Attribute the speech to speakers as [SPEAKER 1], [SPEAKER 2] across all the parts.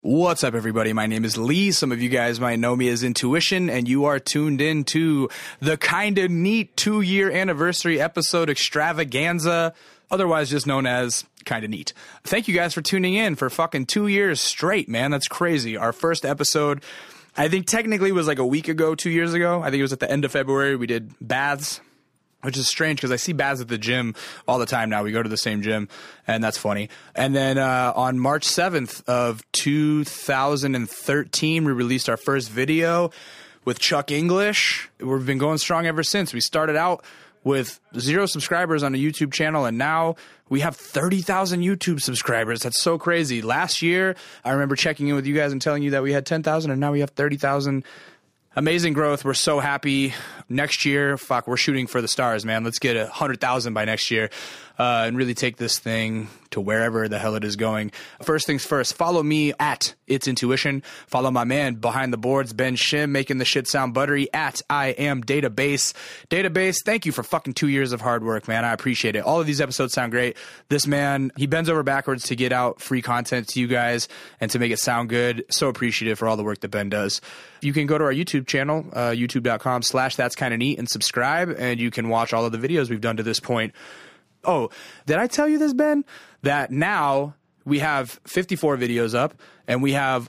[SPEAKER 1] What's up, everybody? My name is Lee. Some of you guys might know me as Intuition, and you are tuned in to the kinda neat two year anniversary episode extravaganza, otherwise just known as kinda neat. Thank you guys for tuning in for fucking two years straight, man. That's crazy. Our first episode, I think technically was like a week ago, two years ago. I think it was at the end of February. We did baths which is strange because I see Baz at the gym all the time now. We go to the same gym, and that's funny. And then uh, on March 7th of 2013, we released our first video with Chuck English. We've been going strong ever since. We started out with zero subscribers on a YouTube channel, and now we have 30,000 YouTube subscribers. That's so crazy. Last year, I remember checking in with you guys and telling you that we had 10,000, and now we have 30,000 amazing growth. We're so happy. Next year, fuck, we're shooting for the stars, man. Let's get a hundred thousand by next year, uh, and really take this thing to wherever the hell it is going. First things first, follow me at It's Intuition. Follow my man behind the boards, Ben Shim, making the shit sound buttery at I am Database. Database, thank you for fucking two years of hard work, man. I appreciate it. All of these episodes sound great. This man, he bends over backwards to get out free content to you guys and to make it sound good. So appreciative for all the work that Ben does. You can go to our YouTube channel, uh, youtube.com slash that's kind of neat and subscribe and you can watch all of the videos we've done to this point. Oh, did I tell you this, Ben? That now we have 54 videos up and we have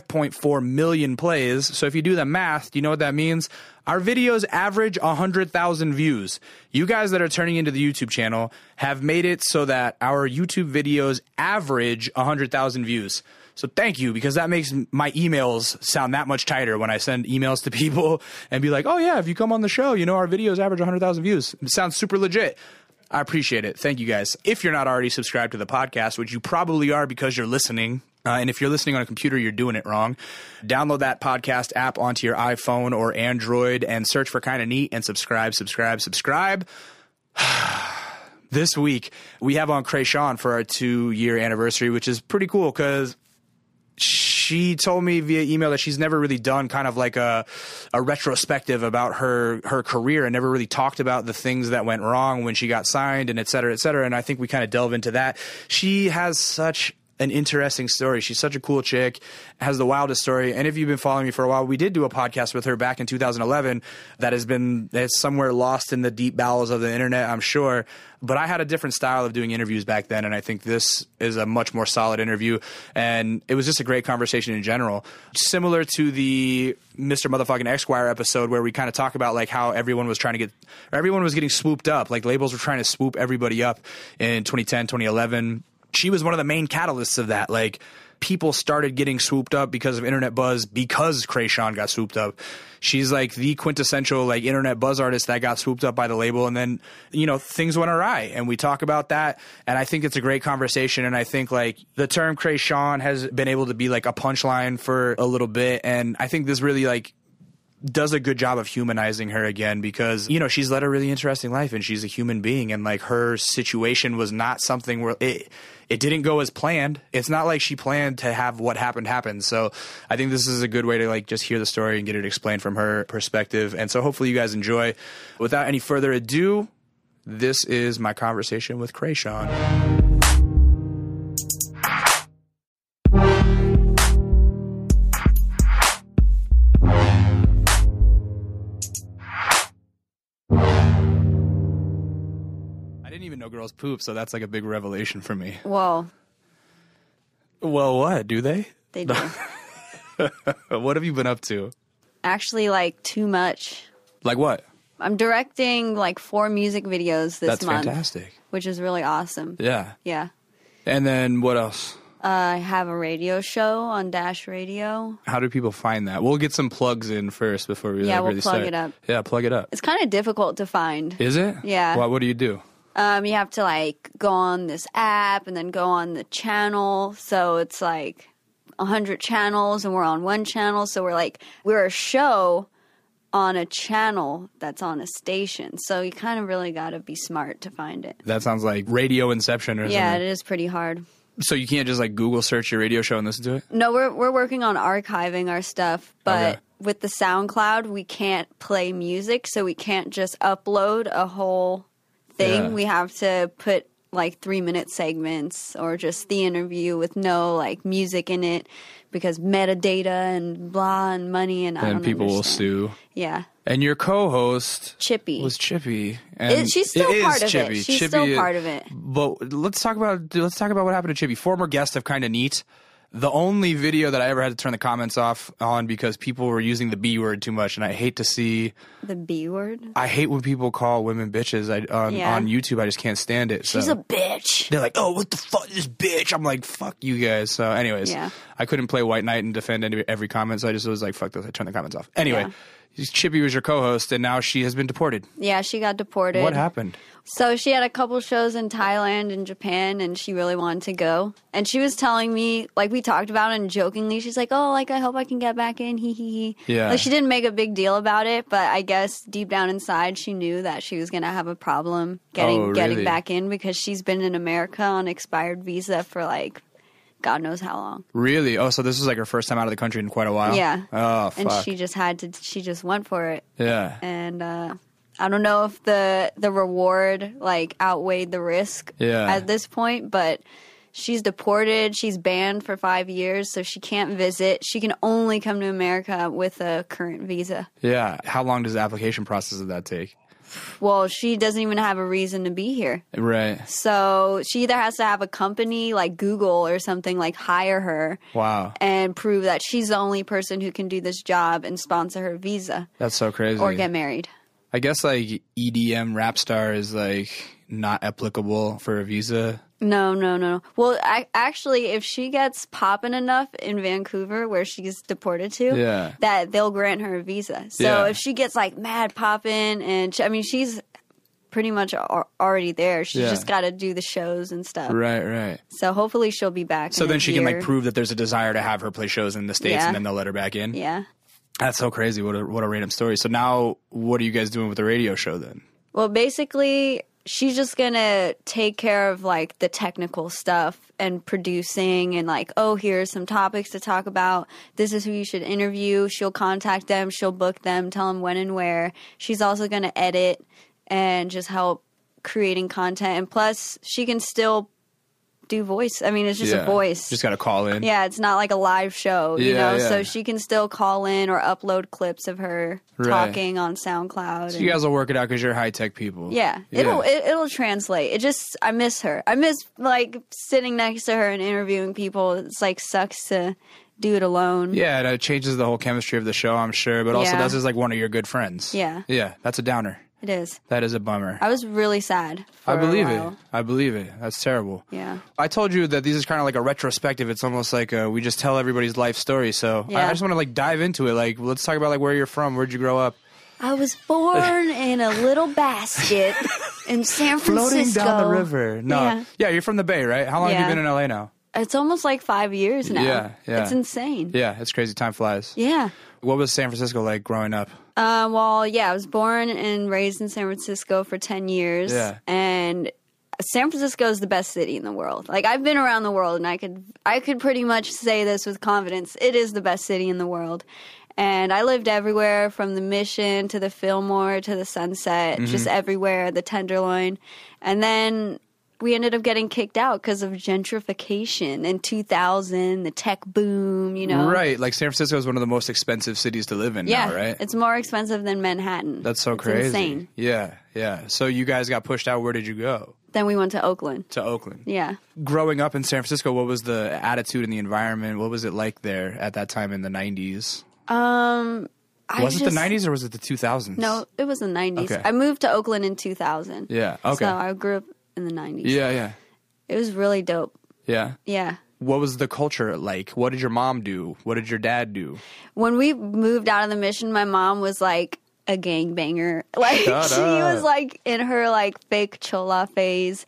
[SPEAKER 1] 5.4 million plays. So if you do the math, do you know what that means? Our videos average 100,000 views. You guys that are turning into the YouTube channel have made it so that our YouTube videos average 100,000 views. So thank you because that makes m- my emails sound that much tighter when I send emails to people and be like, "Oh yeah, if you come on the show, you know our videos average 100,000 views." It sounds super legit. I appreciate it. Thank you guys. If you're not already subscribed to the podcast, which you probably are because you're listening, uh, and if you're listening on a computer, you're doing it wrong. Download that podcast app onto your iPhone or Android and search for Kinda Neat and subscribe, subscribe, subscribe. this week, we have on Krayshawn for our two year anniversary, which is pretty cool because she told me via email that she's never really done kind of like a a retrospective about her her career and never really talked about the things that went wrong when she got signed and et cetera, et cetera. And I think we kind of delve into that. She has such an interesting story. She's such a cool chick, has the wildest story. And if you've been following me for a while, we did do a podcast with her back in 2011 that has been it's somewhere lost in the deep bowels of the internet, I'm sure. But I had a different style of doing interviews back then, and I think this is a much more solid interview. And it was just a great conversation in general, similar to the Mr. Motherfucking Esquire episode where we kind of talk about like how everyone was trying to get, or everyone was getting swooped up, like labels were trying to swoop everybody up in 2010, 2011 she was one of the main catalysts of that. Like people started getting swooped up because of internet buzz because Krayshawn got swooped up. She's like the quintessential like internet buzz artist that got swooped up by the label and then you know things went awry and we talk about that and I think it's a great conversation and I think like the term Krayshawn has been able to be like a punchline for a little bit and I think this really like does a good job of humanizing her again because you know she's led a really interesting life and she's a human being and like her situation was not something where it it didn't go as planned it's not like she planned to have what happened happen so i think this is a good way to like just hear the story and get it explained from her perspective and so hopefully you guys enjoy without any further ado this is my conversation with Krayshawn. I didn't even know girls poop, so that's like a big revelation for me.
[SPEAKER 2] Well,
[SPEAKER 1] Well, what? Do they?
[SPEAKER 2] they do.
[SPEAKER 1] What have you been up to?
[SPEAKER 2] Actually, like too much.
[SPEAKER 1] Like what?
[SPEAKER 2] I'm directing like four music videos this
[SPEAKER 1] That's
[SPEAKER 2] month,
[SPEAKER 1] fantastic.
[SPEAKER 2] which is really awesome.
[SPEAKER 1] Yeah.
[SPEAKER 2] Yeah.
[SPEAKER 1] And then what else?
[SPEAKER 2] Uh, I have a radio show on Dash Radio.
[SPEAKER 1] How do people find that? We'll get some plugs in first before we
[SPEAKER 2] Yeah,
[SPEAKER 1] like,
[SPEAKER 2] we'll
[SPEAKER 1] really
[SPEAKER 2] plug
[SPEAKER 1] start.
[SPEAKER 2] it up.
[SPEAKER 1] Yeah, plug it up.
[SPEAKER 2] It's kind of difficult to find.
[SPEAKER 1] Is it?
[SPEAKER 2] Yeah.
[SPEAKER 1] What? What do you do?
[SPEAKER 2] Um, you have to like go on this app and then go on the channel. So it's like a hundred channels, and we're on one channel. So we're like we're a show on a channel that's on a station. So you kind of really got to be smart to find it.
[SPEAKER 1] That sounds like radio inception or
[SPEAKER 2] Yeah, it
[SPEAKER 1] something.
[SPEAKER 2] is pretty hard.
[SPEAKER 1] So you can't just like Google search your radio show and listen to it.
[SPEAKER 2] No, we're we're working on archiving our stuff, but
[SPEAKER 1] Okay.
[SPEAKER 2] with the SoundCloud, we can't play music, so we can't just upload a whole thing.
[SPEAKER 1] Yeah.
[SPEAKER 2] We have to put like three minute segments or just the interview with no like music in it because metadata and blah and money and I
[SPEAKER 1] and
[SPEAKER 2] don't
[SPEAKER 1] people
[SPEAKER 2] understand.
[SPEAKER 1] will sue.
[SPEAKER 2] Yeah,
[SPEAKER 1] And your co-host
[SPEAKER 2] Chippy.
[SPEAKER 1] was Chippy, and
[SPEAKER 2] It- she's still
[SPEAKER 1] it is
[SPEAKER 2] part of
[SPEAKER 1] Chippy.
[SPEAKER 2] it. She's
[SPEAKER 1] Chippy
[SPEAKER 2] still
[SPEAKER 1] is-
[SPEAKER 2] part of it.
[SPEAKER 1] But let's talk about let's talk about what happened to Chippy. Former guest of Kinda Neat. The only video that I ever had to turn the comments off on because people were using the B word too much, and I hate to see.
[SPEAKER 2] The B word.
[SPEAKER 1] I hate when people call women bitches. I on,
[SPEAKER 2] Yeah.
[SPEAKER 1] on YouTube, I just can't stand it.
[SPEAKER 2] She's
[SPEAKER 1] so.
[SPEAKER 2] a bitch.
[SPEAKER 1] They're like, oh, what the fuck, this bitch. I'm like, fuck you guys. So, anyways,
[SPEAKER 2] Yeah.
[SPEAKER 1] I couldn't play White Knight and defend any, every comment, so I just was like, fuck this. I turned the comments off. Anyway, Chippy was your co-host, and now she has been deported.
[SPEAKER 2] Yeah, she got deported.
[SPEAKER 1] What happened?
[SPEAKER 2] So she had a couple shows in Thailand and Japan, and she really wanted to go. And she was telling me, like we talked about, it and jokingly, she's like, "Oh, like I hope I can get back in." Hee hee hee.
[SPEAKER 1] Yeah.
[SPEAKER 2] Like she didn't make a big deal about it, but I guess deep down inside, she knew that she was gonna have a problem getting
[SPEAKER 1] Oh, really?
[SPEAKER 2] getting back in because she's been in America on expired visa for like, God knows how long.
[SPEAKER 1] Really? Oh, so this was like her first time out of the country in quite a while.
[SPEAKER 2] Yeah.
[SPEAKER 1] Oh, fuck.
[SPEAKER 2] And she just had to. She just went for it.
[SPEAKER 1] yeah.
[SPEAKER 2] and uh, I don't know if the the reward like outweighed the risk
[SPEAKER 1] Yeah.
[SPEAKER 2] at this point, but she's deported. She's banned for five years, so she can't visit. She can only come to America with a current visa.
[SPEAKER 1] Yeah. How long does the application process of that take?
[SPEAKER 2] Well, she doesn't even have a reason to be here.
[SPEAKER 1] Right.
[SPEAKER 2] So she either has to have a company like Google or something like hire her
[SPEAKER 1] Wow.
[SPEAKER 2] and prove that she's the only person who can do this job and sponsor her visa
[SPEAKER 1] That's so crazy.
[SPEAKER 2] or get married.
[SPEAKER 1] I guess like EDM rap star is like not applicable for a visa.
[SPEAKER 2] No, no, no. Well, I, actually, if she gets poppin' enough in Vancouver, where she's deported to,
[SPEAKER 1] Yeah.
[SPEAKER 2] that they'll grant her a visa. So
[SPEAKER 1] Yeah.
[SPEAKER 2] if she gets like mad poppin', and she, I mean, she's pretty much al- already there. She's
[SPEAKER 1] Yeah.
[SPEAKER 2] just got to do the shows and stuff.
[SPEAKER 1] Right, right.
[SPEAKER 2] So hopefully she'll be back.
[SPEAKER 1] So
[SPEAKER 2] in a
[SPEAKER 1] then she can like
[SPEAKER 2] year.
[SPEAKER 1] prove that there's a desire to have her play shows in the States
[SPEAKER 2] Yeah.
[SPEAKER 1] and then they'll let her back in.
[SPEAKER 2] Yeah.
[SPEAKER 1] That's so crazy. What a what a random story. So now what are you guys doing with the radio show then?
[SPEAKER 2] Well, basically, she's just gonna take care of like the technical stuff and producing and like, oh, here's some topics to talk about. This is who you should interview. She'll contact them. She'll book them. Tell them when and where. She's also gonna edit and just help creating content. And plus, she can still do voice. I mean, it's just a voice.
[SPEAKER 1] Just gotta call in.
[SPEAKER 2] yeah, it's not like a live show, you
[SPEAKER 1] Yeah,
[SPEAKER 2] know.
[SPEAKER 1] yeah.
[SPEAKER 2] So she can still call in or upload clips of her
[SPEAKER 1] Right.
[SPEAKER 2] talking on SoundCloud.
[SPEAKER 1] You guys will work it out because you're high tech people.
[SPEAKER 2] Yeah, it'll It, it'll translate. It just I miss her. I miss like sitting next to her and interviewing people. It's like sucks to do it alone.
[SPEAKER 1] Yeah, and it changes the whole chemistry of the show, I'm sure. But also,
[SPEAKER 2] Yeah.
[SPEAKER 1] that's just like one of your good friends.
[SPEAKER 2] Yeah.
[SPEAKER 1] Yeah, that's a downer.
[SPEAKER 2] It is.
[SPEAKER 1] That is a bummer.
[SPEAKER 2] I was really sad. For
[SPEAKER 1] I believe
[SPEAKER 2] a
[SPEAKER 1] it.
[SPEAKER 2] while.
[SPEAKER 1] I believe it. That's terrible.
[SPEAKER 2] Yeah.
[SPEAKER 1] I told you that these is kind of like a retrospective. It's almost like uh we just tell everybody's life story. So I, I
[SPEAKER 2] Yeah.
[SPEAKER 1] just want to like dive into it. Like, let's talk about like where you're from. Where'd you grow up?
[SPEAKER 2] I was born in a little basket in San
[SPEAKER 1] Floating
[SPEAKER 2] Francisco.
[SPEAKER 1] down the river. No.
[SPEAKER 2] Yeah.
[SPEAKER 1] you're from the Bay, right? How long have
[SPEAKER 2] Yeah.
[SPEAKER 1] you been in LA now?
[SPEAKER 2] It's almost like five years now.
[SPEAKER 1] Yeah, yeah.
[SPEAKER 2] It's insane.
[SPEAKER 1] Yeah, it's crazy. Time flies.
[SPEAKER 2] Yeah.
[SPEAKER 1] What was San Francisco like growing up?
[SPEAKER 2] Uh, well, yeah, I was born and raised in San Francisco for 10 years.
[SPEAKER 1] Yeah.
[SPEAKER 2] And San Francisco is the best city in the world. Like I've been around the world and I could I could pretty much say this with confidence. It is the best city in the world. And I lived everywhere from the Mission to the Fillmore to the Sunset,
[SPEAKER 1] Mm-hmm.
[SPEAKER 2] just everywhere, the Tenderloin. And then we ended up getting kicked out because of gentrification in 2000, the tech boom, you know.
[SPEAKER 1] Right, like San Francisco is one of the most expensive cities to live in
[SPEAKER 2] Yeah,
[SPEAKER 1] now, right?
[SPEAKER 2] It's more expensive than Manhattan.
[SPEAKER 1] That's so
[SPEAKER 2] It's
[SPEAKER 1] crazy.
[SPEAKER 2] Insane.
[SPEAKER 1] Yeah, yeah. So you guys got pushed out. Where did you go?
[SPEAKER 2] Then we went to Oakland.
[SPEAKER 1] To Oakland.
[SPEAKER 2] Yeah.
[SPEAKER 1] Growing up in San Francisco, what was the attitude and the environment? What was it like there at that time in the 90s?
[SPEAKER 2] Um, I
[SPEAKER 1] was it
[SPEAKER 2] just-
[SPEAKER 1] the 90s or was it the 2000s?
[SPEAKER 2] No, it was the nineties.
[SPEAKER 1] Okay.
[SPEAKER 2] I moved to Oakland in two thousand.
[SPEAKER 1] Yeah, okay.
[SPEAKER 2] So I grew up in the nineties.
[SPEAKER 1] Yeah, yeah.
[SPEAKER 2] It was really dope.
[SPEAKER 1] Yeah.
[SPEAKER 2] Yeah.
[SPEAKER 1] What was the culture like? What did your mom do? What did your dad do?
[SPEAKER 2] When we moved out of the mission, my mom was like a gangbanger. Like she
[SPEAKER 1] Shut up.
[SPEAKER 2] was like in her like fake chola phase.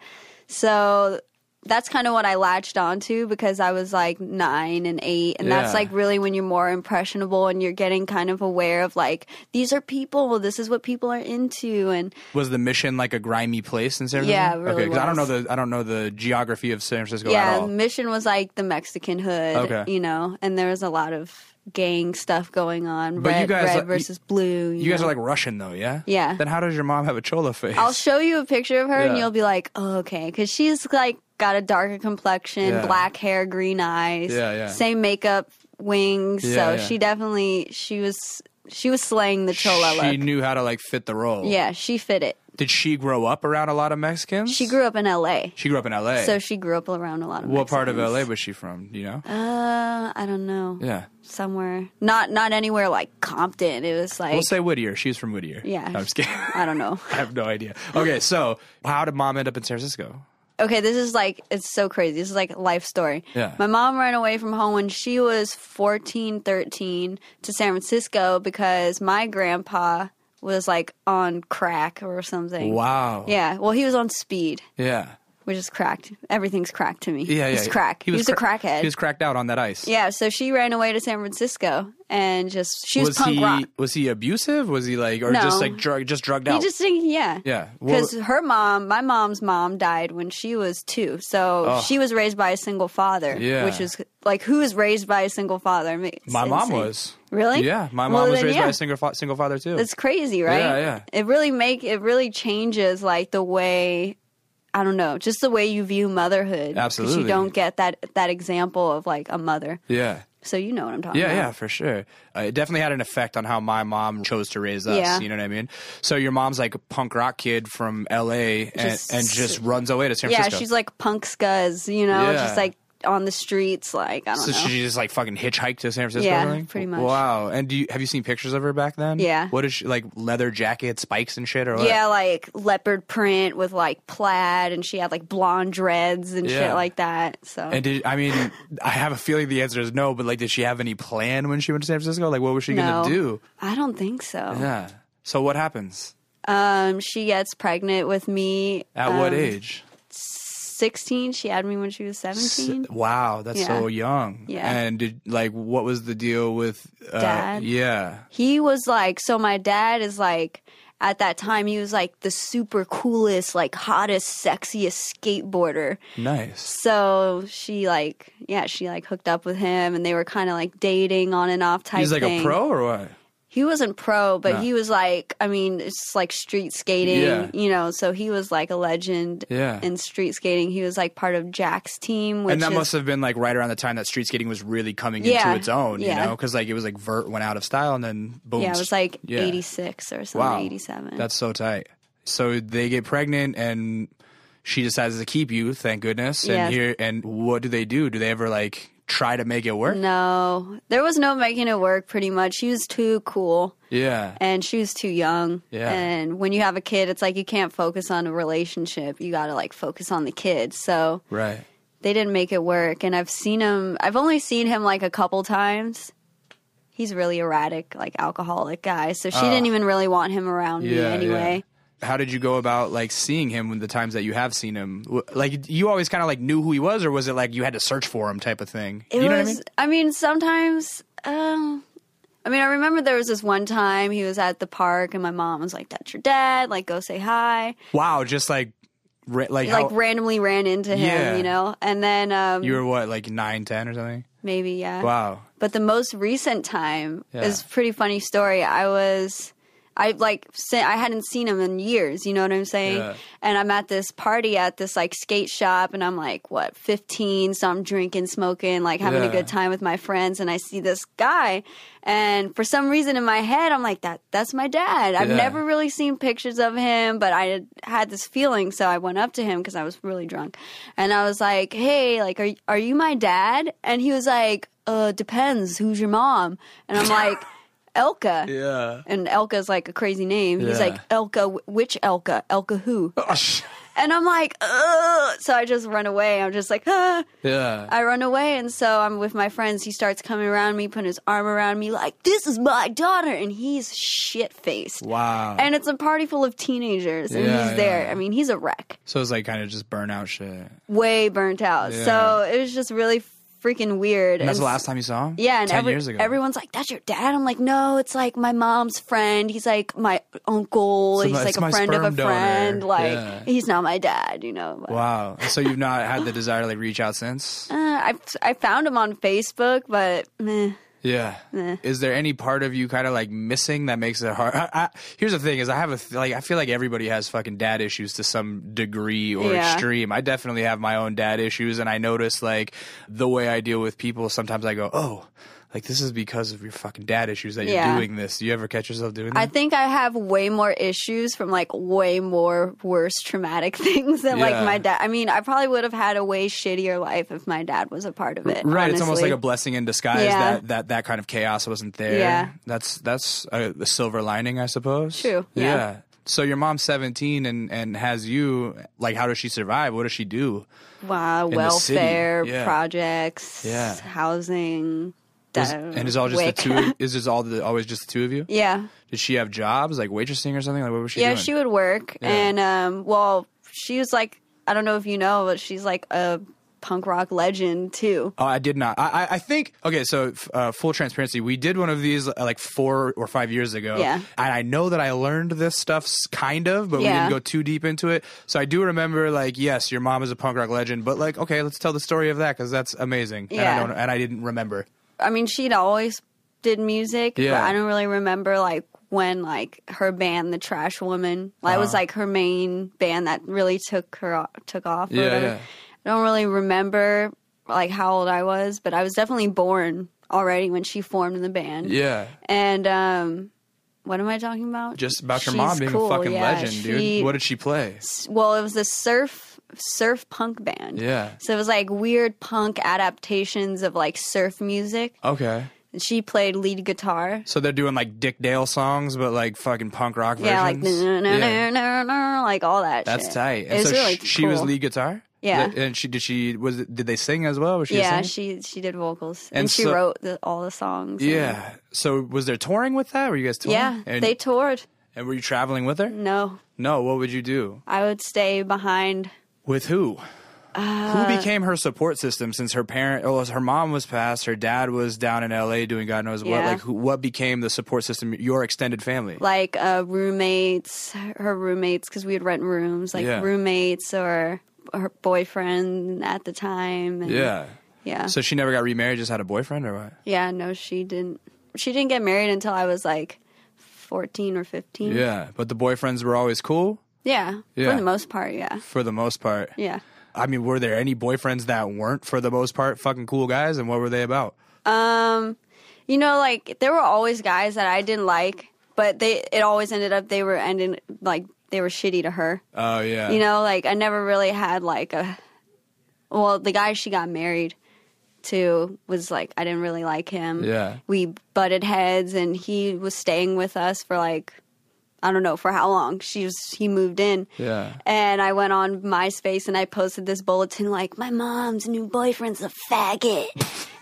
[SPEAKER 2] So that's kind of what I latched onto because I was like nine and eight, and
[SPEAKER 1] Yeah.
[SPEAKER 2] that's like really when you're more impressionable and you're getting kind of aware of like these are people, this is what people are into, and
[SPEAKER 1] Was the mission like a grimy place in San Francisco?
[SPEAKER 2] Yeah, it really
[SPEAKER 1] okay, I don't know
[SPEAKER 2] was.
[SPEAKER 1] the I don't know the geography of San Francisco at
[SPEAKER 2] yeah,
[SPEAKER 1] all.
[SPEAKER 2] Mission was like the Mexican hood,
[SPEAKER 1] Okay.
[SPEAKER 2] you know, and there was a lot of gang stuff going on,
[SPEAKER 1] But you
[SPEAKER 2] red,
[SPEAKER 1] guys,
[SPEAKER 2] red
[SPEAKER 1] like, you-
[SPEAKER 2] versus blue.
[SPEAKER 1] You guys
[SPEAKER 2] know?
[SPEAKER 1] are like Russian though, yeah?
[SPEAKER 2] Yeah.
[SPEAKER 1] Then how does your mom have a chola face?
[SPEAKER 2] I'll show you a picture of her and
[SPEAKER 1] Yeah.
[SPEAKER 2] you'll be like, oh, okay. Because she's like got a darker complexion,
[SPEAKER 1] Yeah.
[SPEAKER 2] black hair, green eyes,
[SPEAKER 1] Yeah, yeah.
[SPEAKER 2] same makeup, wings.
[SPEAKER 1] Yeah,
[SPEAKER 2] so
[SPEAKER 1] yeah.
[SPEAKER 2] she definitely, she was, she was slaying the Chola
[SPEAKER 1] she
[SPEAKER 2] look.
[SPEAKER 1] knew how to like fit the role.
[SPEAKER 2] yeah, she fit it.
[SPEAKER 1] Did she grow up around a lot of Mexicans?
[SPEAKER 2] She grew up in LA.
[SPEAKER 1] She grew up in LA.
[SPEAKER 2] So she grew up around a lot of
[SPEAKER 1] what part of LA
[SPEAKER 2] Mexicans.
[SPEAKER 1] was she from? Do you know?
[SPEAKER 2] Uh, I don't know.
[SPEAKER 1] yeah.
[SPEAKER 2] Somewhere. Not not anywhere like Compton. It was like
[SPEAKER 1] We'll say Whittier. She's from Whittier.
[SPEAKER 2] Yeah.
[SPEAKER 1] No, I'm just kidding. I
[SPEAKER 2] I don't know.
[SPEAKER 1] have no idea. Okay, so how did mom end up in San Francisco?
[SPEAKER 2] okay, this is like it's so crazy. This is like a life story.
[SPEAKER 1] Yeah.
[SPEAKER 2] My mom ran away from home when she was 14, 13 to San Francisco because my grandpa was like on crack or something.
[SPEAKER 1] Wow.
[SPEAKER 2] Yeah. Well, he was on speed,
[SPEAKER 1] Yeah.
[SPEAKER 2] which is cracked. Everything's cracked to me.
[SPEAKER 1] Yeah, yeah.
[SPEAKER 2] It's crack. He was,
[SPEAKER 1] cra-
[SPEAKER 2] a crackhead.
[SPEAKER 1] He was cracked out on that ice.
[SPEAKER 2] yeah, so she ran away to San Francisco and just she was,
[SPEAKER 1] was
[SPEAKER 2] punk
[SPEAKER 1] he
[SPEAKER 2] rock.
[SPEAKER 1] was he abusive? Was he like or
[SPEAKER 2] No.
[SPEAKER 1] just like drug just drugged
[SPEAKER 2] He
[SPEAKER 1] out?
[SPEAKER 2] just think, yeah.
[SPEAKER 1] yeah. Well,
[SPEAKER 2] Because her mom, my mom's mom died when she was two. So
[SPEAKER 1] Ugh.
[SPEAKER 2] she was raised by a single father.
[SPEAKER 1] Oh. Yeah.
[SPEAKER 2] Which is like, who is raised by a single father? I mean, it's
[SPEAKER 1] my mom
[SPEAKER 2] insane.
[SPEAKER 1] was.
[SPEAKER 2] Really?
[SPEAKER 1] Yeah, my
[SPEAKER 2] Well,
[SPEAKER 1] mom was
[SPEAKER 2] then,
[SPEAKER 1] raised by
[SPEAKER 2] yeah.
[SPEAKER 1] a single fa- single father too.
[SPEAKER 2] It's crazy, right?
[SPEAKER 1] Yeah, yeah.
[SPEAKER 2] It really make it really changes like the way I don't know, just the way you view motherhood. 'Cause
[SPEAKER 1] Absolutely.
[SPEAKER 2] you don't get that that example of like a mother.
[SPEAKER 1] yeah.
[SPEAKER 2] So you know what I'm talking
[SPEAKER 1] Yeah,
[SPEAKER 2] about.
[SPEAKER 1] yeah, for sure. Uh, it definitely had an effect on how my mom chose to raise us.
[SPEAKER 2] Yeah.
[SPEAKER 1] You know what I mean? So your mom's like a punk rock kid from L.A. and
[SPEAKER 2] Just-
[SPEAKER 1] and just runs away to San
[SPEAKER 2] Yeah,
[SPEAKER 1] Francisco.
[SPEAKER 2] she's like punk scuzz, you know,
[SPEAKER 1] Yeah.
[SPEAKER 2] just like on the streets, like I don't
[SPEAKER 1] so
[SPEAKER 2] know.
[SPEAKER 1] she just like fucking hitchhiked to San Francisco.
[SPEAKER 2] Yeah,
[SPEAKER 1] or something?
[SPEAKER 2] pretty much.
[SPEAKER 1] Wow. And do you have you seen pictures of her back then?
[SPEAKER 2] Yeah.
[SPEAKER 1] What is she like? Leather jacket, spikes and shit, or what?
[SPEAKER 2] Yeah, like leopard print with like plaid, and she had like blonde dreads and
[SPEAKER 1] Yeah.
[SPEAKER 2] shit like that. So
[SPEAKER 1] And did I mean I have a feeling the answer is no, but like did she have any plan when she went to San Francisco? Like what was she
[SPEAKER 2] no,
[SPEAKER 1] gonna do?
[SPEAKER 2] I don't think so.
[SPEAKER 1] Yeah. So what happens?
[SPEAKER 2] Um, she gets pregnant with me
[SPEAKER 1] At
[SPEAKER 2] um,
[SPEAKER 1] what age?
[SPEAKER 2] Sixteen. She had me when she was seventeen.
[SPEAKER 1] Wow, that's
[SPEAKER 2] Yeah.
[SPEAKER 1] so young.
[SPEAKER 2] Yeah.
[SPEAKER 1] And did like what was the deal with uh,
[SPEAKER 2] Dad?
[SPEAKER 1] Yeah.
[SPEAKER 2] He was like, so my dad is like. At that time, he was like the super coolest, like hottest, sexiest skateboarder.
[SPEAKER 1] Nice.
[SPEAKER 2] So she like, yeah, she like hooked up with him, and they were kind of like dating on and off type.
[SPEAKER 1] He's like
[SPEAKER 2] thing.
[SPEAKER 1] a pro or what?
[SPEAKER 2] he wasn't pro, but
[SPEAKER 1] No.
[SPEAKER 2] he was like, I mean, it's like street skating,
[SPEAKER 1] Yeah.
[SPEAKER 2] you know. So he was like a legend
[SPEAKER 1] Yeah.
[SPEAKER 2] in street skating. He was like part of Jack's team, which
[SPEAKER 1] and that
[SPEAKER 2] is,
[SPEAKER 1] must have been like right around the time that street skating was really coming
[SPEAKER 2] Yeah,
[SPEAKER 1] into its own, you
[SPEAKER 2] yeah.
[SPEAKER 1] know? Because like it was like Vert went out of style and then boom.
[SPEAKER 2] yeah, it was like
[SPEAKER 1] yeah.
[SPEAKER 2] eighty six or something,
[SPEAKER 1] Wow.
[SPEAKER 2] eighty seven.
[SPEAKER 1] That's so tight. So they get pregnant and she decides to keep you, thank goodness. And
[SPEAKER 2] Yes.
[SPEAKER 1] here and what do they do? Do they ever like try to make it
[SPEAKER 2] Mm.
[SPEAKER 1] work?
[SPEAKER 2] no, there was no making it work. Pretty much, he was too cool,
[SPEAKER 1] Yeah.
[SPEAKER 2] and she was too young.
[SPEAKER 1] Yeah.
[SPEAKER 2] And when you have a kid, it's like you can't focus on a relationship. You got to like focus on the kid. So
[SPEAKER 1] Right.
[SPEAKER 2] they didn't make it work and i've seen him i've only seen him like a couple times he's really erratic like alcoholic guy so she didn't even really want him around me
[SPEAKER 1] Oh. Yeah,
[SPEAKER 2] anyway
[SPEAKER 1] yeah. How did you go about like seeing him when the times that you have seen him? W- Like you always kind of like knew who he was, or was it like you had to search for him type of thing?
[SPEAKER 2] it
[SPEAKER 1] you know
[SPEAKER 2] was I, mean? sometimes um i mean i remember there was this one time he was at the park and my mom was like that's your dad like go say
[SPEAKER 1] what
[SPEAKER 2] hi
[SPEAKER 1] I mean? Wow, just like ra- like, how,
[SPEAKER 2] like randomly ran into him
[SPEAKER 1] Yeah.
[SPEAKER 2] you know and then um
[SPEAKER 1] you were what like nine, ten or something?
[SPEAKER 2] maybe yeah
[SPEAKER 1] Wow.
[SPEAKER 2] But the most recent time
[SPEAKER 1] Yeah.
[SPEAKER 2] is pretty funny story. I was I like se- I hadn't seen him in years, you know what I'm saying?
[SPEAKER 1] Yeah.
[SPEAKER 2] And I'm at this party at this like skate shop and I'm like what, 15, so I'm drinking, smoking, like having
[SPEAKER 1] Yeah.
[SPEAKER 2] a good time with my friends and I see this guy and for some reason in my head I'm like that that's my dad. I've
[SPEAKER 1] Yeah.
[SPEAKER 2] never really seen pictures of him, but I had, had this feeling so I went up to him cuz I was really drunk. And I was like, "Hey, like are are you my dad?" And he was like, "Uh, depends. Who's your mom?" And I'm like, "Elka."
[SPEAKER 1] Yeah.
[SPEAKER 2] And Elka's like a crazy name. He's
[SPEAKER 1] Yeah. Oh,
[SPEAKER 2] like, "Elka, wh- which Elka? Elka who?" And I'm like, ugh. So I just run away. I'm just like, ah.
[SPEAKER 1] Yeah.
[SPEAKER 2] I run away, and so I'm with my friends. He starts coming around me, putting his arm around me, like, "This is my daughter," and he's shit faced.
[SPEAKER 1] wow.
[SPEAKER 2] And it's a party full of teenagers, and
[SPEAKER 1] Yeah,
[SPEAKER 2] he's there.
[SPEAKER 1] yeah.
[SPEAKER 2] I mean, he's a wreck,
[SPEAKER 1] so it's like kind of just burnout shit. And
[SPEAKER 2] way burnt out. So
[SPEAKER 1] Yeah.
[SPEAKER 2] it was just really freaking weird.
[SPEAKER 1] that's
[SPEAKER 2] And
[SPEAKER 1] the last time you saw him.
[SPEAKER 2] yeah, and
[SPEAKER 1] ten
[SPEAKER 2] every-
[SPEAKER 1] years ago.
[SPEAKER 2] everyone's like, "That's your dad." I'm like, "No, it's like my mom's friend. He's like my uncle.
[SPEAKER 1] So
[SPEAKER 2] he's
[SPEAKER 1] my-
[SPEAKER 2] like
[SPEAKER 1] it's
[SPEAKER 2] a
[SPEAKER 1] my
[SPEAKER 2] friend of a
[SPEAKER 1] sperm donor.
[SPEAKER 2] friend. Like
[SPEAKER 1] Yeah.
[SPEAKER 2] he's not my dad, you know." But,
[SPEAKER 1] Wow. And so you've not had the desire to like reach out since.
[SPEAKER 2] uh, I I found him on Facebook, but meh.
[SPEAKER 1] Yeah. Is there any part of you kind of like missing that makes it hard? I, I, here's the thing: is I have a th- like I feel like everybody has fucking dad issues to some degree or
[SPEAKER 2] Yeah.
[SPEAKER 1] extreme. I definitely have my own dad issues, and I notice like the way I deal with people. Sometimes I go, oh. Like this is because of your fucking dad issues that you're
[SPEAKER 2] Yeah.
[SPEAKER 1] doing this. Do you ever catch yourself doing
[SPEAKER 2] I
[SPEAKER 1] that?
[SPEAKER 2] think I have way more issues from like way more worse traumatic things than
[SPEAKER 1] Yeah.
[SPEAKER 2] like my dad. I mean, I probably would have had a way shittier life if my dad was a part of it.
[SPEAKER 1] right, it's almost
[SPEAKER 2] honestly.
[SPEAKER 1] like a blessing in disguise
[SPEAKER 2] Yeah.
[SPEAKER 1] that, that that kind of chaos wasn't there.
[SPEAKER 2] Yeah.
[SPEAKER 1] that's that's a, a silver lining, I suppose.
[SPEAKER 2] True, yeah.
[SPEAKER 1] So your mom's 17 and and has you. Like, how does she survive? What does she do?
[SPEAKER 2] wow,
[SPEAKER 1] the city,
[SPEAKER 2] welfare
[SPEAKER 1] yeah.
[SPEAKER 2] projects,
[SPEAKER 1] Yeah.
[SPEAKER 2] housing,
[SPEAKER 1] Is-
[SPEAKER 2] uh,
[SPEAKER 1] and is all just
[SPEAKER 2] WIC.
[SPEAKER 1] the two? Of, is this all the always just the two of you?
[SPEAKER 2] yeah,
[SPEAKER 1] Did she have jobs like waitressing or something? Like what was she
[SPEAKER 2] yeah,
[SPEAKER 1] doing?
[SPEAKER 2] she would work,
[SPEAKER 1] Yeah.
[SPEAKER 2] and um, well, she was like, I don't know if you know, but she's like a punk rock legend too.
[SPEAKER 1] Oh, I did not. I, I- I think okay. So f- uh, full transparency, we did one of these uh, like four or five years ago.
[SPEAKER 2] Yeah.
[SPEAKER 1] And I know that I learned this stuff s- kind of, but we
[SPEAKER 2] Yeah.
[SPEAKER 1] didn't go too deep into it. So I do remember like yes, your mom is a punk rock legend, but like okay, let's tell the story of that because that's amazing. And I
[SPEAKER 2] Yeah.
[SPEAKER 1] don't. And I didn't remember.
[SPEAKER 2] I mean, she'd always did music, but
[SPEAKER 1] Yeah.
[SPEAKER 2] I don't really remember like when like her band, the Trash Woman, that
[SPEAKER 1] Uh-huh.
[SPEAKER 2] was like her main band that really took her o- took off. Or
[SPEAKER 1] Yeah,
[SPEAKER 2] whatever.
[SPEAKER 1] yeah.
[SPEAKER 2] I don't really remember like how old I was, but I was definitely born already when she formed the band.
[SPEAKER 1] Yeah.
[SPEAKER 2] And um, what am I talking about?
[SPEAKER 1] Just about your
[SPEAKER 2] She's
[SPEAKER 1] mom being
[SPEAKER 2] cool,
[SPEAKER 1] a fucking
[SPEAKER 2] yeah.
[SPEAKER 1] legend,
[SPEAKER 2] She-
[SPEAKER 1] dude. What did she play?
[SPEAKER 2] well, it was the surf surf punk band.
[SPEAKER 1] Yeah.
[SPEAKER 2] So it was like weird punk adaptations of like surf music.
[SPEAKER 1] Okay.
[SPEAKER 2] And she played lead guitar.
[SPEAKER 1] So they're doing like Dick Dale songs, but like fucking punk rock
[SPEAKER 2] Yeah, like
[SPEAKER 1] versions.
[SPEAKER 2] no, no,
[SPEAKER 1] Yeah.
[SPEAKER 2] no, no, no, like all that.
[SPEAKER 1] That's
[SPEAKER 2] shit.
[SPEAKER 1] tight.
[SPEAKER 2] It
[SPEAKER 1] And
[SPEAKER 2] was
[SPEAKER 1] so
[SPEAKER 2] really
[SPEAKER 1] sh- she was
[SPEAKER 2] cool.
[SPEAKER 1] lead guitar.
[SPEAKER 2] Yeah.
[SPEAKER 1] Th- And she did she was it- did they sing as well? Was she a
[SPEAKER 2] Yeah,
[SPEAKER 1] singer?
[SPEAKER 2] she she did vocals and,
[SPEAKER 1] And
[SPEAKER 2] she
[SPEAKER 1] so-
[SPEAKER 2] wrote the, all the songs. and-
[SPEAKER 1] yeah. So was there touring with that? Were you guys touring?
[SPEAKER 2] yeah.
[SPEAKER 1] And,
[SPEAKER 2] they toured.
[SPEAKER 1] and were you traveling with her?
[SPEAKER 2] No,
[SPEAKER 1] No. What would you do
[SPEAKER 2] I would stay behind.
[SPEAKER 1] with who?
[SPEAKER 2] Uh,
[SPEAKER 1] who became her support system since her parent? Oh, her mom was passed. Her dad was down in L.A. doing God knows what.
[SPEAKER 2] Yeah.
[SPEAKER 1] Like, who, what became the support system? Your extended family.
[SPEAKER 2] Like uh, roommates, her roommates, because we'd rent rooms, like
[SPEAKER 1] Yeah.
[SPEAKER 2] roommates or her boyfriend at the time. And
[SPEAKER 1] yeah.
[SPEAKER 2] yeah,
[SPEAKER 1] So she never got remarried. Just had a boyfriend or what?
[SPEAKER 2] yeah. No, she didn't. She didn't get married until I was like fourteen or fifteen.
[SPEAKER 1] Yeah. But the boyfriends were always cool
[SPEAKER 2] yeah.
[SPEAKER 1] Yeah.
[SPEAKER 2] For the most part, yeah,
[SPEAKER 1] for the most part.
[SPEAKER 2] yeah.
[SPEAKER 1] I mean, were there any boyfriends that weren't, for the most part, fucking cool guys? And what were they about?
[SPEAKER 2] Um, you know, like there were always guys that I didn't like, but they it always ended up they were ending like they were shitty to her.
[SPEAKER 1] Oh yeah,
[SPEAKER 2] You know, like I never really had like a well, the guy she got married to was like I didn't really like him.
[SPEAKER 1] Yeah.
[SPEAKER 2] We butted heads and he was staying with us for like I don't know for how long. She was he moved in.
[SPEAKER 1] yeah.
[SPEAKER 2] And I went on MySpace and I posted this bulletin like, my mom's new boyfriend's a faggot.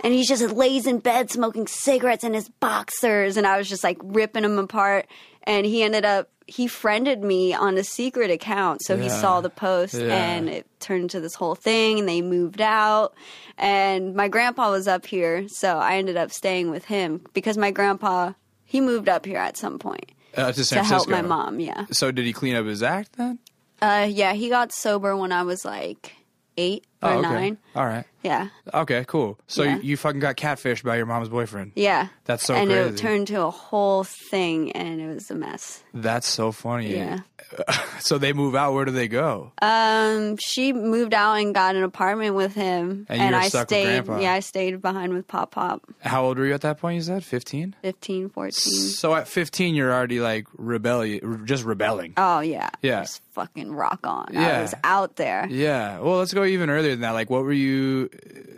[SPEAKER 2] And he just lays in bed smoking cigarettes in his boxers. And I was just like ripping him apart. And he ended up, he friended me on a secret account. So he
[SPEAKER 1] Yeah.
[SPEAKER 2] saw the post
[SPEAKER 1] Yeah.
[SPEAKER 2] and it turned into this whole thing. And they moved out. And my grandpa was up here. So I ended up staying with him because my grandpa, he moved up here at some point
[SPEAKER 1] Uh, to San
[SPEAKER 2] to help
[SPEAKER 1] Francisco.
[SPEAKER 2] my mom. Yeah.
[SPEAKER 1] So did he clean up his act then?
[SPEAKER 2] Uh, yeah, he got sober when I was like eight or
[SPEAKER 1] Oh, okay.
[SPEAKER 2] nine.
[SPEAKER 1] All right.
[SPEAKER 2] Yeah,
[SPEAKER 1] Okay. Cool. So
[SPEAKER 2] Yeah.
[SPEAKER 1] you, you fucking got catfished by your mom's boyfriend.
[SPEAKER 2] yeah.
[SPEAKER 1] That's so
[SPEAKER 2] and
[SPEAKER 1] crazy.
[SPEAKER 2] it turned to a whole thing, and it was a mess.
[SPEAKER 1] That's so funny.
[SPEAKER 2] Yeah.
[SPEAKER 1] So they move out. Where do they go?
[SPEAKER 2] Um, she moved out and got an apartment with him,
[SPEAKER 1] And you were
[SPEAKER 2] I
[SPEAKER 1] stuck with
[SPEAKER 2] stayed.
[SPEAKER 1] Grandpa.
[SPEAKER 2] yeah, I stayed behind with Pop Pop,
[SPEAKER 1] How old were you at that point? You said fifteen.
[SPEAKER 2] 15, 14.
[SPEAKER 1] So at fifteen, you're already like rebellious, just rebelling.
[SPEAKER 2] Oh yeah,
[SPEAKER 1] Yeah.
[SPEAKER 2] Just fucking rock on.
[SPEAKER 1] Yeah.
[SPEAKER 2] I was out there.
[SPEAKER 1] Yeah. Well, let's go even earlier than that. Like, what were you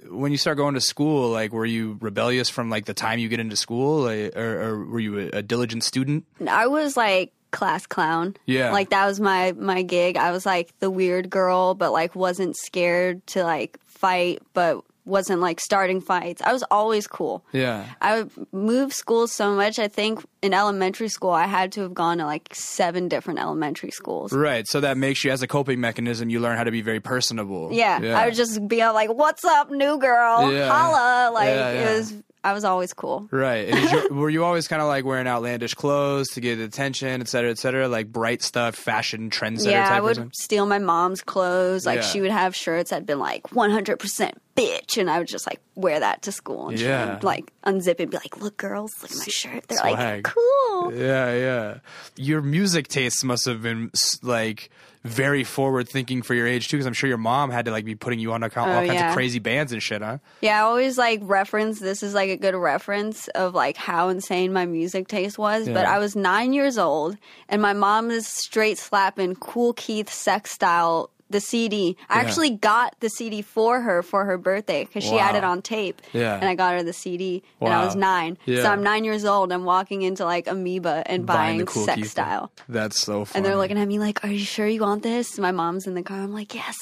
[SPEAKER 1] when you start going to school? Like, were you rebellious from like the time you get into school, like, or, or were you a, a diligent student?
[SPEAKER 2] I was like class clown.
[SPEAKER 1] Yeah.
[SPEAKER 2] Like that was my my gig. I was like the weird girl, but like wasn't scared to like fight, but wasn't like starting fights. I was always cool.
[SPEAKER 1] Yeah.
[SPEAKER 2] I would move schools so much. I think in elementary school, I had to have gone to like seven different elementary schools.
[SPEAKER 1] Right. So that makes you, as a coping mechanism, you learn how to be very personable.
[SPEAKER 2] Yeah, I would just be all like, "What's up, new girl?
[SPEAKER 1] Yeah.
[SPEAKER 2] Holla!" Like
[SPEAKER 1] Yeah, yeah.
[SPEAKER 2] it was. I was always cool.
[SPEAKER 1] Right. And is your, were you always kind of like wearing outlandish clothes to get attention, et cetera, et cetera? Like bright stuff, fashion, trendsetter
[SPEAKER 2] yeah,
[SPEAKER 1] type
[SPEAKER 2] I would
[SPEAKER 1] person?
[SPEAKER 2] steal my mom's clothes. Like
[SPEAKER 1] Yeah.
[SPEAKER 2] she would have shirts that'd been like 100 percent bitch, and I would just like wear that to school and she
[SPEAKER 1] Yeah.
[SPEAKER 2] would, like unzip it and be like, "Look, girls, look at my shirt." They're
[SPEAKER 1] swag.
[SPEAKER 2] like, "Cool."
[SPEAKER 1] Yeah, yeah. Your music tastes must have been s- like very forward thinking for your age too, because I'm sure your mom had to like be putting you on all, all
[SPEAKER 2] Oh,
[SPEAKER 1] kinds
[SPEAKER 2] yeah.
[SPEAKER 1] of crazy bands and shit, huh?
[SPEAKER 2] Yeah, I always like reference this is like a good reference of like how insane my music taste was. But
[SPEAKER 1] Yeah.
[SPEAKER 2] I was nine years old and my mom is straight slapping Cool Keith Sex Style, the CD. I
[SPEAKER 1] Yeah.
[SPEAKER 2] actually got the CD for her for her birthday because she had
[SPEAKER 1] Wow.
[SPEAKER 2] it on tape.
[SPEAKER 1] Yeah.
[SPEAKER 2] And I got her the CD and I was
[SPEAKER 1] Wow.
[SPEAKER 2] nine. So
[SPEAKER 1] Yeah.
[SPEAKER 2] I'm nine years old. I'm walking into like Amoeba and buying,
[SPEAKER 1] the cool
[SPEAKER 2] Sex
[SPEAKER 1] Keith.
[SPEAKER 2] Style.
[SPEAKER 1] That's so funny.
[SPEAKER 2] And they're looking at me like, "Are you sure you want this?" My mom's in the car. I'm like, "Yes."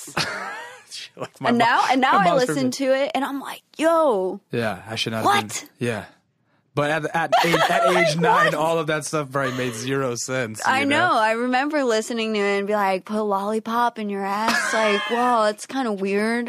[SPEAKER 1] Like, my
[SPEAKER 2] And
[SPEAKER 1] mom-
[SPEAKER 2] now, and now
[SPEAKER 1] my
[SPEAKER 2] I
[SPEAKER 1] mom's
[SPEAKER 2] listen
[SPEAKER 1] perfect.
[SPEAKER 2] to it, and I'm like, "Yo,
[SPEAKER 1] Yeah, I should not. Have
[SPEAKER 2] What?
[SPEAKER 1] been, yeah. But at, at, age, at age nine, all of that stuff probably made zero sense. you
[SPEAKER 2] I know. I remember listening to it and be like, put a lollipop in your ass. like, whoa, that's kind of weird.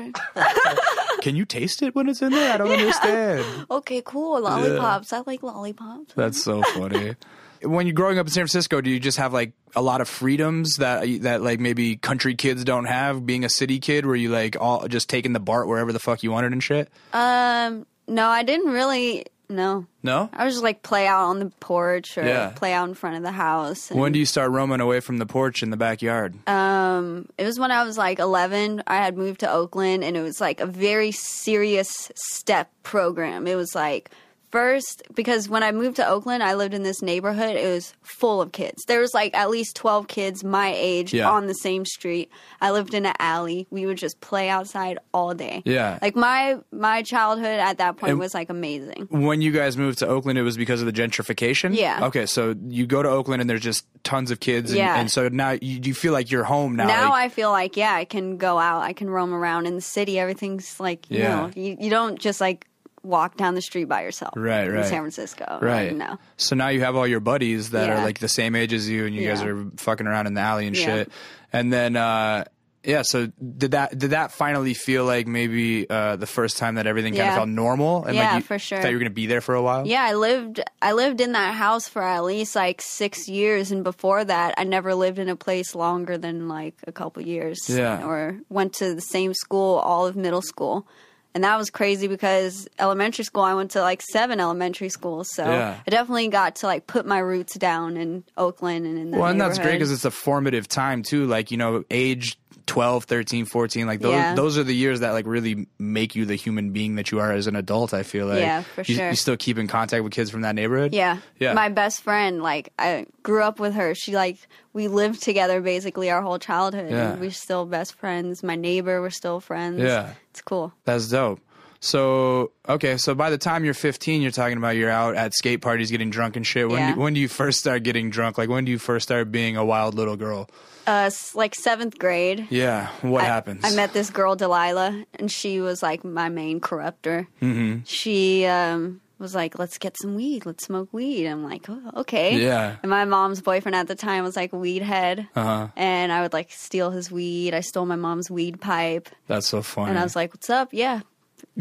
[SPEAKER 1] Can you taste it when it's in there? I don't understand.
[SPEAKER 2] Okay, cool. Lollipops. I like lollipops.
[SPEAKER 1] That's so funny. when you're growing up in San Francisco, do you just have like a lot of freedoms that that like maybe country kids don't have? Being a city kid, where you like all just taking the BART wherever the fuck you wanted and shit.
[SPEAKER 2] Um, no, I didn't really. No,
[SPEAKER 1] No.
[SPEAKER 2] I was just like play out on the porch or
[SPEAKER 1] Yeah.
[SPEAKER 2] play out in front of the house. And,
[SPEAKER 1] When do you start roaming away from the porch in the backyard?
[SPEAKER 2] um, it was when I was like 11. I had moved to Oakland, and it was like a very serious step program. It was like. First, because when I moved to Oakland, I lived in this neighborhood. It was full of kids. There was like at least 12 kids my age
[SPEAKER 1] Yeah.
[SPEAKER 2] on the same street. I lived in an alley. We would just play outside all day.
[SPEAKER 1] Yeah.
[SPEAKER 2] Like my my childhood at that point
[SPEAKER 1] And-
[SPEAKER 2] was like amazing.
[SPEAKER 1] when you guys moved to Oakland, it was because of the gentrification.
[SPEAKER 2] Yeah.
[SPEAKER 1] Okay, so you go to Oakland and there's just tons of kids. And,
[SPEAKER 2] Yeah.
[SPEAKER 1] And so now you, you feel like you're home now.
[SPEAKER 2] now I feel like yeah, I can go out, I can roam around in the city. Everything's like you
[SPEAKER 1] Yeah.
[SPEAKER 2] know, you, you don't just like walk down the street by yourself.
[SPEAKER 1] Right,
[SPEAKER 2] in
[SPEAKER 1] right.
[SPEAKER 2] San Francisco.
[SPEAKER 1] Right.
[SPEAKER 2] No.
[SPEAKER 1] So now you have all your buddies that
[SPEAKER 2] Yeah.
[SPEAKER 1] are like the same age as you, and you guys
[SPEAKER 2] Yeah.
[SPEAKER 1] are fucking around in the alley and
[SPEAKER 2] Yeah.
[SPEAKER 1] shit. And then, uh, yeah. So did that? Did that finally feel like maybe uh, the first time that everything kind
[SPEAKER 2] Yeah.
[SPEAKER 1] of felt normal? And
[SPEAKER 2] Yeah,
[SPEAKER 1] like you
[SPEAKER 2] for sure.
[SPEAKER 1] Thought you were gonna be there for a while.
[SPEAKER 2] Yeah, I lived I lived in that house for at least like six years, and before that, I never lived in a place longer than like a couple years.
[SPEAKER 1] Yeah.
[SPEAKER 2] or went to the same school all of middle school. And that was crazy because elementary school, I went to like seven elementary schools. So
[SPEAKER 1] Yeah.
[SPEAKER 2] I definitely got to like put my roots down in Oakland and in that
[SPEAKER 1] Well, and that's great
[SPEAKER 2] neighborhood.
[SPEAKER 1] because it's a formative time too. Like, you know, age 12, 13, 14, like those,
[SPEAKER 2] Yeah.
[SPEAKER 1] those are the years that like really make you the human being that you are as an adult. I feel like
[SPEAKER 2] Yeah, for
[SPEAKER 1] you,
[SPEAKER 2] sure.
[SPEAKER 1] you still keep in contact with kids from that neighborhood.
[SPEAKER 2] Yeah.
[SPEAKER 1] Yeah.
[SPEAKER 2] My best friend, like I grew up with her. She like we lived together basically our whole childhood
[SPEAKER 1] Yeah.
[SPEAKER 2] and we're still best friends. My neighbor, we're still friends.
[SPEAKER 1] Yeah.
[SPEAKER 2] It's cool.
[SPEAKER 1] That's dope. So, okay. So by the time you're 15, you're talking about you're out at skate parties getting drunk and shit. When,
[SPEAKER 2] Yeah.
[SPEAKER 1] do, when do you first start getting drunk? Like, when do you first start being a wild little girl?
[SPEAKER 2] Uh s- like 7th grade.
[SPEAKER 1] Yeah. What
[SPEAKER 2] I-
[SPEAKER 1] happens?
[SPEAKER 2] I, met this girl Delilah and she was like my main corruptor. Mm-hmm. She um was like, "Let's get some weed. Let's smoke weed." I'm like, oh, "Okay."
[SPEAKER 1] Yeah.
[SPEAKER 2] And my mom's boyfriend at the time was like a weed head, uh-huh. and I would like steal his weed. I stole my mom's weed pipe,
[SPEAKER 1] That's so funny.
[SPEAKER 2] and I was like, "What's up? Yeah,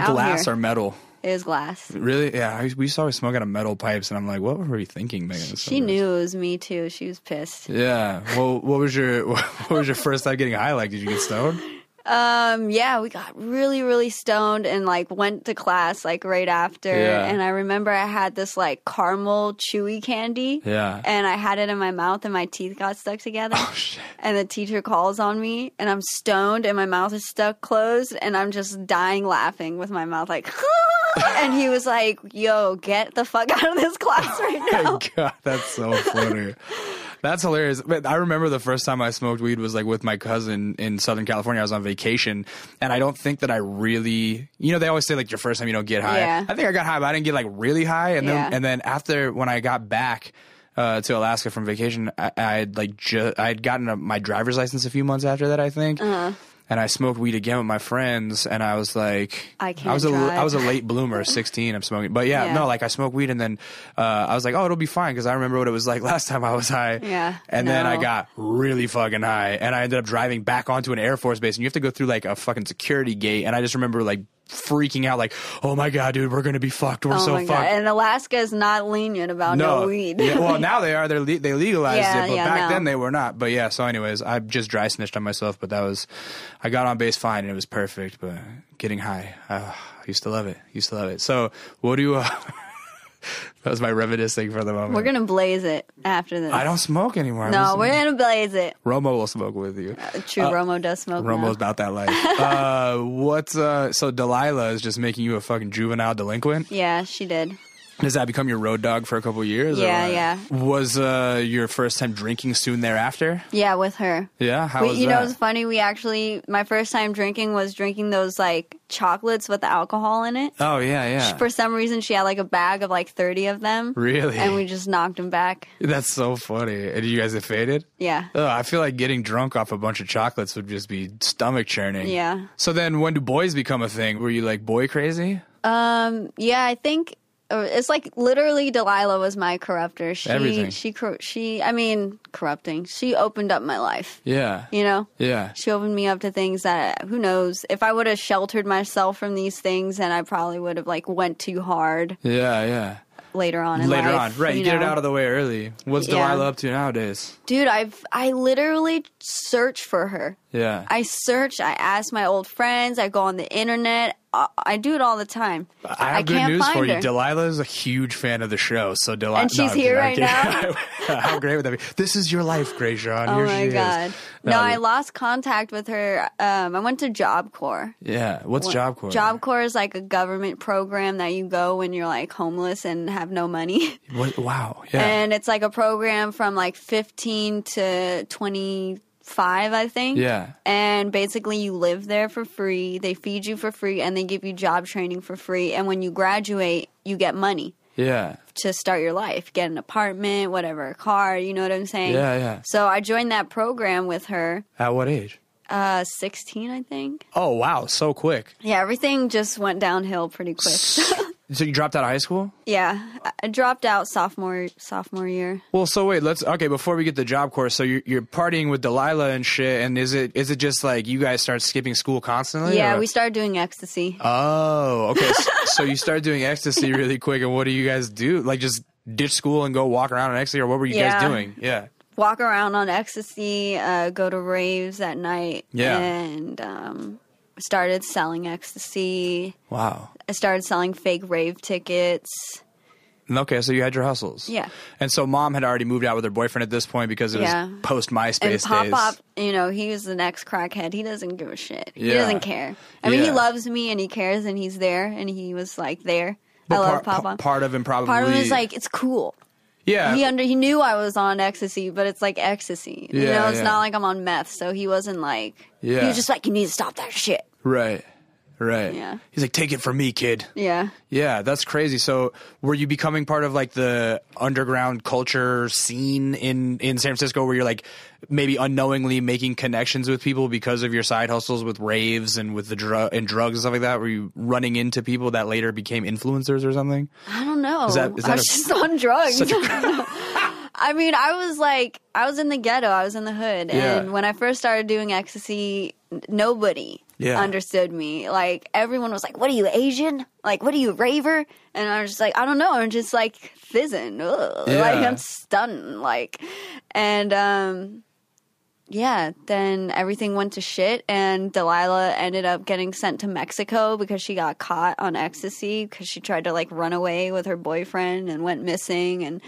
[SPEAKER 2] out
[SPEAKER 1] Mm. Glass
[SPEAKER 2] here.
[SPEAKER 1] or Mm, metal?
[SPEAKER 2] It was glass.
[SPEAKER 1] Really? Yeah. I, we used to always smoke out of metal pipes, and I'm like, what were we thinking, Megan?
[SPEAKER 2] She knew it was me too. She was pissed.
[SPEAKER 1] Yeah. Well, what was your what was your first time getting high? Like, did you get stoned?
[SPEAKER 2] Um, yeah, we got really, really stoned and like went to class like right after.
[SPEAKER 1] Yeah.
[SPEAKER 2] And I remember I had this like caramel chewy candy.
[SPEAKER 1] Yeah. Oh,
[SPEAKER 2] And I had it in my mouth and my teeth got stuck together.
[SPEAKER 1] shit.
[SPEAKER 2] And the teacher calls on me and I'm stoned and my mouth is stuck closed and I'm just dying laughing with my mouth like and he was like, Yo, get the fuck out of this class right now.
[SPEAKER 1] My God, that's so funny. That's hilarious. But I remember the first time I smoked weed was like with my cousin in Southern California. I was on vacation, and I don't think that I really, you know, they always say like your first time you don't get high.
[SPEAKER 2] Yeah.
[SPEAKER 1] I think I got high, but I didn't get like really high. And then
[SPEAKER 2] Yeah.
[SPEAKER 1] and then after when I got back. uh, to Alaska from vacation. I, I had like ju- I had gotten a, my driver's license a few months after that, I think.
[SPEAKER 2] Uh-huh.
[SPEAKER 1] And I smoked weed again with my friends, and I was like,
[SPEAKER 2] I can't
[SPEAKER 1] was a l-
[SPEAKER 2] drive.
[SPEAKER 1] I was a late bloomer, sixteen. I'm smoking, but yeah,
[SPEAKER 2] Yeah.
[SPEAKER 1] no, like I smoked weed, and then uh, I was like, oh, it'll be fine because I remember what it was like last time I was high.
[SPEAKER 2] Yeah,
[SPEAKER 1] and then I
[SPEAKER 2] no.
[SPEAKER 1] got really fucking high, and I ended up driving back onto an Air Force base, and you have to go through like a fucking security gate, and I just remember like freaking out, like, oh my god, dude, we're gonna be fucked, we're
[SPEAKER 2] Oh
[SPEAKER 1] so
[SPEAKER 2] my god!
[SPEAKER 1] fucked.
[SPEAKER 2] And Alaska is not lenient about no, weed.
[SPEAKER 1] Yeah, well, now they are. They're le- they legalized
[SPEAKER 2] Yeah,
[SPEAKER 1] it, but
[SPEAKER 2] yeah,
[SPEAKER 1] back
[SPEAKER 2] now.
[SPEAKER 1] then they were not. But yeah. So, anyways, I just dry snitched on myself, but that was, I got on base fine and it was perfect. But getting high, uh, I used to love it. Used to love it. So, what do you? Uh, that was my reminiscing for the moment.
[SPEAKER 2] We're gonna blaze it after this.
[SPEAKER 1] I don't smoke anymore. I'm
[SPEAKER 2] No,
[SPEAKER 1] just-
[SPEAKER 2] we're gonna blaze it.
[SPEAKER 1] Romo will smoke with you.
[SPEAKER 2] True, Romo does smoke. now.
[SPEAKER 1] Uh, Romo's about that life. uh, what's uh, so Delilah is just making you a fucking juvenile delinquent.
[SPEAKER 2] Yeah, she did.
[SPEAKER 1] Does that become your road dog for a couple years? or
[SPEAKER 2] Yeah,
[SPEAKER 1] what?
[SPEAKER 2] yeah.
[SPEAKER 1] Was uh, your first time drinking soon thereafter?
[SPEAKER 2] Yeah, with her.
[SPEAKER 1] Yeah, how
[SPEAKER 2] We,
[SPEAKER 1] was
[SPEAKER 2] you know,
[SPEAKER 1] that?
[SPEAKER 2] it's funny. We actually, my first time drinking was drinking those like chocolates with alcohol in it.
[SPEAKER 1] oh yeah, yeah.
[SPEAKER 2] For some reason, she had like a bag of like thirty of them.
[SPEAKER 1] Really?
[SPEAKER 2] And we just knocked them back.
[SPEAKER 1] That's so funny. And you guys have faded.
[SPEAKER 2] Yeah.
[SPEAKER 1] Ugh, I feel like getting drunk off a bunch of chocolates would just be stomach churning.
[SPEAKER 2] Yeah.
[SPEAKER 1] So then, when do boys become a thing? Were you like boy crazy?
[SPEAKER 2] Um. Yeah, I think uh, it's like literally Delilah was my corrupter. She,
[SPEAKER 1] Everything.
[SPEAKER 2] She. Cor- she. I mean, corrupting. She opened up my life.
[SPEAKER 1] Yeah.
[SPEAKER 2] You know.
[SPEAKER 1] Yeah.
[SPEAKER 2] She opened me up to things that who knows if I would have sheltered myself from these things, and I probably would have like went too hard
[SPEAKER 1] Yeah. Yeah.
[SPEAKER 2] later on. In
[SPEAKER 1] Later
[SPEAKER 2] life,
[SPEAKER 1] on, right? You,
[SPEAKER 2] You
[SPEAKER 1] get it
[SPEAKER 2] know?
[SPEAKER 1] out of the way early. What's
[SPEAKER 2] Yeah.
[SPEAKER 1] Delilah up to nowadays?
[SPEAKER 2] Dude, I've I literally search for her.
[SPEAKER 1] Yeah.
[SPEAKER 2] I search. I ask my old friends. I go on the internet. I, I do it all the time.
[SPEAKER 1] I have good
[SPEAKER 2] can't
[SPEAKER 1] news
[SPEAKER 2] find
[SPEAKER 1] for you.
[SPEAKER 2] her.
[SPEAKER 1] Delilah is a huge fan of the show, so Delilah
[SPEAKER 2] And she's here right
[SPEAKER 1] now. How great would that be? This is your life, Gray Sean.
[SPEAKER 2] oh
[SPEAKER 1] here
[SPEAKER 2] my
[SPEAKER 1] she is. Um,
[SPEAKER 2] god! No, I
[SPEAKER 1] the-
[SPEAKER 2] lost contact with her. Um, I went to Job Corps.
[SPEAKER 1] Yeah. What's Job Corps?
[SPEAKER 2] Job Corps is like a government program that you go when you're like homeless and have no money.
[SPEAKER 1] What, wow. Yeah.
[SPEAKER 2] And it's like a program from like 15 to 25, I think.
[SPEAKER 1] Yeah.
[SPEAKER 2] And basically, you live there for free. They feed you for free and they give you job training for free. And when you graduate, you get money
[SPEAKER 1] yeah.
[SPEAKER 2] to start your life, get an apartment, whatever, a car. You know what I'm saying?
[SPEAKER 1] Yeah, yeah.
[SPEAKER 2] So I joined that program with her,
[SPEAKER 1] At what age?
[SPEAKER 2] uh, 16, I think.
[SPEAKER 1] Oh wow, so quick.
[SPEAKER 2] Yeah, everything just went downhill pretty quick.
[SPEAKER 1] So you dropped out of high school?
[SPEAKER 2] yeah, I- I dropped out sophomore sophomore year.
[SPEAKER 1] Well, so wait, let's okay. Before we get the job course, so you're, you're partying with Delilah and shit, and is it is it just like you guys start skipping school constantly?
[SPEAKER 2] Yeah,
[SPEAKER 1] or-
[SPEAKER 2] we started doing ecstasy.
[SPEAKER 1] Oh, okay. S- so you start doing ecstasy really quick, and what do you guys do? Like just ditch school and go walk around in ecstasy, or what were you guys
[SPEAKER 2] Yeah.
[SPEAKER 1] doing? Yeah.
[SPEAKER 2] walk around on ecstasy, uh, go to raves at night,
[SPEAKER 1] Yeah.
[SPEAKER 2] and um, started selling ecstasy.
[SPEAKER 1] Wow.
[SPEAKER 2] I started selling fake rave tickets.
[SPEAKER 1] Okay, so you had your hustles.
[SPEAKER 2] Yeah.
[SPEAKER 1] And so mom had already moved out with her boyfriend at this point because it was
[SPEAKER 2] Yeah.
[SPEAKER 1] post
[SPEAKER 2] And
[SPEAKER 1] MySpace
[SPEAKER 2] Pop
[SPEAKER 1] days.
[SPEAKER 2] Pop, you know, he was the next crackhead. He doesn't give a shit. He
[SPEAKER 1] Yeah.
[SPEAKER 2] doesn't care. I mean, he
[SPEAKER 1] Yeah.
[SPEAKER 2] loves me and he cares and he's there and he was like there. I love
[SPEAKER 1] par-
[SPEAKER 2] Pop Pop.
[SPEAKER 1] Part of him probably.
[SPEAKER 2] Part of him is like, it's cool.
[SPEAKER 1] yeah.
[SPEAKER 2] He under he knew I was on ecstasy, but it's like ecstasy. you
[SPEAKER 1] Yeah,
[SPEAKER 2] know, it's
[SPEAKER 1] yeah.
[SPEAKER 2] not like I'm on meth, so he wasn't like
[SPEAKER 1] Yeah.
[SPEAKER 2] he was just like, You need to stop that shit.
[SPEAKER 1] Right. Right.
[SPEAKER 2] Yeah.
[SPEAKER 1] He's like, take it from me, kid.
[SPEAKER 2] Yeah.
[SPEAKER 1] Yeah, that's crazy. So, were you becoming part of like the underground culture scene in in San Francisco, where you're like maybe unknowingly making connections with people because of your side hustles with raves and with the drug and drugs and stuff like that? Were you running into people that later became influencers or something?
[SPEAKER 2] I don't know.
[SPEAKER 1] that- is
[SPEAKER 2] I
[SPEAKER 1] that
[SPEAKER 2] was
[SPEAKER 1] a-
[SPEAKER 2] just on drugs.
[SPEAKER 1] Such
[SPEAKER 2] I
[SPEAKER 1] a
[SPEAKER 2] mean, I was like, I was in the ghetto, I was in the hood,
[SPEAKER 1] Yeah.
[SPEAKER 2] and when I first started doing ecstasy, n- nobody
[SPEAKER 1] Yeah.
[SPEAKER 2] understood me. Like everyone was like, "What are you Asian? Like, what are you raver?" And I was just like, I don't know. I'm just like fizzing. Ugh.
[SPEAKER 1] Yeah.
[SPEAKER 2] Like I'm stunned. Like, and um. Yeah, then everything went to shit, and Delilah ended up getting sent to Mexico because she got caught on ecstasy because she tried to like run away with her boyfriend and went missing. And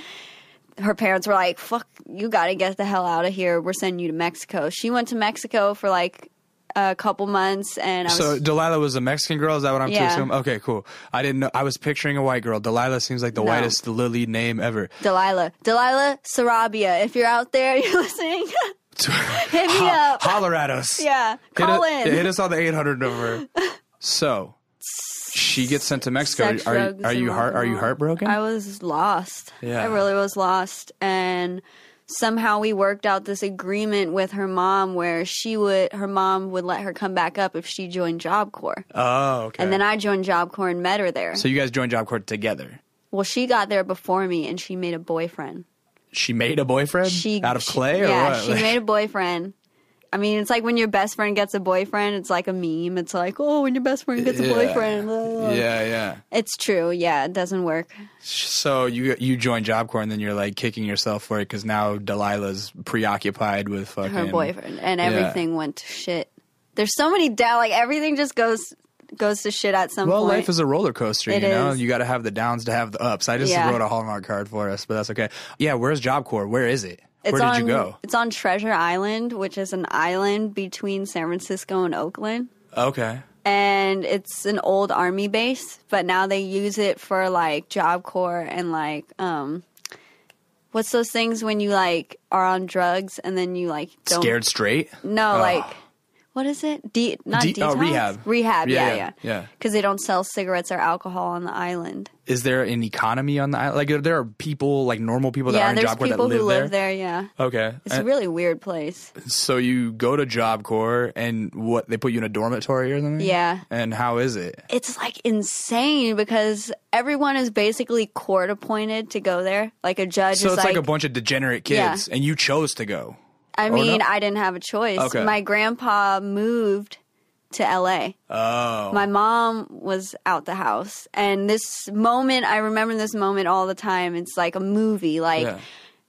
[SPEAKER 2] her parents were like, fuck, you gotta get the hell out of here. We're sending you to Mexico. She went to Mexico for like a couple months, and I was.
[SPEAKER 1] so Delilah was a Mexican girl. Is that what I'm to
[SPEAKER 2] Yeah.
[SPEAKER 1] assume? Okay, cool. I didn't know. I was picturing a white girl. Delilah seems like the
[SPEAKER 2] No.
[SPEAKER 1] whitest lily name ever.
[SPEAKER 2] Delilah, Delilah Sarabia, if you're out there, you're listening, hit me up.
[SPEAKER 1] Holler at us.
[SPEAKER 2] Yeah,
[SPEAKER 1] Hit
[SPEAKER 2] call
[SPEAKER 1] us-
[SPEAKER 2] in.
[SPEAKER 1] Hit us on the 800 number. So, she gets sent to Mexico.
[SPEAKER 2] sex,
[SPEAKER 1] are you,
[SPEAKER 2] drugs,
[SPEAKER 1] are
[SPEAKER 2] and
[SPEAKER 1] you
[SPEAKER 2] rock
[SPEAKER 1] heart
[SPEAKER 2] and
[SPEAKER 1] are you
[SPEAKER 2] roll.
[SPEAKER 1] heartbroken?
[SPEAKER 2] I was lost.
[SPEAKER 1] Yeah.
[SPEAKER 2] I really was lost. And somehow we worked out this agreement with her mom where she would her mom would let her come back up if she joined Job Corps.
[SPEAKER 1] oh, okay.
[SPEAKER 2] And then I joined Job Corps and met her there.
[SPEAKER 1] so you guys joined Job Corps together.
[SPEAKER 2] well, she got there before me and she made a boyfriend.
[SPEAKER 1] She made a boyfriend
[SPEAKER 2] She
[SPEAKER 1] out of
[SPEAKER 2] she-
[SPEAKER 1] clay or
[SPEAKER 2] yeah,
[SPEAKER 1] what?
[SPEAKER 2] she made a boyfriend. I mean, it's like when your best friend gets a boyfriend, it's like a meme. It's like, oh, when your best friend gets a
[SPEAKER 1] Yeah.
[SPEAKER 2] boyfriend. blah, blah, blah.
[SPEAKER 1] yeah, yeah.
[SPEAKER 2] It's true. Yeah, it doesn't work.
[SPEAKER 1] So you you join Job Corps and then you're like kicking yourself for it because now Delilah's preoccupied with fucking
[SPEAKER 2] her boyfriend and
[SPEAKER 1] yeah.
[SPEAKER 2] everything went to shit there's so many down like everything just goes goes to shit at some
[SPEAKER 1] Well,
[SPEAKER 2] point
[SPEAKER 1] life is a roller coaster,
[SPEAKER 2] It
[SPEAKER 1] you know.
[SPEAKER 2] is.
[SPEAKER 1] You got to have the downs to have the ups. I just
[SPEAKER 2] Yeah.
[SPEAKER 1] wrote a hallmark card for us, but that's okay. Yeah, where's Job Corps? Where is it?
[SPEAKER 2] it's
[SPEAKER 1] Where did
[SPEAKER 2] on
[SPEAKER 1] you go?
[SPEAKER 2] it's on treasure island which is an island between san francisco and oakland
[SPEAKER 1] Okay.
[SPEAKER 2] and it's an old army base but now they use it for like job corps and like um what's those things when you like are on drugs and then you like don't
[SPEAKER 1] Scared straight.
[SPEAKER 2] No,
[SPEAKER 1] Oh.
[SPEAKER 2] like what is it? De- not
[SPEAKER 1] De- oh,
[SPEAKER 2] detox?
[SPEAKER 1] rehab.
[SPEAKER 2] Rehab.
[SPEAKER 1] Yeah,
[SPEAKER 2] Yeah,
[SPEAKER 1] yeah,
[SPEAKER 2] yeah.
[SPEAKER 1] yeah.
[SPEAKER 2] Because they don't sell cigarettes or alcohol on the island.
[SPEAKER 1] Is there an economy on the island? Like, are there are people, like normal people that
[SPEAKER 2] yeah,
[SPEAKER 1] aren't in
[SPEAKER 2] there's
[SPEAKER 1] Job Corps that
[SPEAKER 2] people
[SPEAKER 1] live
[SPEAKER 2] who
[SPEAKER 1] there.
[SPEAKER 2] live there. Yeah,
[SPEAKER 1] Okay.
[SPEAKER 2] it's
[SPEAKER 1] And
[SPEAKER 2] a really weird place.
[SPEAKER 1] so you go to Job Corps, and what they put you in a dormitory or something?
[SPEAKER 2] Yeah.
[SPEAKER 1] And how is it?
[SPEAKER 2] It's like insane because everyone is basically court appointed to go there. Like a judge
[SPEAKER 1] So
[SPEAKER 2] is
[SPEAKER 1] it's like, a bunch of degenerate
[SPEAKER 2] Yeah.
[SPEAKER 1] kids, and you chose to go.
[SPEAKER 2] I
[SPEAKER 1] no?
[SPEAKER 2] mean, I didn't have a choice.
[SPEAKER 1] Okay.
[SPEAKER 2] My grandpa moved to LA.
[SPEAKER 1] Oh.
[SPEAKER 2] My mom was out the house. And this moment, I remember this moment all the time. It's like a movie. Like,
[SPEAKER 1] Yeah.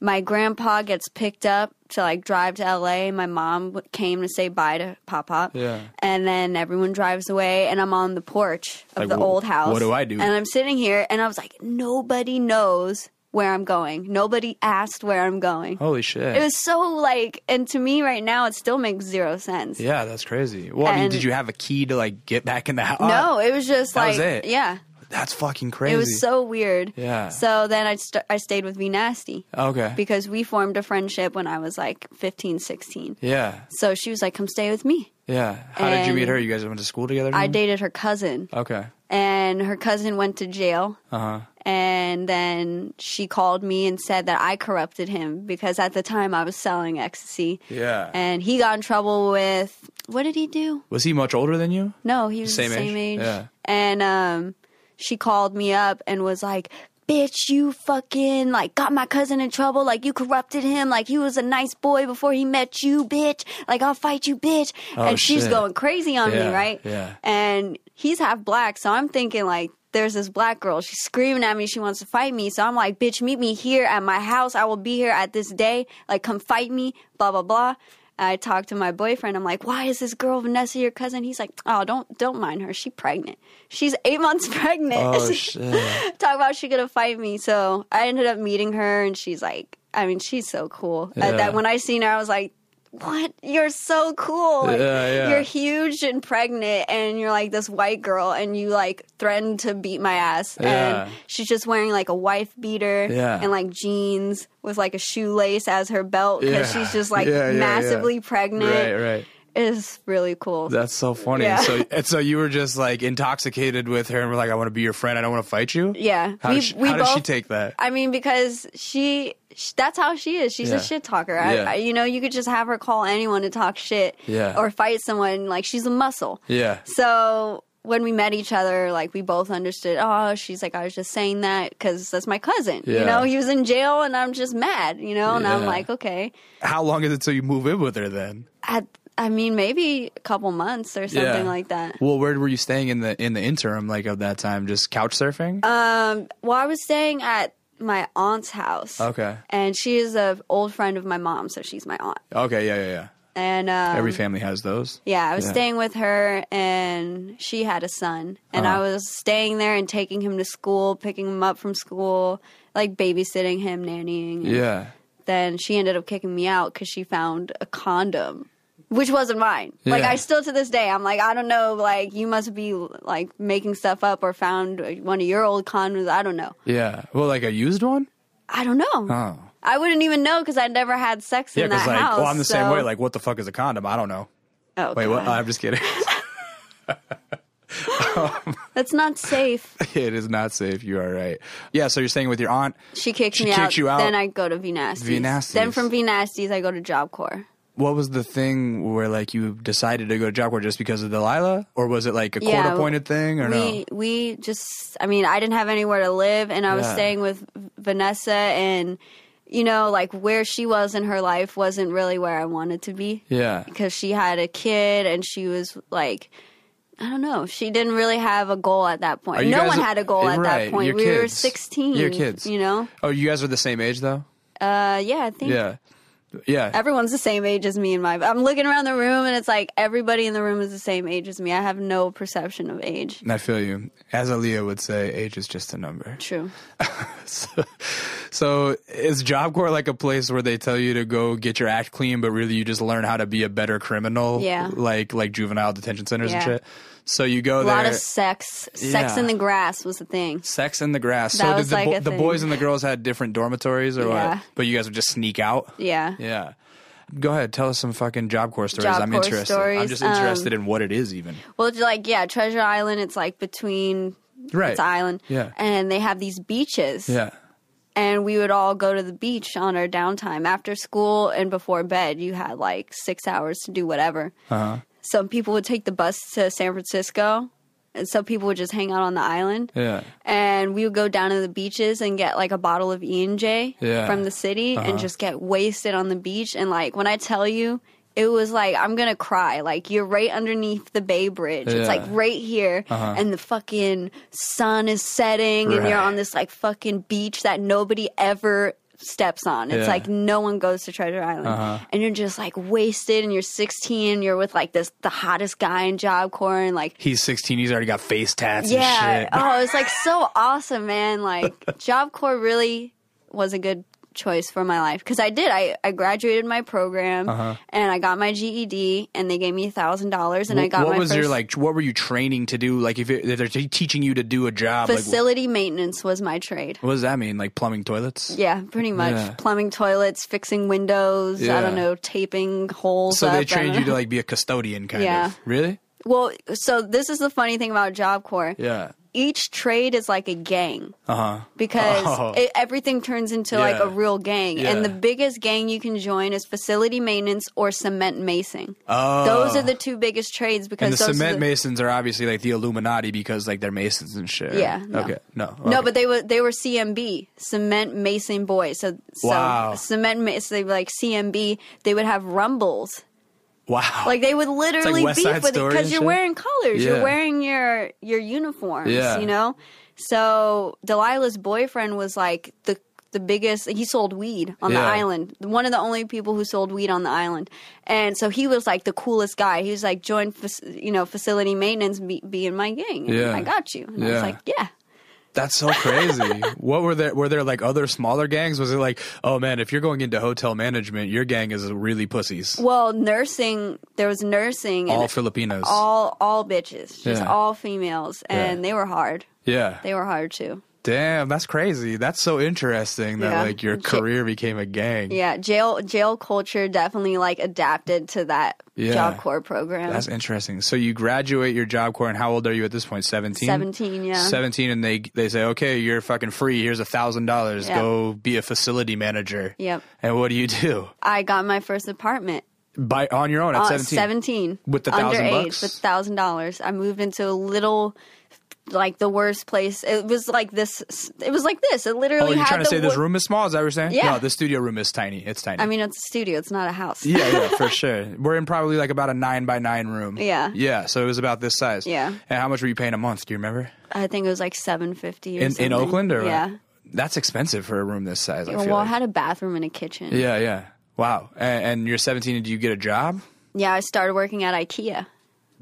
[SPEAKER 2] my grandpa gets picked up to like drive to LA. My mom w- came to say bye to Pop Pop.
[SPEAKER 1] Yeah.
[SPEAKER 2] And then everyone drives away, and I'm on the porch of
[SPEAKER 1] Like,
[SPEAKER 2] the
[SPEAKER 1] wh-
[SPEAKER 2] old house.
[SPEAKER 1] what do I do?
[SPEAKER 2] And I'm sitting here, and I was like, nobody knows where I'm going. Nobody asked where I'm going.
[SPEAKER 1] Holy shit.
[SPEAKER 2] It was so like, and to me right now, it still makes zero sense.
[SPEAKER 1] yeah, that's crazy. Well, I mean,
[SPEAKER 2] And-
[SPEAKER 1] did you have a key to like get back in the house?
[SPEAKER 2] No, it was just
[SPEAKER 1] that
[SPEAKER 2] like,
[SPEAKER 1] was it.
[SPEAKER 2] yeah,
[SPEAKER 1] That's fucking crazy.
[SPEAKER 2] it was so weird.
[SPEAKER 1] Yeah.
[SPEAKER 2] So then I st- I stayed with V Nasty
[SPEAKER 1] Okay.
[SPEAKER 2] because we formed a friendship when I was like 15, 16.
[SPEAKER 1] yeah.
[SPEAKER 2] So she was like, "Come stay with me."
[SPEAKER 1] Yeah. How did you
[SPEAKER 2] And-
[SPEAKER 1] meet her? You guys went to school together?
[SPEAKER 2] I dated her cousin,
[SPEAKER 1] Okay.
[SPEAKER 2] and her cousin went to jail.
[SPEAKER 1] Uh huh.
[SPEAKER 2] And then she called me and said that I corrupted him because at the time I was selling ecstasy.
[SPEAKER 1] Yeah.
[SPEAKER 2] And he got in trouble with what did he do?
[SPEAKER 1] was he much older than you?
[SPEAKER 2] No, he was
[SPEAKER 1] Same
[SPEAKER 2] the
[SPEAKER 1] age?
[SPEAKER 2] same age.
[SPEAKER 1] Yeah.
[SPEAKER 2] And um, she called me up and was like, "Bitch, you fucking like got my cousin in trouble. Like you corrupted him. Like he was a nice boy before he met you, bitch. Like I'll fight you, bitch." and
[SPEAKER 1] Oh,
[SPEAKER 2] she's
[SPEAKER 1] shit.
[SPEAKER 2] going crazy on
[SPEAKER 1] Yeah,
[SPEAKER 2] me, right?
[SPEAKER 1] yeah.
[SPEAKER 2] And he's half black, so I'm thinking like. There's this black girl. She's screaming at me. She wants to fight me. So I'm like, bitch, meet me here at my house. I will be here at this day. Like, come fight me. Blah blah blah. And I talked to my boyfriend. I'm like, why is this girl Vanessa your cousin? He's like, oh, don't don't mind her. She's pregnant. She's eight months pregnant.
[SPEAKER 1] Oh shit.
[SPEAKER 2] Talk about she gonna fight me. So I ended up meeting her, and she's like, I mean, she's so cool. At
[SPEAKER 1] Yeah.
[SPEAKER 2] that when I seen her, I was like. What? You're so cool. Like,
[SPEAKER 1] Yeah, yeah.
[SPEAKER 2] You're huge and pregnant, and you're like this white girl, and you like threatened to beat my ass.
[SPEAKER 1] Yeah.
[SPEAKER 2] And she's just wearing like a wife beater
[SPEAKER 1] Yeah.
[SPEAKER 2] and like jeans with like a shoelace as her belt because
[SPEAKER 1] Yeah.
[SPEAKER 2] she's just like
[SPEAKER 1] Yeah, yeah, yeah.
[SPEAKER 2] massively pregnant
[SPEAKER 1] right, right.
[SPEAKER 2] is really cool.
[SPEAKER 1] That's so funny.
[SPEAKER 2] Yeah.
[SPEAKER 1] So and so you were just like intoxicated with her and were like, I want to be your friend, I don't want to fight you?
[SPEAKER 2] yeah,
[SPEAKER 1] How, did, she, how did she take that?
[SPEAKER 2] I mean, because she, sh that's how she is. She's
[SPEAKER 1] Yeah.
[SPEAKER 2] a shit talker. I,
[SPEAKER 1] Yeah.
[SPEAKER 2] I, you know, you could just have her call anyone to talk shit
[SPEAKER 1] Yeah.
[SPEAKER 2] or fight someone. Like she's a muscle.
[SPEAKER 1] Yeah.
[SPEAKER 2] So when we met each other, like we both understood. Oh, she's like, I was just saying that because that's my cousin.
[SPEAKER 1] Yeah.
[SPEAKER 2] You know, he was in jail, and I'm just mad. You know, and I'm
[SPEAKER 1] Yeah.
[SPEAKER 2] like, okay.
[SPEAKER 1] How long is it till you move in with her then?
[SPEAKER 2] I, I mean, maybe a couple months or something
[SPEAKER 1] Yeah.
[SPEAKER 2] like that.
[SPEAKER 1] Well, where were you staying in the in the interim, like of that time? Just couch surfing?
[SPEAKER 2] Um, well, I was staying at my aunt's house.
[SPEAKER 1] okay.
[SPEAKER 2] and she is a old friend of my mom, so she's my aunt.
[SPEAKER 1] Okay, yeah, yeah, yeah.
[SPEAKER 2] And um,
[SPEAKER 1] Every family has those.
[SPEAKER 2] yeah, I was
[SPEAKER 1] yeah.
[SPEAKER 2] staying with her, and she had a son, and
[SPEAKER 1] Uh-huh.
[SPEAKER 2] I was staying there and taking him to school, picking him up from school, like babysitting him, nannying. and
[SPEAKER 1] Yeah.
[SPEAKER 2] Then she ended up kicking me out because she found a condom. Which wasn't mine. Like
[SPEAKER 1] Yeah.
[SPEAKER 2] I still to this day, I'm like, I don't know. Like you must be like making stuff up or found one of your old condoms. I don't know.
[SPEAKER 1] Yeah. Well, like a used one?
[SPEAKER 2] I don't know.
[SPEAKER 1] Oh.
[SPEAKER 2] I wouldn't even know because I never had sex
[SPEAKER 1] Yeah,
[SPEAKER 2] in that
[SPEAKER 1] because like,
[SPEAKER 2] house.
[SPEAKER 1] well, I'm the same
[SPEAKER 2] so-
[SPEAKER 1] way. Like, what the fuck is a condom? I don't know.
[SPEAKER 2] Oh,
[SPEAKER 1] Wait, what?
[SPEAKER 2] God.
[SPEAKER 1] I'm just kidding.
[SPEAKER 2] That's not safe.
[SPEAKER 1] it is not safe. You are right. Yeah. So you're staying with your aunt.
[SPEAKER 2] She kicked
[SPEAKER 1] She
[SPEAKER 2] me
[SPEAKER 1] kicked
[SPEAKER 2] out.
[SPEAKER 1] you out.
[SPEAKER 2] Then I go to V Nasties.
[SPEAKER 1] V Nasties.
[SPEAKER 2] Then from V Nasties, I go to Job Corps.
[SPEAKER 1] What was the thing where like you decided to go to job corps just because of Delilah, or was it like a court
[SPEAKER 2] Yeah,
[SPEAKER 1] appointed thing, or no?
[SPEAKER 2] We we just I mean I didn't have anywhere to live and I was
[SPEAKER 1] Yeah.
[SPEAKER 2] staying with Vanessa and you know like where she was in her life wasn't really where I wanted to be
[SPEAKER 1] Yeah.
[SPEAKER 2] because she had a kid and she was like I don't know she didn't really have a goal at that
[SPEAKER 1] Are
[SPEAKER 2] point.
[SPEAKER 1] you
[SPEAKER 2] No
[SPEAKER 1] guys-
[SPEAKER 2] one had a goal at
[SPEAKER 1] right,
[SPEAKER 2] that point.
[SPEAKER 1] you're
[SPEAKER 2] We were
[SPEAKER 1] kids.
[SPEAKER 2] 16.
[SPEAKER 1] You're kids.
[SPEAKER 2] You know?
[SPEAKER 1] Oh, you guys are the same age though.
[SPEAKER 2] Uh yeah, I think
[SPEAKER 1] Yeah. Yeah.
[SPEAKER 2] everyone's the same age as me in my I'm looking around the room and it's like everybody in the room is the same age as me. I have no perception of age.
[SPEAKER 1] I feel you. As Aaliyah would say, age is just a number.
[SPEAKER 2] True.
[SPEAKER 1] So, so is Job Corps like a place where they tell you to go get your act clean, but really you just learn how to be a better criminal?
[SPEAKER 2] Yeah.
[SPEAKER 1] Like like juvenile detention centers and
[SPEAKER 2] Yeah.
[SPEAKER 1] shit. So you go
[SPEAKER 2] A lot
[SPEAKER 1] there.
[SPEAKER 2] of sex. Sex
[SPEAKER 1] Yeah.
[SPEAKER 2] in the grass was the thing.
[SPEAKER 1] sex in the grass.
[SPEAKER 2] That
[SPEAKER 1] so did
[SPEAKER 2] was
[SPEAKER 1] the,
[SPEAKER 2] like a
[SPEAKER 1] the
[SPEAKER 2] thing.
[SPEAKER 1] boys and the girls had different dormitories or
[SPEAKER 2] Yeah.
[SPEAKER 1] what? But you guys would just sneak out.
[SPEAKER 2] Yeah.
[SPEAKER 1] Yeah. Go ahead, tell us some fucking Job Corps stories.
[SPEAKER 2] Job
[SPEAKER 1] I'm
[SPEAKER 2] Corps
[SPEAKER 1] interested. I'm
[SPEAKER 2] stories, um,
[SPEAKER 1] just interested in what it is even.
[SPEAKER 2] Well, it's like yeah, Treasure Island. It's like between
[SPEAKER 1] Right.
[SPEAKER 2] it's island.
[SPEAKER 1] Yeah.
[SPEAKER 2] And they have these beaches.
[SPEAKER 1] Yeah.
[SPEAKER 2] And we would all go to the beach on our downtime after school and before bed. You had like six hours to do whatever.
[SPEAKER 1] Uh-huh.
[SPEAKER 2] Some people would take the bus to San Francisco, and some people would just hang out on the island.
[SPEAKER 1] Yeah.
[SPEAKER 2] and we would go down to the beaches and get like a bottle of E and J
[SPEAKER 1] Yeah. Uh-huh.
[SPEAKER 2] from the city and just get wasted on the beach. And like when I tell you, it was like I'm gonna cry. Like you're right underneath the Bay Bridge. It's like
[SPEAKER 1] Yeah. Uh-huh.
[SPEAKER 2] right here, and the fucking sun is setting, and you're
[SPEAKER 1] Right.
[SPEAKER 2] on this like fucking beach that nobody ever steps on. It's
[SPEAKER 1] Yeah. Uh-huh.
[SPEAKER 2] like no one goes to Treasure Island, and you're just like wasted, and you're 16, you're with like this the hottest guy in Job Corps, and like
[SPEAKER 1] He's 16. He's already got face tats
[SPEAKER 2] yeah.
[SPEAKER 1] and shit.
[SPEAKER 2] Oh, it's like so awesome, man. Like Job Corps really was a good choice for my life because I did. I, I graduated my program
[SPEAKER 1] Uh-huh.
[SPEAKER 2] and I got my GED and they gave me a thousand dollars and I got
[SPEAKER 1] what
[SPEAKER 2] my
[SPEAKER 1] was
[SPEAKER 2] first
[SPEAKER 1] your like? What were you training to do? Like, if, it, if they're te- teaching you to do a job, like,
[SPEAKER 2] facility maintenance was my trade.
[SPEAKER 1] what does that mean? Like plumbing toilets?
[SPEAKER 2] Yeah, pretty much
[SPEAKER 1] Yeah.
[SPEAKER 2] plumbing toilets, fixing windows.
[SPEAKER 1] Yeah.
[SPEAKER 2] I don't know, taping holes.
[SPEAKER 1] So
[SPEAKER 2] up, I
[SPEAKER 1] they
[SPEAKER 2] don't
[SPEAKER 1] trained you
[SPEAKER 2] know.
[SPEAKER 1] to like be a custodian, kind
[SPEAKER 2] Yeah.
[SPEAKER 1] of. Really?
[SPEAKER 2] Well, so this is the funny thing about Job Corps.
[SPEAKER 1] Yeah.
[SPEAKER 2] Each trade is like a gang.
[SPEAKER 1] Uh huh.
[SPEAKER 2] because
[SPEAKER 1] Oh.
[SPEAKER 2] it, everything turns into like
[SPEAKER 1] Yeah.
[SPEAKER 2] a real gang.
[SPEAKER 1] Yeah.
[SPEAKER 2] And the biggest gang you can join is facility maintenance or cement masing.
[SPEAKER 1] Oh.
[SPEAKER 2] Those are the two biggest trades
[SPEAKER 1] And
[SPEAKER 2] because
[SPEAKER 1] the
[SPEAKER 2] those are
[SPEAKER 1] cement
[SPEAKER 2] the-
[SPEAKER 1] masons are obviously like the Illuminati because like they're masons and shit. right?
[SPEAKER 2] Yeah, no.
[SPEAKER 1] Okay. No.
[SPEAKER 2] No,
[SPEAKER 1] okay.
[SPEAKER 2] but they were they were CMB cement mason boys. So, so
[SPEAKER 1] Wow.
[SPEAKER 2] cement ma- so they were like CMB. They would have rumbles.
[SPEAKER 1] wow.
[SPEAKER 2] Like they would literally
[SPEAKER 1] West Side
[SPEAKER 2] beef with it
[SPEAKER 1] Story and
[SPEAKER 2] because you're
[SPEAKER 1] shit?
[SPEAKER 2] wearing colors.
[SPEAKER 1] Yeah.
[SPEAKER 2] You're wearing your your uniforms.
[SPEAKER 1] Yeah.
[SPEAKER 2] You know. So Delilah's boyfriend was like the the biggest. He sold weed on
[SPEAKER 1] Yeah.
[SPEAKER 2] the island. One of the only people who sold weed on the island, and so he was like the coolest guy. He was like join fac- you know facility maintenance, be, be in my gang. And
[SPEAKER 1] Yeah.
[SPEAKER 2] I got you. And I
[SPEAKER 1] Yeah.
[SPEAKER 2] was like, yeah.
[SPEAKER 1] That's so crazy. what were there? Were there like other smaller gangs? Was it like, oh man, if you're going into hotel management, your gang is really pussies,
[SPEAKER 2] Well, nursing. There was nursing.
[SPEAKER 1] all
[SPEAKER 2] and
[SPEAKER 1] Filipinos.
[SPEAKER 2] all all bitches, just
[SPEAKER 1] Yeah.
[SPEAKER 2] all females, and they were hard.
[SPEAKER 1] yeah.
[SPEAKER 2] They were hard too.
[SPEAKER 1] Damn, that's crazy. That's so interesting that
[SPEAKER 2] Yeah.
[SPEAKER 1] like your
[SPEAKER 2] J-
[SPEAKER 1] career became a gang.
[SPEAKER 2] Yeah, jail jail culture definitely like adapted to that
[SPEAKER 1] Yeah.
[SPEAKER 2] Job Corps program.
[SPEAKER 1] That's interesting. So you graduate your job corps, and how old are you at this point? Seventeen.
[SPEAKER 2] 17, yeah.
[SPEAKER 1] Seventeen, and they they say, okay, you're fucking free. Here's a thousand dollars.
[SPEAKER 2] Yeah.
[SPEAKER 1] Go be a facility manager.
[SPEAKER 2] Yep.
[SPEAKER 1] And what do you do?
[SPEAKER 2] I got my first apartment
[SPEAKER 1] By on your own at
[SPEAKER 2] uh,
[SPEAKER 1] seventeen.
[SPEAKER 2] 17
[SPEAKER 1] With the
[SPEAKER 2] underage
[SPEAKER 1] thousand bucks?
[SPEAKER 2] with thousand dollars. I moved into a little like the worst place. It was like this. It was like this. It
[SPEAKER 1] Oh,
[SPEAKER 2] literally
[SPEAKER 1] you're
[SPEAKER 2] had
[SPEAKER 1] trying to
[SPEAKER 2] the
[SPEAKER 1] say this
[SPEAKER 2] wo-
[SPEAKER 1] room is small? Is that what you're saying?
[SPEAKER 2] Yeah.
[SPEAKER 1] No, the studio room is tiny. It's tiny.
[SPEAKER 2] I mean, it's a studio. It's not a house.
[SPEAKER 1] Yeah, yeah, for sure. We're in probably like about a nine by nine room.
[SPEAKER 2] Yeah.
[SPEAKER 1] Yeah. So it was about this size.
[SPEAKER 2] Yeah.
[SPEAKER 1] And how much were you paying a month? Do you remember?
[SPEAKER 2] I think it was like seven fifty
[SPEAKER 1] In in Oakland or
[SPEAKER 2] yeah.
[SPEAKER 1] That's expensive for a room this size. I feel
[SPEAKER 2] Well, I
[SPEAKER 1] like.
[SPEAKER 2] had a bathroom and a kitchen.
[SPEAKER 1] yeah, yeah. Wow. And, and you're 17. and Do you get a job
[SPEAKER 2] yeah I started working at IKEA.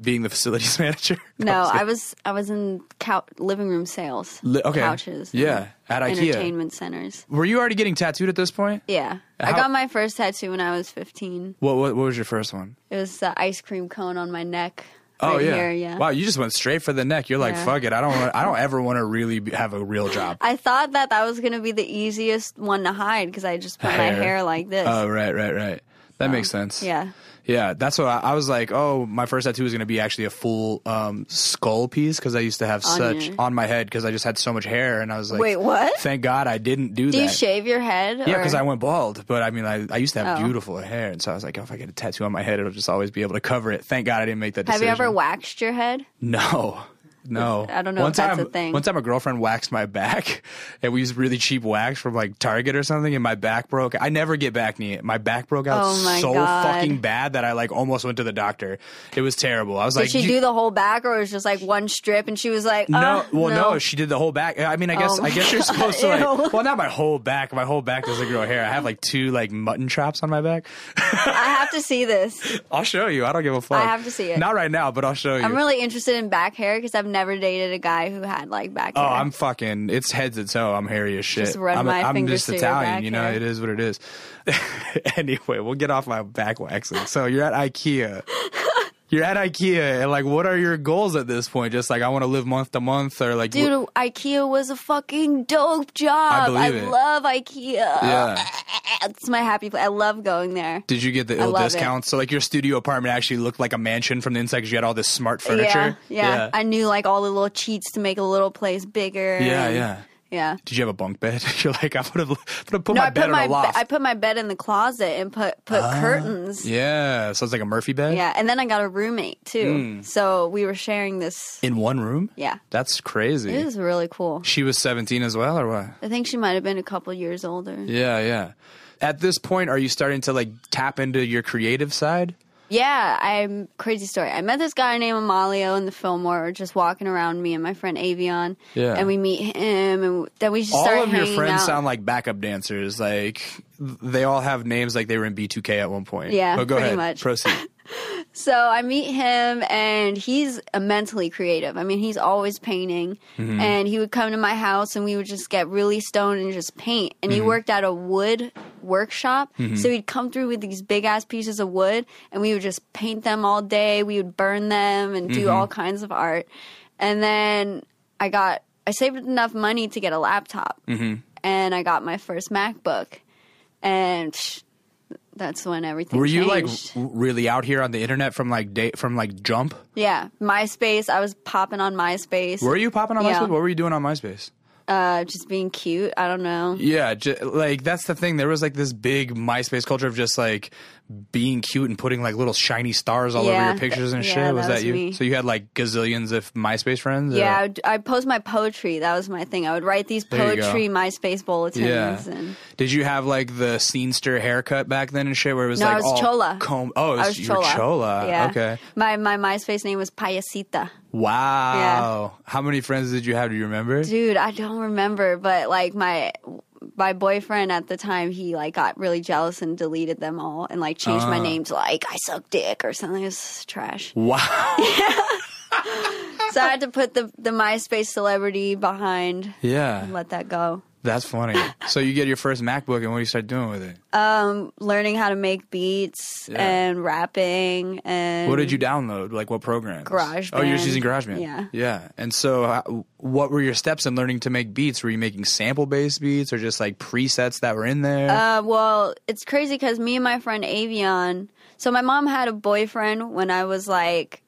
[SPEAKER 1] being the facilities manager?
[SPEAKER 2] No, I was I was in cou- living room sales,
[SPEAKER 1] Li- okay.
[SPEAKER 2] couches,
[SPEAKER 1] Yeah, at
[SPEAKER 2] and
[SPEAKER 1] IKEA.
[SPEAKER 2] entertainment centers.
[SPEAKER 1] Were you already getting tattooed at this point?
[SPEAKER 2] Yeah, I
[SPEAKER 1] How-
[SPEAKER 2] got my first tattoo when I was fifteen.
[SPEAKER 1] What What, what was your first one?
[SPEAKER 2] It was the ice cream cone on my neck.
[SPEAKER 1] Oh
[SPEAKER 2] right
[SPEAKER 1] yeah.
[SPEAKER 2] here, yeah.
[SPEAKER 1] Wow, you just went straight for the neck. You're like,
[SPEAKER 2] Yeah.
[SPEAKER 1] fuck it. I don't. Want, I don't ever want to really be, have a real job.
[SPEAKER 2] I thought that that was gonna be the easiest one to hide because I just put my
[SPEAKER 1] Hair.
[SPEAKER 2] hair like this. Um,
[SPEAKER 1] Oh right, right, right. That makes sense.
[SPEAKER 2] Yeah.
[SPEAKER 1] Yeah, that's what I, I was like. Oh, my first tattoo is going to be actually a full um, skull piece because I used to have
[SPEAKER 2] On
[SPEAKER 1] such
[SPEAKER 2] your-
[SPEAKER 1] on my head because I just had so much hair, and I was like,
[SPEAKER 2] Wait, what?
[SPEAKER 1] Thank God I didn't do
[SPEAKER 2] Do you
[SPEAKER 1] that.
[SPEAKER 2] shave your head?
[SPEAKER 1] yeah,
[SPEAKER 2] or-
[SPEAKER 1] because I went bald, but I mean, I, I used to have
[SPEAKER 2] Oh.
[SPEAKER 1] beautiful hair, and so I was like, oh, if I get a tattoo on my head, it'll just always be able to cover it. Thank God I didn't make that
[SPEAKER 2] Have
[SPEAKER 1] decision.
[SPEAKER 2] you ever waxed your head?
[SPEAKER 1] No. No.
[SPEAKER 2] I don't know
[SPEAKER 1] One
[SPEAKER 2] if that's
[SPEAKER 1] time,
[SPEAKER 2] a thing.
[SPEAKER 1] One time a girlfriend waxed my back and we used really cheap wax from like Target or something and my back broke. I never get back knee. My back broke out
[SPEAKER 2] Oh my
[SPEAKER 1] so
[SPEAKER 2] God.
[SPEAKER 1] fucking bad that I like almost went to the doctor. It was terrible. I was
[SPEAKER 2] Did
[SPEAKER 1] like
[SPEAKER 2] she
[SPEAKER 1] "You-
[SPEAKER 2] do the whole back, or was just like one strip? And she was like,
[SPEAKER 1] no,
[SPEAKER 2] "Uh,
[SPEAKER 1] well,
[SPEAKER 2] no.
[SPEAKER 1] no. she did the whole back. I mean, I guess,
[SPEAKER 2] Oh
[SPEAKER 1] I
[SPEAKER 2] my
[SPEAKER 1] guess you're
[SPEAKER 2] God,
[SPEAKER 1] supposed to
[SPEAKER 2] ew.
[SPEAKER 1] like. Well, not my whole back. My whole back doesn't grow hair. I have like two like mutton chops on my back.
[SPEAKER 2] I have to see this.
[SPEAKER 1] I'll show you. I don't give a fuck.
[SPEAKER 2] I have to see it.
[SPEAKER 1] Not right now, but I'll show you.
[SPEAKER 2] I'm really interested in back hair because I've never dated a guy who had like back
[SPEAKER 1] Oh,
[SPEAKER 2] hair.
[SPEAKER 1] I'm fucking. It's head to toe. I'm hairy as shit.
[SPEAKER 2] Just run
[SPEAKER 1] I'm,
[SPEAKER 2] my
[SPEAKER 1] I'm
[SPEAKER 2] fingers
[SPEAKER 1] just
[SPEAKER 2] through your
[SPEAKER 1] Italian,
[SPEAKER 2] back
[SPEAKER 1] you know.
[SPEAKER 2] hair.
[SPEAKER 1] It is what it is. anyway, we'll get off my back waxing. So you're at IKEA. you're at IKEA, and like, what are your goals at this point? Just like, I want to live month to month, or like,
[SPEAKER 2] Dude,
[SPEAKER 1] wh-
[SPEAKER 2] IKEA was a fucking dope job.
[SPEAKER 1] believe it.
[SPEAKER 2] love IKEA. uh,
[SPEAKER 1] yeah.
[SPEAKER 2] It's my happy place. I love going there.
[SPEAKER 1] Did you get the ill
[SPEAKER 2] love it.
[SPEAKER 1] discounts? So like, your studio apartment actually looked like a mansion from the inside because you had all this smart furniture.
[SPEAKER 2] Yeah, yeah, I knew like all the little cheats to make a little place bigger.
[SPEAKER 1] yeah,
[SPEAKER 2] and-
[SPEAKER 1] yeah.
[SPEAKER 2] yeah.
[SPEAKER 1] Did you have a bunk bed? You're like, I would have put
[SPEAKER 2] No,
[SPEAKER 1] my
[SPEAKER 2] I
[SPEAKER 1] bed
[SPEAKER 2] put
[SPEAKER 1] in
[SPEAKER 2] my
[SPEAKER 1] a
[SPEAKER 2] be-
[SPEAKER 1] loft. Ah,
[SPEAKER 2] I put my bed in the closet and put put curtains.
[SPEAKER 1] yeah, so it's like a Murphy bed.
[SPEAKER 2] Yeah, and then I got a roommate too.
[SPEAKER 1] Hmm.
[SPEAKER 2] So we were sharing this.
[SPEAKER 1] In one room?
[SPEAKER 2] Yeah.
[SPEAKER 1] That's crazy.
[SPEAKER 2] It was really cool.
[SPEAKER 1] She was 17 as well, or what?
[SPEAKER 2] I think she might have been a couple years older. Yeah.
[SPEAKER 1] Yeah, yeah. At this point, are you starting to like tap into your creative side?
[SPEAKER 2] I'm crazy story. I met this guy named Amalio in the Fillmore, we were just walking around. Me and my friend Avion.
[SPEAKER 1] Yeah.
[SPEAKER 2] And we meet him, and then we just
[SPEAKER 1] all
[SPEAKER 2] started
[SPEAKER 1] of your
[SPEAKER 2] hanging
[SPEAKER 1] friends
[SPEAKER 2] out.
[SPEAKER 1] sound like backup dancers. Like th- they all have names like they were in B2K at one point.
[SPEAKER 2] Yeah,
[SPEAKER 1] but go
[SPEAKER 2] pretty
[SPEAKER 1] ahead,
[SPEAKER 2] much.
[SPEAKER 1] proceed.
[SPEAKER 2] So I meet him, and he's immensely creative. I mean, he's always painting,
[SPEAKER 1] Mm-hmm.
[SPEAKER 2] and he would come to my house, and we would just get really stoned and just paint. And
[SPEAKER 1] Mm-hmm.
[SPEAKER 2] he worked at a wood workshop, so he'd come through with these big ass pieces of wood, and we would just paint them all day. We would burn them and
[SPEAKER 1] Mm-hmm.
[SPEAKER 2] do all kinds of art. And then I got, I saved enough money to get a laptop,
[SPEAKER 1] Mm-hmm.
[SPEAKER 2] and I got my first MacBook, and. psh, that's when everything
[SPEAKER 1] Were you like
[SPEAKER 2] changed.
[SPEAKER 1] r- really out here on the internet from like date from like jump?
[SPEAKER 2] Yeah, MySpace. I was popping on MySpace.
[SPEAKER 1] Were you popping on
[SPEAKER 2] Yeah.
[SPEAKER 1] MySpace? What were you doing on MySpace?
[SPEAKER 2] uh, just being cute. I don't know.
[SPEAKER 1] Yeah, j- like that's the thing. There was like this big MySpace culture of just like being cute and putting like little shiny stars all over
[SPEAKER 2] Yeah,
[SPEAKER 1] your pictures and
[SPEAKER 2] th-
[SPEAKER 1] shit.
[SPEAKER 2] yeah,
[SPEAKER 1] was that
[SPEAKER 2] that was
[SPEAKER 1] you?
[SPEAKER 2] me.
[SPEAKER 1] So you had like gazillions of MySpace friends? or-
[SPEAKER 2] Yeah, I would- I'd post my poetry. That was my thing. I would write these
[SPEAKER 1] There you go.
[SPEAKER 2] poetry MySpace bulletins.
[SPEAKER 1] Yeah.
[SPEAKER 2] And
[SPEAKER 1] Did you have like the scenester haircut back then and shit where it was
[SPEAKER 2] No, I
[SPEAKER 1] like
[SPEAKER 2] was
[SPEAKER 1] all
[SPEAKER 2] chola.
[SPEAKER 1] comb? Oh, it
[SPEAKER 2] I
[SPEAKER 1] was,
[SPEAKER 2] was
[SPEAKER 1] you were
[SPEAKER 2] chola.
[SPEAKER 1] chola.
[SPEAKER 2] Yeah.
[SPEAKER 1] Okay.
[SPEAKER 2] My my MySpace name was Payasita.
[SPEAKER 1] Wow. How many friends did you have? Do you remember?
[SPEAKER 2] Dude, I don't remember, but like my my boyfriend at the time, he like got really jealous and deleted them all, and like changed
[SPEAKER 1] Uh-huh.
[SPEAKER 2] my name to like I suck dick or something. It was trash.
[SPEAKER 1] wow.
[SPEAKER 2] so I had to put the the MySpace celebrity behind and
[SPEAKER 1] yeah.
[SPEAKER 2] let that go.
[SPEAKER 1] That's funny. so you get your first MacBook and what do you start doing with it?
[SPEAKER 2] um, learning how to make beats
[SPEAKER 1] Yeah.
[SPEAKER 2] and rapping and
[SPEAKER 1] What did you download? Like what programs?
[SPEAKER 2] GarageBand.
[SPEAKER 1] Oh, you're just using GarageBand.
[SPEAKER 2] Yeah.
[SPEAKER 1] Yeah. And so, uh, what were your steps in learning to make beats? Were you making sample-based beats or just like presets that were in there?
[SPEAKER 2] Uh, well, it's crazy because me and my friend Avion. So my mom had a boyfriend when I was like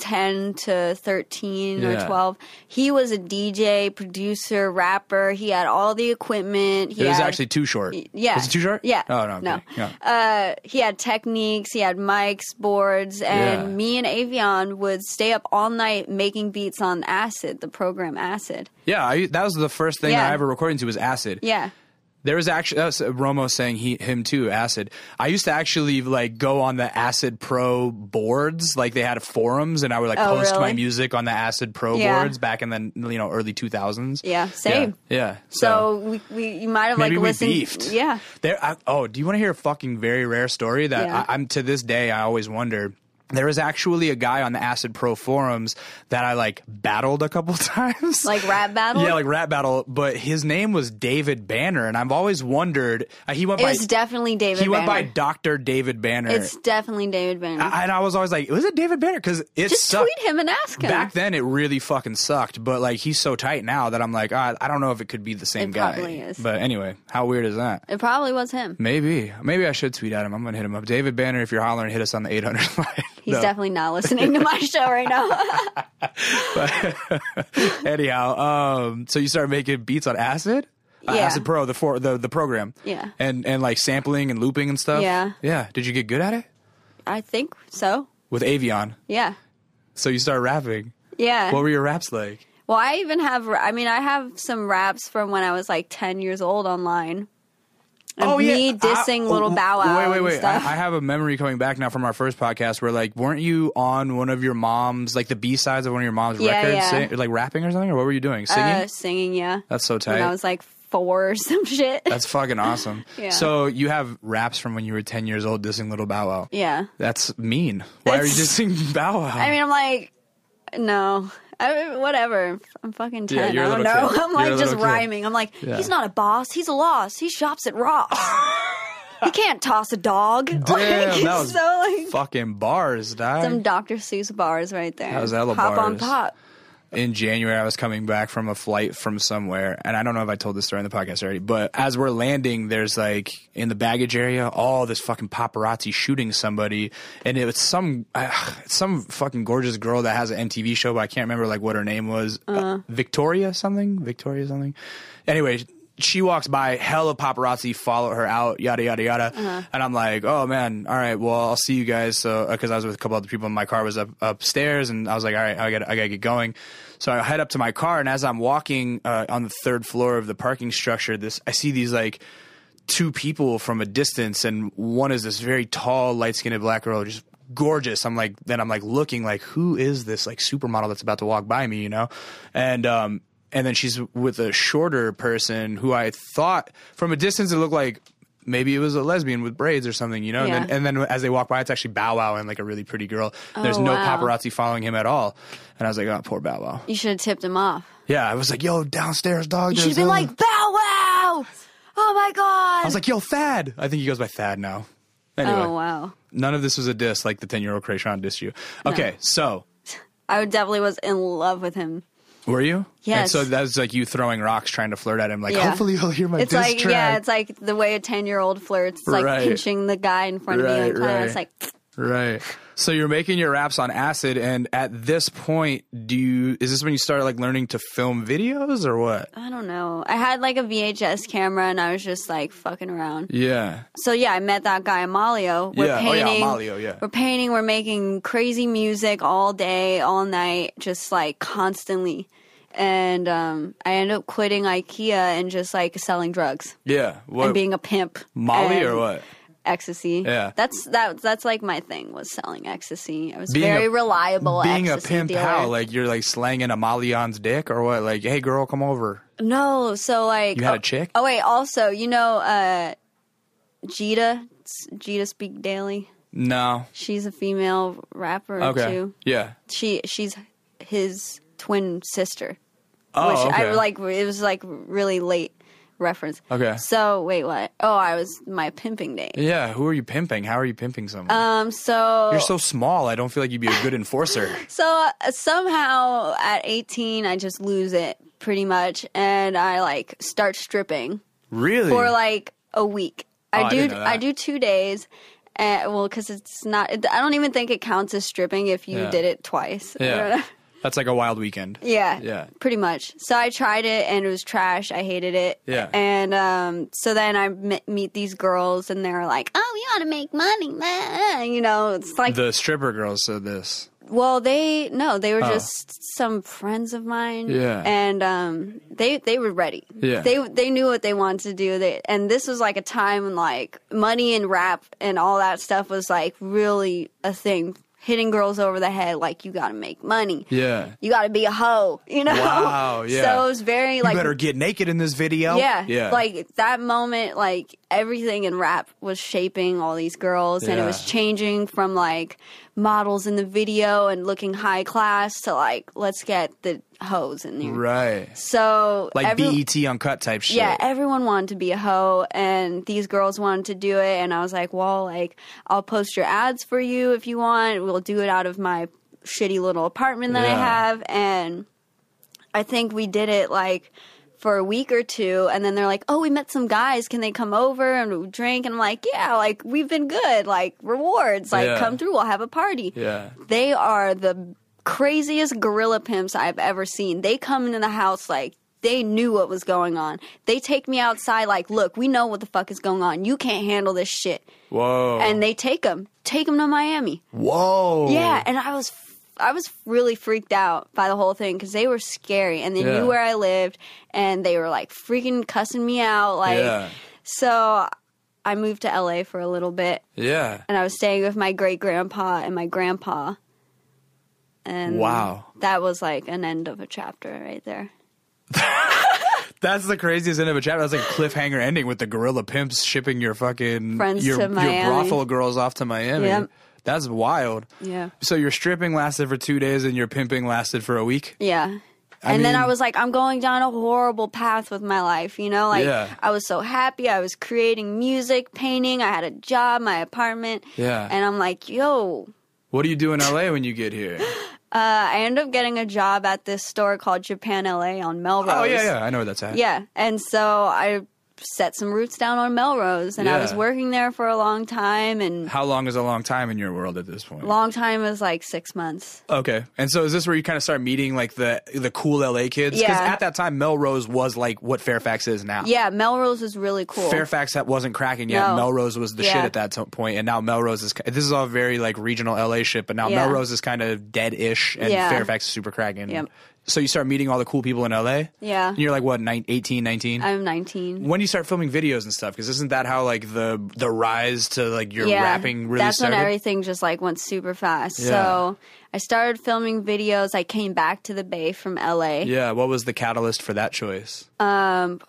[SPEAKER 2] ten to thirteen
[SPEAKER 1] Yeah.
[SPEAKER 2] or twelve. He was a DJ, producer, rapper. He had all the equipment. He
[SPEAKER 1] it was
[SPEAKER 2] had,
[SPEAKER 1] actually too short.
[SPEAKER 2] yeah.
[SPEAKER 1] Was it too short?
[SPEAKER 2] Yeah.
[SPEAKER 1] Oh no. I'm
[SPEAKER 2] No.
[SPEAKER 1] kidding. Yeah.
[SPEAKER 2] uh, he had techniques, he had mics, boards, and
[SPEAKER 1] Yeah.
[SPEAKER 2] me and Avion would stay up all night making beats on Acid, the program Acid.
[SPEAKER 1] Yeah, I, that was the first thing
[SPEAKER 2] Yeah.
[SPEAKER 1] I ever recorded to was acid.
[SPEAKER 2] Yeah.
[SPEAKER 1] There was actually that was uh, Romo saying he him too acid. I used to actually like go on the Acid Pro boards, like they had forums, and I would like
[SPEAKER 2] Oh,
[SPEAKER 1] post my
[SPEAKER 2] really?
[SPEAKER 1] music on the Acid Pro
[SPEAKER 2] Yeah.
[SPEAKER 1] boards back in the you know early two thousands.
[SPEAKER 2] Yeah, same.
[SPEAKER 1] Yeah. yeah.
[SPEAKER 2] So we, we you might have
[SPEAKER 1] Maybe
[SPEAKER 2] like
[SPEAKER 1] we
[SPEAKER 2] listened.
[SPEAKER 1] beefed.
[SPEAKER 2] Yeah.
[SPEAKER 1] There. I, oh, do you want to hear a fucking very rare story that
[SPEAKER 2] Yeah.
[SPEAKER 1] I, I'm to this day I always wonder. There was actually a guy on the Acid Pro forums that I like battled a couple times.
[SPEAKER 2] Like rap battle?
[SPEAKER 1] Yeah, like rap battle, but his name was David Banner, and I've always wondered. Uh, he went
[SPEAKER 2] It
[SPEAKER 1] by
[SPEAKER 2] was definitely David
[SPEAKER 1] he went by
[SPEAKER 2] Banner.
[SPEAKER 1] Doctor David Banner.
[SPEAKER 2] it's definitely David Banner.
[SPEAKER 1] I- and I was always like, was it David Banner? Because it
[SPEAKER 2] Just
[SPEAKER 1] sucked.
[SPEAKER 2] tweet him and ask him.
[SPEAKER 1] Back then, it really fucking sucked. But like, he's so tight now that I'm like, ah, I don't know if it could be the same
[SPEAKER 2] It
[SPEAKER 1] guy.
[SPEAKER 2] probably is.
[SPEAKER 1] But anyway, how weird is that?
[SPEAKER 2] it probably was him.
[SPEAKER 1] Maybe, maybe I should tweet at him. I'm gonna hit him up. David Banner, if you're hollering, hit us on the 800 line.
[SPEAKER 2] He's
[SPEAKER 1] No.
[SPEAKER 2] definitely not listening to my show right now.
[SPEAKER 1] Anyhow, um, so you started making beats on Acid, Uh,
[SPEAKER 2] Yeah.
[SPEAKER 1] Acid Pro, the for the the program,
[SPEAKER 2] Yeah.
[SPEAKER 1] and and like sampling and looping and stuff.
[SPEAKER 2] Yeah.
[SPEAKER 1] yeah. Did you get good at it
[SPEAKER 2] I think so.
[SPEAKER 1] with Avion?
[SPEAKER 2] Yeah.
[SPEAKER 1] So you started rapping.
[SPEAKER 2] Yeah.
[SPEAKER 1] What were your raps like?
[SPEAKER 2] Well, I even have, I mean, I have some raps from when I was like 10 years old online. Of me dissing
[SPEAKER 1] Oh, I- oh,
[SPEAKER 2] Little Bow Wow.
[SPEAKER 1] Wait, wait,
[SPEAKER 2] and
[SPEAKER 1] wait. I,
[SPEAKER 2] stuff.
[SPEAKER 1] I have a memory coming back now from our first podcast where, like, weren't you on one of your mom's, like, the B sides of one of your mom's
[SPEAKER 2] Yeah,
[SPEAKER 1] records,
[SPEAKER 2] yeah.
[SPEAKER 1] sing- like rapping or something, or what were you doing? Singing?
[SPEAKER 2] Uh, singing, yeah.
[SPEAKER 1] That's so
[SPEAKER 2] when
[SPEAKER 1] tight.
[SPEAKER 2] I was like four or some shit.
[SPEAKER 1] That's fucking awesome.
[SPEAKER 2] Yeah.
[SPEAKER 1] So you have raps from when you were ten years old dissing Little Bow Wow.
[SPEAKER 2] yeah.
[SPEAKER 1] That's mean. Why are you
[SPEAKER 2] That's-
[SPEAKER 1] dissing Bow Wow?
[SPEAKER 2] I mean, I'm like, no. I, whatever. I'm fucking 10.
[SPEAKER 1] you're a
[SPEAKER 2] I don't
[SPEAKER 1] little
[SPEAKER 2] know.
[SPEAKER 1] kid.
[SPEAKER 2] I'm
[SPEAKER 1] You're a
[SPEAKER 2] like just
[SPEAKER 1] little kid.
[SPEAKER 2] rhyming. I'm like,
[SPEAKER 1] Yeah.
[SPEAKER 2] he's not a boss. He's a loss. He shops at Ross. he can't toss a dog.
[SPEAKER 1] Damn,
[SPEAKER 2] like,
[SPEAKER 1] that was
[SPEAKER 2] so like
[SPEAKER 1] fucking bars, dog.
[SPEAKER 2] some Dr. Seuss bars right there.
[SPEAKER 1] That was hella
[SPEAKER 2] Pop on
[SPEAKER 1] bars.
[SPEAKER 2] pop.
[SPEAKER 1] in January, I was coming back from a flight from somewhere, and I don't know if I told this story in the podcast already, but as we're landing, there's like in the baggage area, all this fucking paparazzi shooting somebody, and it was some uh, some fucking gorgeous girl that has an MTV show, but I can't remember like what her name was, uh,
[SPEAKER 2] Uh-huh.
[SPEAKER 1] Victoria something, Victoria something. Anyway. She walks by, hella paparazzi follow her out, yada yada yada, and I'm like, oh man, all right, well I'll see you guys. So because I was with a couple other people, and my car was up upstairs, and I was like, all right, I got to I gotta get going. So I head up to my car, and as I'm walking uh, on the third floor of the parking structure, this I see these like two people from a distance, and one is this very tall, light skinned black girl, just gorgeous. I'm like, then I'm like looking like, who is this like supermodel that's about to walk by me, you know? And um, and then she's with a shorter person who I thought from a distance it looked like. Maybe it was a lesbian with braids or something, you know. And,
[SPEAKER 2] Yeah.
[SPEAKER 1] then, and then as they walk by, it's actually Bow Wow and like a really pretty girl. There's
[SPEAKER 2] Oh,
[SPEAKER 1] no
[SPEAKER 2] wow.
[SPEAKER 1] paparazzi following him at all. And I was like, oh, poor Bow Wow.
[SPEAKER 2] You should have tipped him off.
[SPEAKER 1] Yeah, I was like, yo, downstairs, dog.
[SPEAKER 2] You
[SPEAKER 1] there's
[SPEAKER 2] should have
[SPEAKER 1] a-
[SPEAKER 2] been like, Bow Wow! Oh my God!
[SPEAKER 1] I was like, yo, Thad. I think he goes by Thad now. Anyway,
[SPEAKER 2] oh wow.
[SPEAKER 1] none of this was a diss like the 10 year old Krayshawn dissed you. Okay, so
[SPEAKER 2] I definitely was in love with him.
[SPEAKER 1] were you? And
[SPEAKER 2] Yes.
[SPEAKER 1] so that was like you throwing rocks trying to flirt at him, like,
[SPEAKER 2] Yeah.
[SPEAKER 1] hopefully he'll hear my
[SPEAKER 2] It's
[SPEAKER 1] diss
[SPEAKER 2] like
[SPEAKER 1] track.
[SPEAKER 2] yeah, it's like the way a ten year old flirts, it's like
[SPEAKER 1] Right.
[SPEAKER 2] pinching the guy in front of
[SPEAKER 1] Right,
[SPEAKER 2] you. And kinda- It's
[SPEAKER 1] right.
[SPEAKER 2] like
[SPEAKER 1] right. So you're making your raps on acid, and at this point, do you, is this when you started like learning to film videos or what?
[SPEAKER 2] I don't know. I had like a VHS camera and I was just like fucking around.
[SPEAKER 1] Yeah.
[SPEAKER 2] So yeah, I met that guy Amalio. We're
[SPEAKER 1] Yeah. Oh, yeah,
[SPEAKER 2] painting.
[SPEAKER 1] Amalio, yeah.
[SPEAKER 2] We're painting. We're making crazy music all day, all night, just like constantly. And um, I ended up quitting IKEA and just like selling drugs
[SPEAKER 1] Yeah. What?
[SPEAKER 2] and being a pimp.
[SPEAKER 1] Molly
[SPEAKER 2] and
[SPEAKER 1] or what?
[SPEAKER 2] Ecstasy.
[SPEAKER 1] Yeah.
[SPEAKER 2] That's that. That's like my thing was selling ecstasy. I was
[SPEAKER 1] Being
[SPEAKER 2] very
[SPEAKER 1] a-
[SPEAKER 2] reliable.
[SPEAKER 1] Being a
[SPEAKER 2] ecstasy
[SPEAKER 1] pimp,
[SPEAKER 2] dealer.
[SPEAKER 1] how? Like you're like slanging a Molly on's dick or what? Like, hey, girl, come over.
[SPEAKER 2] No, so like
[SPEAKER 1] You had
[SPEAKER 2] oh,
[SPEAKER 1] a chick?
[SPEAKER 2] Oh wait, also you know, uh Jita, s- Jita Speak Daily.
[SPEAKER 1] No.
[SPEAKER 2] She's a female rapper
[SPEAKER 1] Okay.
[SPEAKER 2] too.
[SPEAKER 1] Yeah.
[SPEAKER 2] She she's his twin sister,
[SPEAKER 1] Oh,
[SPEAKER 2] which I
[SPEAKER 1] okay.
[SPEAKER 2] like. It was like really late reference.
[SPEAKER 1] Okay.
[SPEAKER 2] So wait, what? Oh, I was my pimping day.
[SPEAKER 1] Yeah, who are you pimping? How are you pimping someone?
[SPEAKER 2] Um, so
[SPEAKER 1] You're so small. I don't feel like you'd be a good enforcer.
[SPEAKER 2] So uh, somehow at 18, I just lose it pretty much, and I like start stripping.
[SPEAKER 1] really?
[SPEAKER 2] for like a week.
[SPEAKER 1] Oh,
[SPEAKER 2] I
[SPEAKER 1] I
[SPEAKER 2] do
[SPEAKER 1] didn't know that.
[SPEAKER 2] I, do two days. Uh, well, because it's not. It, I don't even think it counts as stripping if you
[SPEAKER 1] Yeah.
[SPEAKER 2] did it twice. I don't
[SPEAKER 1] yeah.
[SPEAKER 2] know.
[SPEAKER 1] That's like a wild weekend.
[SPEAKER 2] yeah.
[SPEAKER 1] Yeah.
[SPEAKER 2] Pretty much. So I tried it and it was trash. I hated it.
[SPEAKER 1] Yeah.
[SPEAKER 2] And um, so then I me- meet these girls and they're like, "Oh, you ought to make money, man." You know, it's like,
[SPEAKER 1] The stripper girls said this.
[SPEAKER 2] well, they no, they were just some friends of mine.
[SPEAKER 1] Oh. Yeah.
[SPEAKER 2] And um, they they were ready.
[SPEAKER 1] Yeah.
[SPEAKER 2] They they knew what they wanted to do. They and this was like a time when like money and rap and all that stuff was like really a thing hitting girls over the head like you got to make money.
[SPEAKER 1] Yeah.
[SPEAKER 2] You got to be a hoe, you know?
[SPEAKER 1] Wow, yeah.
[SPEAKER 2] So it was very like
[SPEAKER 1] you better get naked in this video.
[SPEAKER 2] yeah,
[SPEAKER 1] Yeah.
[SPEAKER 2] Like that moment, like everything in rap was shaping all these girls, and it
[SPEAKER 1] Yeah.
[SPEAKER 2] was changing from like models in the video and looking high class to like let's get the hoes in here.
[SPEAKER 1] right.
[SPEAKER 2] So
[SPEAKER 1] Like
[SPEAKER 2] every-
[SPEAKER 1] BET uncut type shit.
[SPEAKER 2] yeah, everyone wanted to be a hoe, and these girls wanted to do it. And I was like, well, like I'll post your ads for you if you want. We'll do it out of my shitty little apartment that I
[SPEAKER 1] Yeah.
[SPEAKER 2] have. And I think we did it like for a week or two, and then they're like, oh, we met some guys. Can they come over and we drink? And I'm like, yeah, like we've been good. Like rewards, like
[SPEAKER 1] Yeah.
[SPEAKER 2] come through, we'll have a party.
[SPEAKER 1] Yeah.
[SPEAKER 2] They are the craziest gorilla pimps I've ever seen. They come into the house like they knew what was going on. They take me outside like, "Look, we know what the fuck is going on. You can't handle this shit."
[SPEAKER 1] Whoa.
[SPEAKER 2] And they take them. Take them to Miami.
[SPEAKER 1] Whoa.
[SPEAKER 2] Yeah, and I was I was really freaked out by the whole thing cuz they were scary and they
[SPEAKER 1] Yeah.
[SPEAKER 2] knew where I lived and they were like freaking cussing me out like
[SPEAKER 1] Yeah.
[SPEAKER 2] so I moved to LA for a little bit
[SPEAKER 1] Yeah.
[SPEAKER 2] and I was staying with my great grandpa and my grandpa. And
[SPEAKER 1] Wow.
[SPEAKER 2] that was like an end of a chapter right there.
[SPEAKER 1] That's the craziest end of a chapter. That's like a cliffhanger ending with the gorilla pimps shipping your fucking
[SPEAKER 2] Friends
[SPEAKER 1] your,
[SPEAKER 2] to
[SPEAKER 1] your
[SPEAKER 2] Miami.
[SPEAKER 1] brothel girls off to Miami.
[SPEAKER 2] Yep.
[SPEAKER 1] That's wild.
[SPEAKER 2] Yeah.
[SPEAKER 1] So your stripping lasted for two days and your pimping lasted for a week.
[SPEAKER 2] Yeah.
[SPEAKER 1] I
[SPEAKER 2] and then
[SPEAKER 1] mean-
[SPEAKER 2] I was like, I'm going down a horrible path with my life, you know? Like,
[SPEAKER 1] Yeah.
[SPEAKER 2] I was so happy. I was creating music, painting. I had a job, my apartment.
[SPEAKER 1] Yeah.
[SPEAKER 2] And I'm like, yo,
[SPEAKER 1] What do you do in LA when you get here?
[SPEAKER 2] uh, I end up getting a job at this store called Japan LA on Melrose.
[SPEAKER 1] oh yeah, yeah. I know where that's at.
[SPEAKER 2] Yeah. And so I set some roots down on Melrose and I
[SPEAKER 1] Yeah.
[SPEAKER 2] was working there for a long time and
[SPEAKER 1] How long is a long time in your world at this point?
[SPEAKER 2] long time was like six months.
[SPEAKER 1] Okay. And so is this where you kind of start meeting like the the cool LA kids?
[SPEAKER 2] Yeah.
[SPEAKER 1] at that time Melrose was like what Fairfax is now.
[SPEAKER 2] Yeah, Melrose was really cool.
[SPEAKER 1] Fairfax that wasn't cracking yet.
[SPEAKER 2] No.
[SPEAKER 1] Melrose was the
[SPEAKER 2] Yeah.
[SPEAKER 1] shit at that to- point, and now Melrose is. This is all very like regional LA shit, but now
[SPEAKER 2] Yeah.
[SPEAKER 1] Melrose is kind of dead-ish, and
[SPEAKER 2] Yeah.
[SPEAKER 1] Fairfax is super cracking.
[SPEAKER 2] Yep.
[SPEAKER 1] So you start meeting all the cool people in LA.
[SPEAKER 2] Yeah.
[SPEAKER 1] And you're like what, nine, 18, 19?
[SPEAKER 2] I'm 19.
[SPEAKER 1] when do you start filming videos and stuff? Because isn't that how like the the rise to like your
[SPEAKER 2] yeah,
[SPEAKER 1] rapping really
[SPEAKER 2] that's
[SPEAKER 1] started?
[SPEAKER 2] when everything just like went super fast.
[SPEAKER 1] Yeah.
[SPEAKER 2] So I started filming videos. I came back to the Bay from LA.
[SPEAKER 1] yeah. What was the catalyst for that choice?
[SPEAKER 2] Um,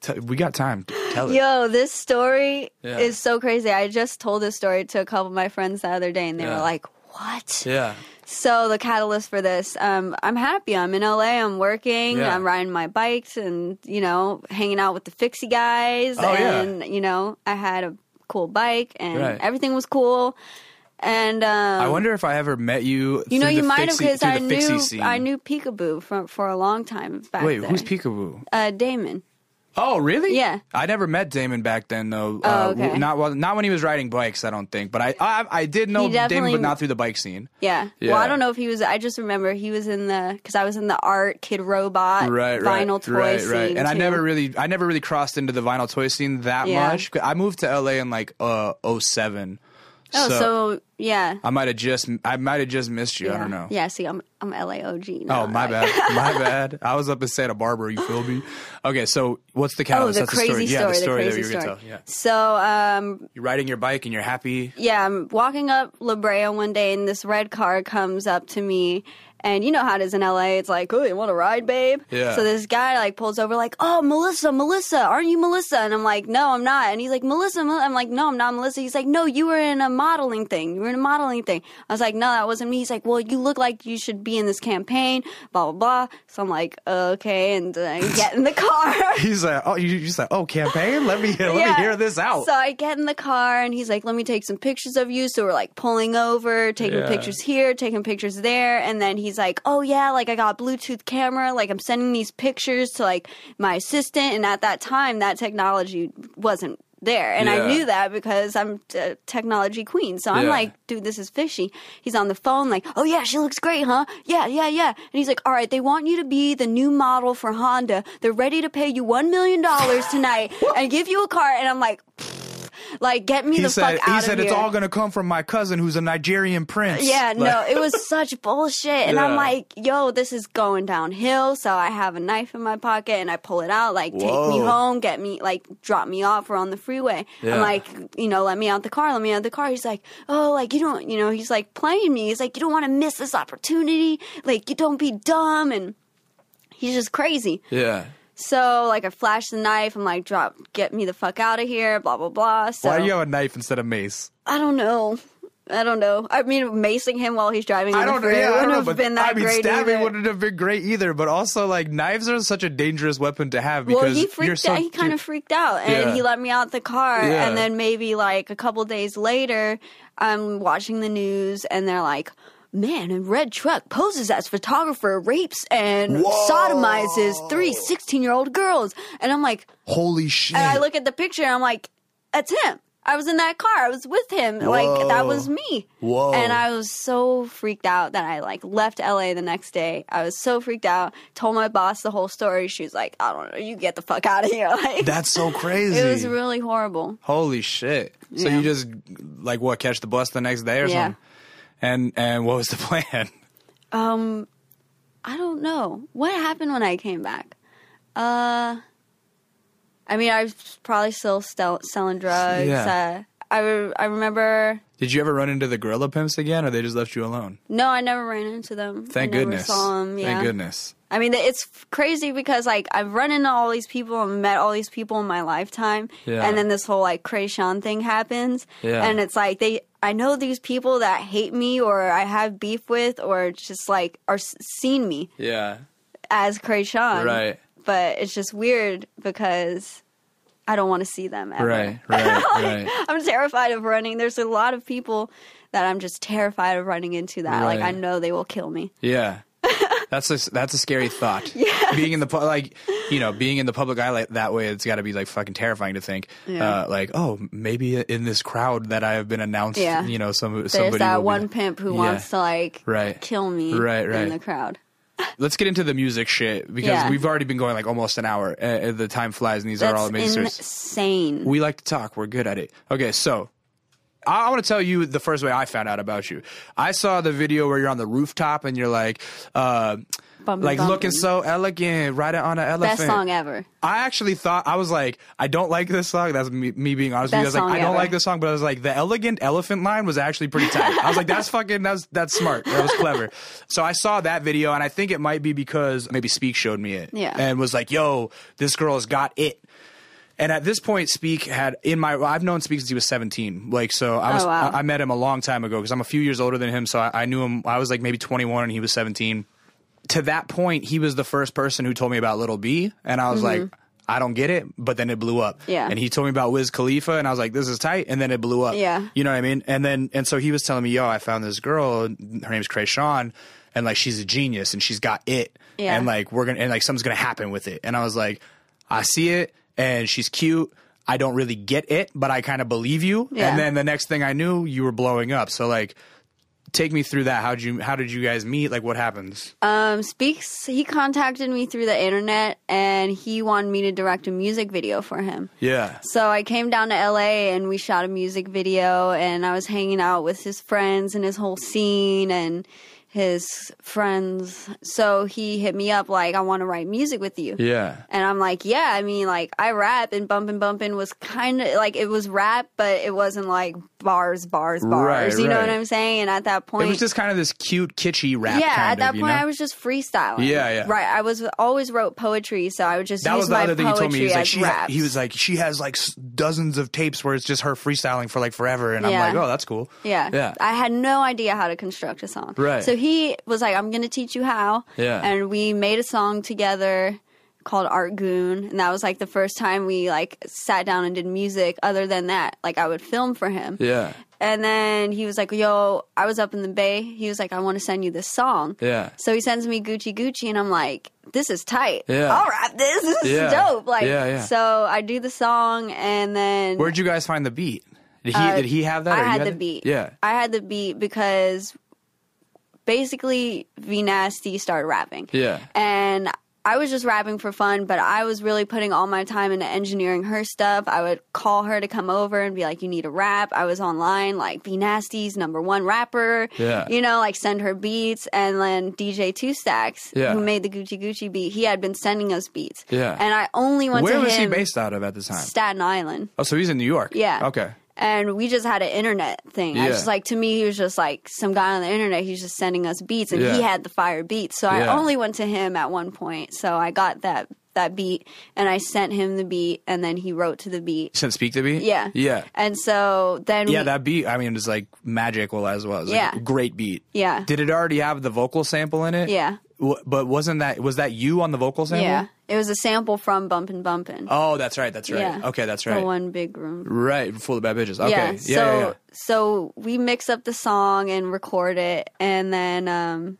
[SPEAKER 1] T- we got time. Tell it.
[SPEAKER 2] yo, this story
[SPEAKER 1] Yeah.
[SPEAKER 2] is so crazy. I just told this story to a couple of my friends the other day, and they
[SPEAKER 1] Yeah.
[SPEAKER 2] were like, "What?"
[SPEAKER 1] Yeah.
[SPEAKER 2] So the catalyst for this, um, I'm happy. I'm in LA. I'm working.
[SPEAKER 1] Yeah.
[SPEAKER 2] I'm riding my bikes, and you know, hanging out with the Fixie guys.
[SPEAKER 1] Oh, yeah.
[SPEAKER 2] and you know, I had a cool bike, and
[SPEAKER 1] Right.
[SPEAKER 2] everything was cool. And um,
[SPEAKER 1] I wonder if I ever met you.
[SPEAKER 2] you know,
[SPEAKER 1] through
[SPEAKER 2] you
[SPEAKER 1] the
[SPEAKER 2] might have
[SPEAKER 1] fixie,
[SPEAKER 2] because
[SPEAKER 1] through
[SPEAKER 2] I
[SPEAKER 1] the fixie
[SPEAKER 2] knew
[SPEAKER 1] scene.
[SPEAKER 2] I knew Peekaboo from for a long time back.
[SPEAKER 1] Wait,
[SPEAKER 2] there.
[SPEAKER 1] who's Peekaboo?
[SPEAKER 2] Uh, Damon.
[SPEAKER 1] Oh, really?
[SPEAKER 2] Yeah.
[SPEAKER 1] I never met Damon back then, though.
[SPEAKER 2] Oh,
[SPEAKER 1] uh,
[SPEAKER 2] okay.
[SPEAKER 1] w- Not well, not when he was riding bikes, I don't think. But I I, I did know
[SPEAKER 2] He
[SPEAKER 1] Damon,
[SPEAKER 2] definitely-
[SPEAKER 1] but not through the bike scene.
[SPEAKER 2] Yeah. Well, I
[SPEAKER 1] Yeah.
[SPEAKER 2] don't know if he was. I just remember he was in the because I was in the art Kid Robot
[SPEAKER 1] Right, right,
[SPEAKER 2] vinyl toy
[SPEAKER 1] right,
[SPEAKER 2] scene.
[SPEAKER 1] right. And I
[SPEAKER 2] too.
[SPEAKER 1] never really, I never really crossed into the vinyl toy scene that
[SPEAKER 2] Yeah.
[SPEAKER 1] much. I moved to LA in like uh 07.
[SPEAKER 2] Oh, so yeah.
[SPEAKER 1] I might have just, I might have just missed you. I don't know.
[SPEAKER 2] Yeah, see, I'm I'm LAOG. Now,
[SPEAKER 1] Oh my
[SPEAKER 2] like-
[SPEAKER 1] bad, my bad. I was up in Santa Barbara. You feel me? Okay, so what's the
[SPEAKER 2] Oh,
[SPEAKER 1] catalyst?
[SPEAKER 2] the
[SPEAKER 1] That's the
[SPEAKER 2] crazy
[SPEAKER 1] story. Yeah,
[SPEAKER 2] story.
[SPEAKER 1] the story
[SPEAKER 2] the
[SPEAKER 1] that
[SPEAKER 2] crazy
[SPEAKER 1] you were
[SPEAKER 2] story.
[SPEAKER 1] gonna tell. Yeah,
[SPEAKER 2] So, um,
[SPEAKER 1] you're riding your bike and you're happy.
[SPEAKER 2] yeah, I'm walking up La Brea one day, and this red car comes up to me. And you know how it is in LA. It's like, oh, you want to ride, babe?
[SPEAKER 1] Yeah.
[SPEAKER 2] So this guy like pulls over, like, oh, Melissa, Melissa, aren't you Melissa? And I'm like, no, I'm not. And he's like, Melissa, Mel-. I'm like, no, I'm not Melissa. He's like, no, you were in a modeling thing. You were in a modeling thing. I was like, no, that wasn't me. He's like, well, you look like you should be in this campaign, blah blah blah. So I'm like, okay, and uh, get in the car.
[SPEAKER 1] He's like, oh, you just like, oh, campaign. Let me, let
[SPEAKER 2] Yeah.
[SPEAKER 1] me hear this out.
[SPEAKER 2] So I get in the car and he's like, let me take some pictures of you. So we're like pulling over, taking
[SPEAKER 1] Yeah.
[SPEAKER 2] pictures here, taking pictures there. And then he's like, oh yeah, like I got a Bluetooth camera. Like I'm sending these pictures to like my assistant. And at that time, that technology wasn't there. And I
[SPEAKER 1] Yeah.
[SPEAKER 2] knew that because I'm a technology queen. So I'm
[SPEAKER 1] Yeah.
[SPEAKER 2] like, dude, this is fishy. He's on the phone, like, oh yeah, she looks great, huh? Yeah, yeah, yeah. And he's like, all right, they want you to be the new model for Honda. They're ready to pay you $1 million tonight and give you a car. And I'm like, Like, get me
[SPEAKER 1] He
[SPEAKER 2] the
[SPEAKER 1] said,
[SPEAKER 2] fuck out
[SPEAKER 1] he
[SPEAKER 2] of
[SPEAKER 1] said,
[SPEAKER 2] here.
[SPEAKER 1] it's all going to come from my cousin who's a Nigerian prince.
[SPEAKER 2] Yeah,
[SPEAKER 1] Like-
[SPEAKER 2] no, it was such bullshit. And I'm
[SPEAKER 1] Yeah.
[SPEAKER 2] like, yo, this is going downhill. So I have a knife in my pocket and I pull it out, like, take me
[SPEAKER 1] Whoa.
[SPEAKER 2] home, get me, like, drop me off. We're on the freeway.
[SPEAKER 1] Yeah.
[SPEAKER 2] I'm like, you know, let me out the car, let me out the car. He's like, oh, like, you don't, you know, he's like playing me. He's like, you don't want to miss this opportunity. Like, you don't be dumb. And he's just crazy.
[SPEAKER 1] Yeah.
[SPEAKER 2] So, like, I flash the knife. I'm like, drop, get me the fuck out of here, blah, blah, blah. So,
[SPEAKER 1] Why do you have a knife instead of mace?
[SPEAKER 2] I don't know. I don't know. I mean, macing him while he's driving. On
[SPEAKER 1] I don't
[SPEAKER 2] the
[SPEAKER 1] know.
[SPEAKER 2] freeway
[SPEAKER 1] Yeah, I
[SPEAKER 2] wouldn't
[SPEAKER 1] don't know.
[SPEAKER 2] have
[SPEAKER 1] But
[SPEAKER 2] been that
[SPEAKER 1] I mean,
[SPEAKER 2] great
[SPEAKER 1] stabbing
[SPEAKER 2] either.
[SPEAKER 1] wouldn't have been great either. But also, like knives are such a dangerous weapon to have because
[SPEAKER 2] well, he
[SPEAKER 1] you're
[SPEAKER 2] freaked
[SPEAKER 1] so
[SPEAKER 2] out. He kind of freaked out, and
[SPEAKER 1] Yeah.
[SPEAKER 2] he let me out the car.
[SPEAKER 1] Yeah.
[SPEAKER 2] And then maybe like a couple days later, I'm watching the news, and they're like, "Man in red truck poses as photographer, rapes and
[SPEAKER 1] Whoa.
[SPEAKER 2] sodomizes three 16 year old girls." And I'm like,
[SPEAKER 1] holy shit.
[SPEAKER 2] and I look at the picture, and I'm like, "That's him." I was in that car. I was with him. Like that
[SPEAKER 1] Whoa.
[SPEAKER 2] was me.
[SPEAKER 1] Whoa.
[SPEAKER 2] And I was so freaked out that I like left LA the next day. I was so freaked out. Told my boss the whole story. She was like, "I don't know. You get the fuck out of here." Like
[SPEAKER 1] That's so crazy.
[SPEAKER 2] it was really horrible.
[SPEAKER 1] holy shit. So
[SPEAKER 2] Yeah.
[SPEAKER 1] you just like what catch the bus the next day or
[SPEAKER 2] Yeah.
[SPEAKER 1] something? And and what was the plan?
[SPEAKER 2] Um, I don't know what happened when I came back. Uh, I mean, I was probably still stel- selling drugs.
[SPEAKER 1] Yeah.
[SPEAKER 2] Uh, I re- I remember
[SPEAKER 1] Did you ever run into the gorilla pimps again, or they just left you alone?
[SPEAKER 2] No, I never ran into them.
[SPEAKER 1] Thank
[SPEAKER 2] I never
[SPEAKER 1] goodness.
[SPEAKER 2] Saw them. Yeah.
[SPEAKER 1] Thank goodness.
[SPEAKER 2] I mean, it's f- crazy because like I've run into all these people and met all these people in my lifetime,
[SPEAKER 1] Yeah.
[SPEAKER 2] and then this whole like Krayshawn thing happens,
[SPEAKER 1] Yeah.
[SPEAKER 2] and it's like they. I know these people that hate me or I have beef with or just like are s- seen me
[SPEAKER 1] Yeah.
[SPEAKER 2] as Krayshawn.
[SPEAKER 1] Right.
[SPEAKER 2] But it's just weird because I don't want to see them ever.
[SPEAKER 1] Right. Right. right.
[SPEAKER 2] I'm terrified of running. There's a lot of people that I'm just terrified of running into that. Like
[SPEAKER 1] Right.
[SPEAKER 2] I know they will kill me.
[SPEAKER 1] Yeah. That's a that's a scary thought. Being in the pu- like, you know, being in the public eye like that way, it's got to be like fucking terrifying to think.
[SPEAKER 2] Yeah.
[SPEAKER 1] Uh, like, oh, maybe in this crowd that I have been announced,
[SPEAKER 2] Yeah.
[SPEAKER 1] you know, some
[SPEAKER 2] There's
[SPEAKER 1] somebody. will
[SPEAKER 2] that
[SPEAKER 1] be-
[SPEAKER 2] one pimp who
[SPEAKER 1] Yeah.
[SPEAKER 2] wants to like
[SPEAKER 1] Right.
[SPEAKER 2] kill me
[SPEAKER 1] Right,
[SPEAKER 2] in
[SPEAKER 1] right.
[SPEAKER 2] the crowd.
[SPEAKER 1] Let's get into the music shit because
[SPEAKER 2] Yeah.
[SPEAKER 1] we've already been going like almost an hour. Uh, uh, the time flies, and these are all
[SPEAKER 2] That's
[SPEAKER 1] amazing. stories.
[SPEAKER 2] insane.
[SPEAKER 1] We like to talk. We're good at it. Okay, so I, I want to tell you the first way I found out about you. I saw the video where you're on the rooftop and you're like, uh,
[SPEAKER 2] Bumpin'
[SPEAKER 1] like looking
[SPEAKER 2] bumpin'.
[SPEAKER 1] so elegant, riding on an elephant.
[SPEAKER 2] best song e- ever.
[SPEAKER 1] I actually thought I was like, I don't like this song. That's me, me being honest with you. I
[SPEAKER 2] Best
[SPEAKER 1] was like,
[SPEAKER 2] song
[SPEAKER 1] I don't
[SPEAKER 2] ever.
[SPEAKER 1] like this song, but I was like, the elegant elephant line was actually pretty tight. I was like, that's fucking, that's that's smart. That was clever. so I saw that video, and I think it might be because maybe Speak showed me it,
[SPEAKER 2] Yeah.
[SPEAKER 1] and was like, yo, this girl's got it. And at this point, Speak had in my I've known Speak since he was seventeen. Like so, I was
[SPEAKER 2] Oh, wow.
[SPEAKER 1] I, I met him a long time ago because I'm a few years older than him. So I, I knew him. I was like maybe 21, and he was seventeen to that point, he was the first person who told me about Little B, and I was like, I don't get it. But then it blew up.
[SPEAKER 2] Mm-hmm. Yeah.
[SPEAKER 1] And he told me about Wiz Khalifa, and I was like, this is tight. And then it blew up.
[SPEAKER 2] Yeah.
[SPEAKER 1] You know what I mean? And then and so he was telling me, yo, I found this girl. and Her name's Cray Sean, and like she's a genius, and she's got it.
[SPEAKER 2] Yeah.
[SPEAKER 1] And like we're gonna and like something's gonna happen with it. And I was like, I see it, and she's cute. I don't really get it, but I kind of believe you.
[SPEAKER 2] Yeah.
[SPEAKER 1] And then the next thing I knew, you were blowing up. So like. Take me through that. How'd you? How did you guys meet? Like, what happens?
[SPEAKER 2] Um, Speaks. He contacted me through the internet and he wanted me to direct a music video for him.
[SPEAKER 1] Yeah.
[SPEAKER 2] So I came down to LA and we shot a music video and I was hanging out with his friends and his whole scene and his friends. So he hit me up like I want to write music with you.
[SPEAKER 1] Yeah.
[SPEAKER 2] And I'm like, yeah, I mean, like, I rap and bumpin' bumpin' was kind of like it was rap, but it wasn't like bars, bars, bars.
[SPEAKER 1] Right,
[SPEAKER 2] you know
[SPEAKER 1] right.
[SPEAKER 2] what I'm saying? And at that point,
[SPEAKER 1] It was just kind of this cute, kitschy rap.
[SPEAKER 2] yeah,
[SPEAKER 1] kind
[SPEAKER 2] at
[SPEAKER 1] of,
[SPEAKER 2] that
[SPEAKER 1] you
[SPEAKER 2] point,
[SPEAKER 1] know?
[SPEAKER 2] I was just freestyling.
[SPEAKER 1] Yeah, yeah.
[SPEAKER 2] Right. I was always wrote poetry, so I would just
[SPEAKER 1] That
[SPEAKER 2] use
[SPEAKER 1] was the
[SPEAKER 2] my
[SPEAKER 1] other thing he
[SPEAKER 2] poetry
[SPEAKER 1] told me. He was, like,
[SPEAKER 2] as
[SPEAKER 1] she ha-
[SPEAKER 2] raps.
[SPEAKER 1] he was like, she has like s- dozens of tapes where it's just her freestyling for like forever, and I'm
[SPEAKER 2] Yeah.
[SPEAKER 1] like, oh, that's cool.
[SPEAKER 2] Yeah.
[SPEAKER 1] yeah.
[SPEAKER 2] I had no idea how to construct a song.
[SPEAKER 1] Right.
[SPEAKER 2] So he was like, I'm going to teach you how.
[SPEAKER 1] Yeah.
[SPEAKER 2] And we made a song together called Art Goon. And that was like the first time we like sat down and did music other than that. Like I would film for him.
[SPEAKER 1] yeah,
[SPEAKER 2] And then he was like, yo, I was up in the Bay. He was like, I want to send you this song.
[SPEAKER 1] yeah,
[SPEAKER 2] So he sends me Gucci Gucci, and I'm like, this is tight.
[SPEAKER 1] Yeah.
[SPEAKER 2] I'll rap this. This is
[SPEAKER 1] Yeah.
[SPEAKER 2] dope. Like,
[SPEAKER 1] Yeah, yeah.
[SPEAKER 2] so I do the song, and then
[SPEAKER 1] Where'd you guys find the beat? Did he
[SPEAKER 2] Uh,
[SPEAKER 1] did he have that?
[SPEAKER 2] I
[SPEAKER 1] or you
[SPEAKER 2] had
[SPEAKER 1] had
[SPEAKER 2] the
[SPEAKER 1] it?
[SPEAKER 2] beat.
[SPEAKER 1] Yeah.
[SPEAKER 2] I had the beat because basically V Nasty started rapping.
[SPEAKER 1] Yeah.
[SPEAKER 2] And I was just rapping for fun, but I was really putting all my time into engineering her stuff. I would call her to come over and be like, "You need a rap." I was online like "Be Nasty's number one rapper,"
[SPEAKER 1] Yeah.
[SPEAKER 2] you know, like send her beats, and then DJ Two Stacks,
[SPEAKER 1] Yeah.
[SPEAKER 2] who made the Gucci Gucci beat, he had been sending us beats,
[SPEAKER 1] Yeah.
[SPEAKER 2] and I only went
[SPEAKER 1] Where
[SPEAKER 2] to
[SPEAKER 1] was he
[SPEAKER 2] him
[SPEAKER 1] based out of at the time?
[SPEAKER 2] Staten Island.
[SPEAKER 1] Oh, so he's in New York.
[SPEAKER 2] Yeah.
[SPEAKER 1] Okay.
[SPEAKER 2] And we just had an internet thing. I
[SPEAKER 1] Yeah.
[SPEAKER 2] was just like, to me, he was just like some guy on the internet. He's just sending us beats, and
[SPEAKER 1] Yeah.
[SPEAKER 2] he had the fire beats. So
[SPEAKER 1] Yeah.
[SPEAKER 2] I only went to him at one point. So I got that that beat, and I sent him the beat, and then he wrote to the beat.
[SPEAKER 1] You said speak to me.
[SPEAKER 2] Yeah.
[SPEAKER 1] Yeah.
[SPEAKER 2] And so then
[SPEAKER 1] Yeah,
[SPEAKER 2] we,
[SPEAKER 1] that beat. I mean, it's like magical as well. It's like
[SPEAKER 2] Yeah.
[SPEAKER 1] a great beat.
[SPEAKER 2] Yeah.
[SPEAKER 1] Did it already have the vocal sample in it?
[SPEAKER 2] Yeah.
[SPEAKER 1] W- but wasn't that was that you on the vocal sample?
[SPEAKER 2] yeah, it was a sample from Bumpin' Bumpin'.
[SPEAKER 1] Oh, that's right. That's right.
[SPEAKER 2] Yeah.
[SPEAKER 1] Okay, that's
[SPEAKER 2] The
[SPEAKER 1] right.
[SPEAKER 2] one big room.
[SPEAKER 1] Right, full of bad bitches. Okay.
[SPEAKER 2] Yeah.
[SPEAKER 1] Yeah.
[SPEAKER 2] So
[SPEAKER 1] yeah, yeah.
[SPEAKER 2] so we mix up the song and record it and then um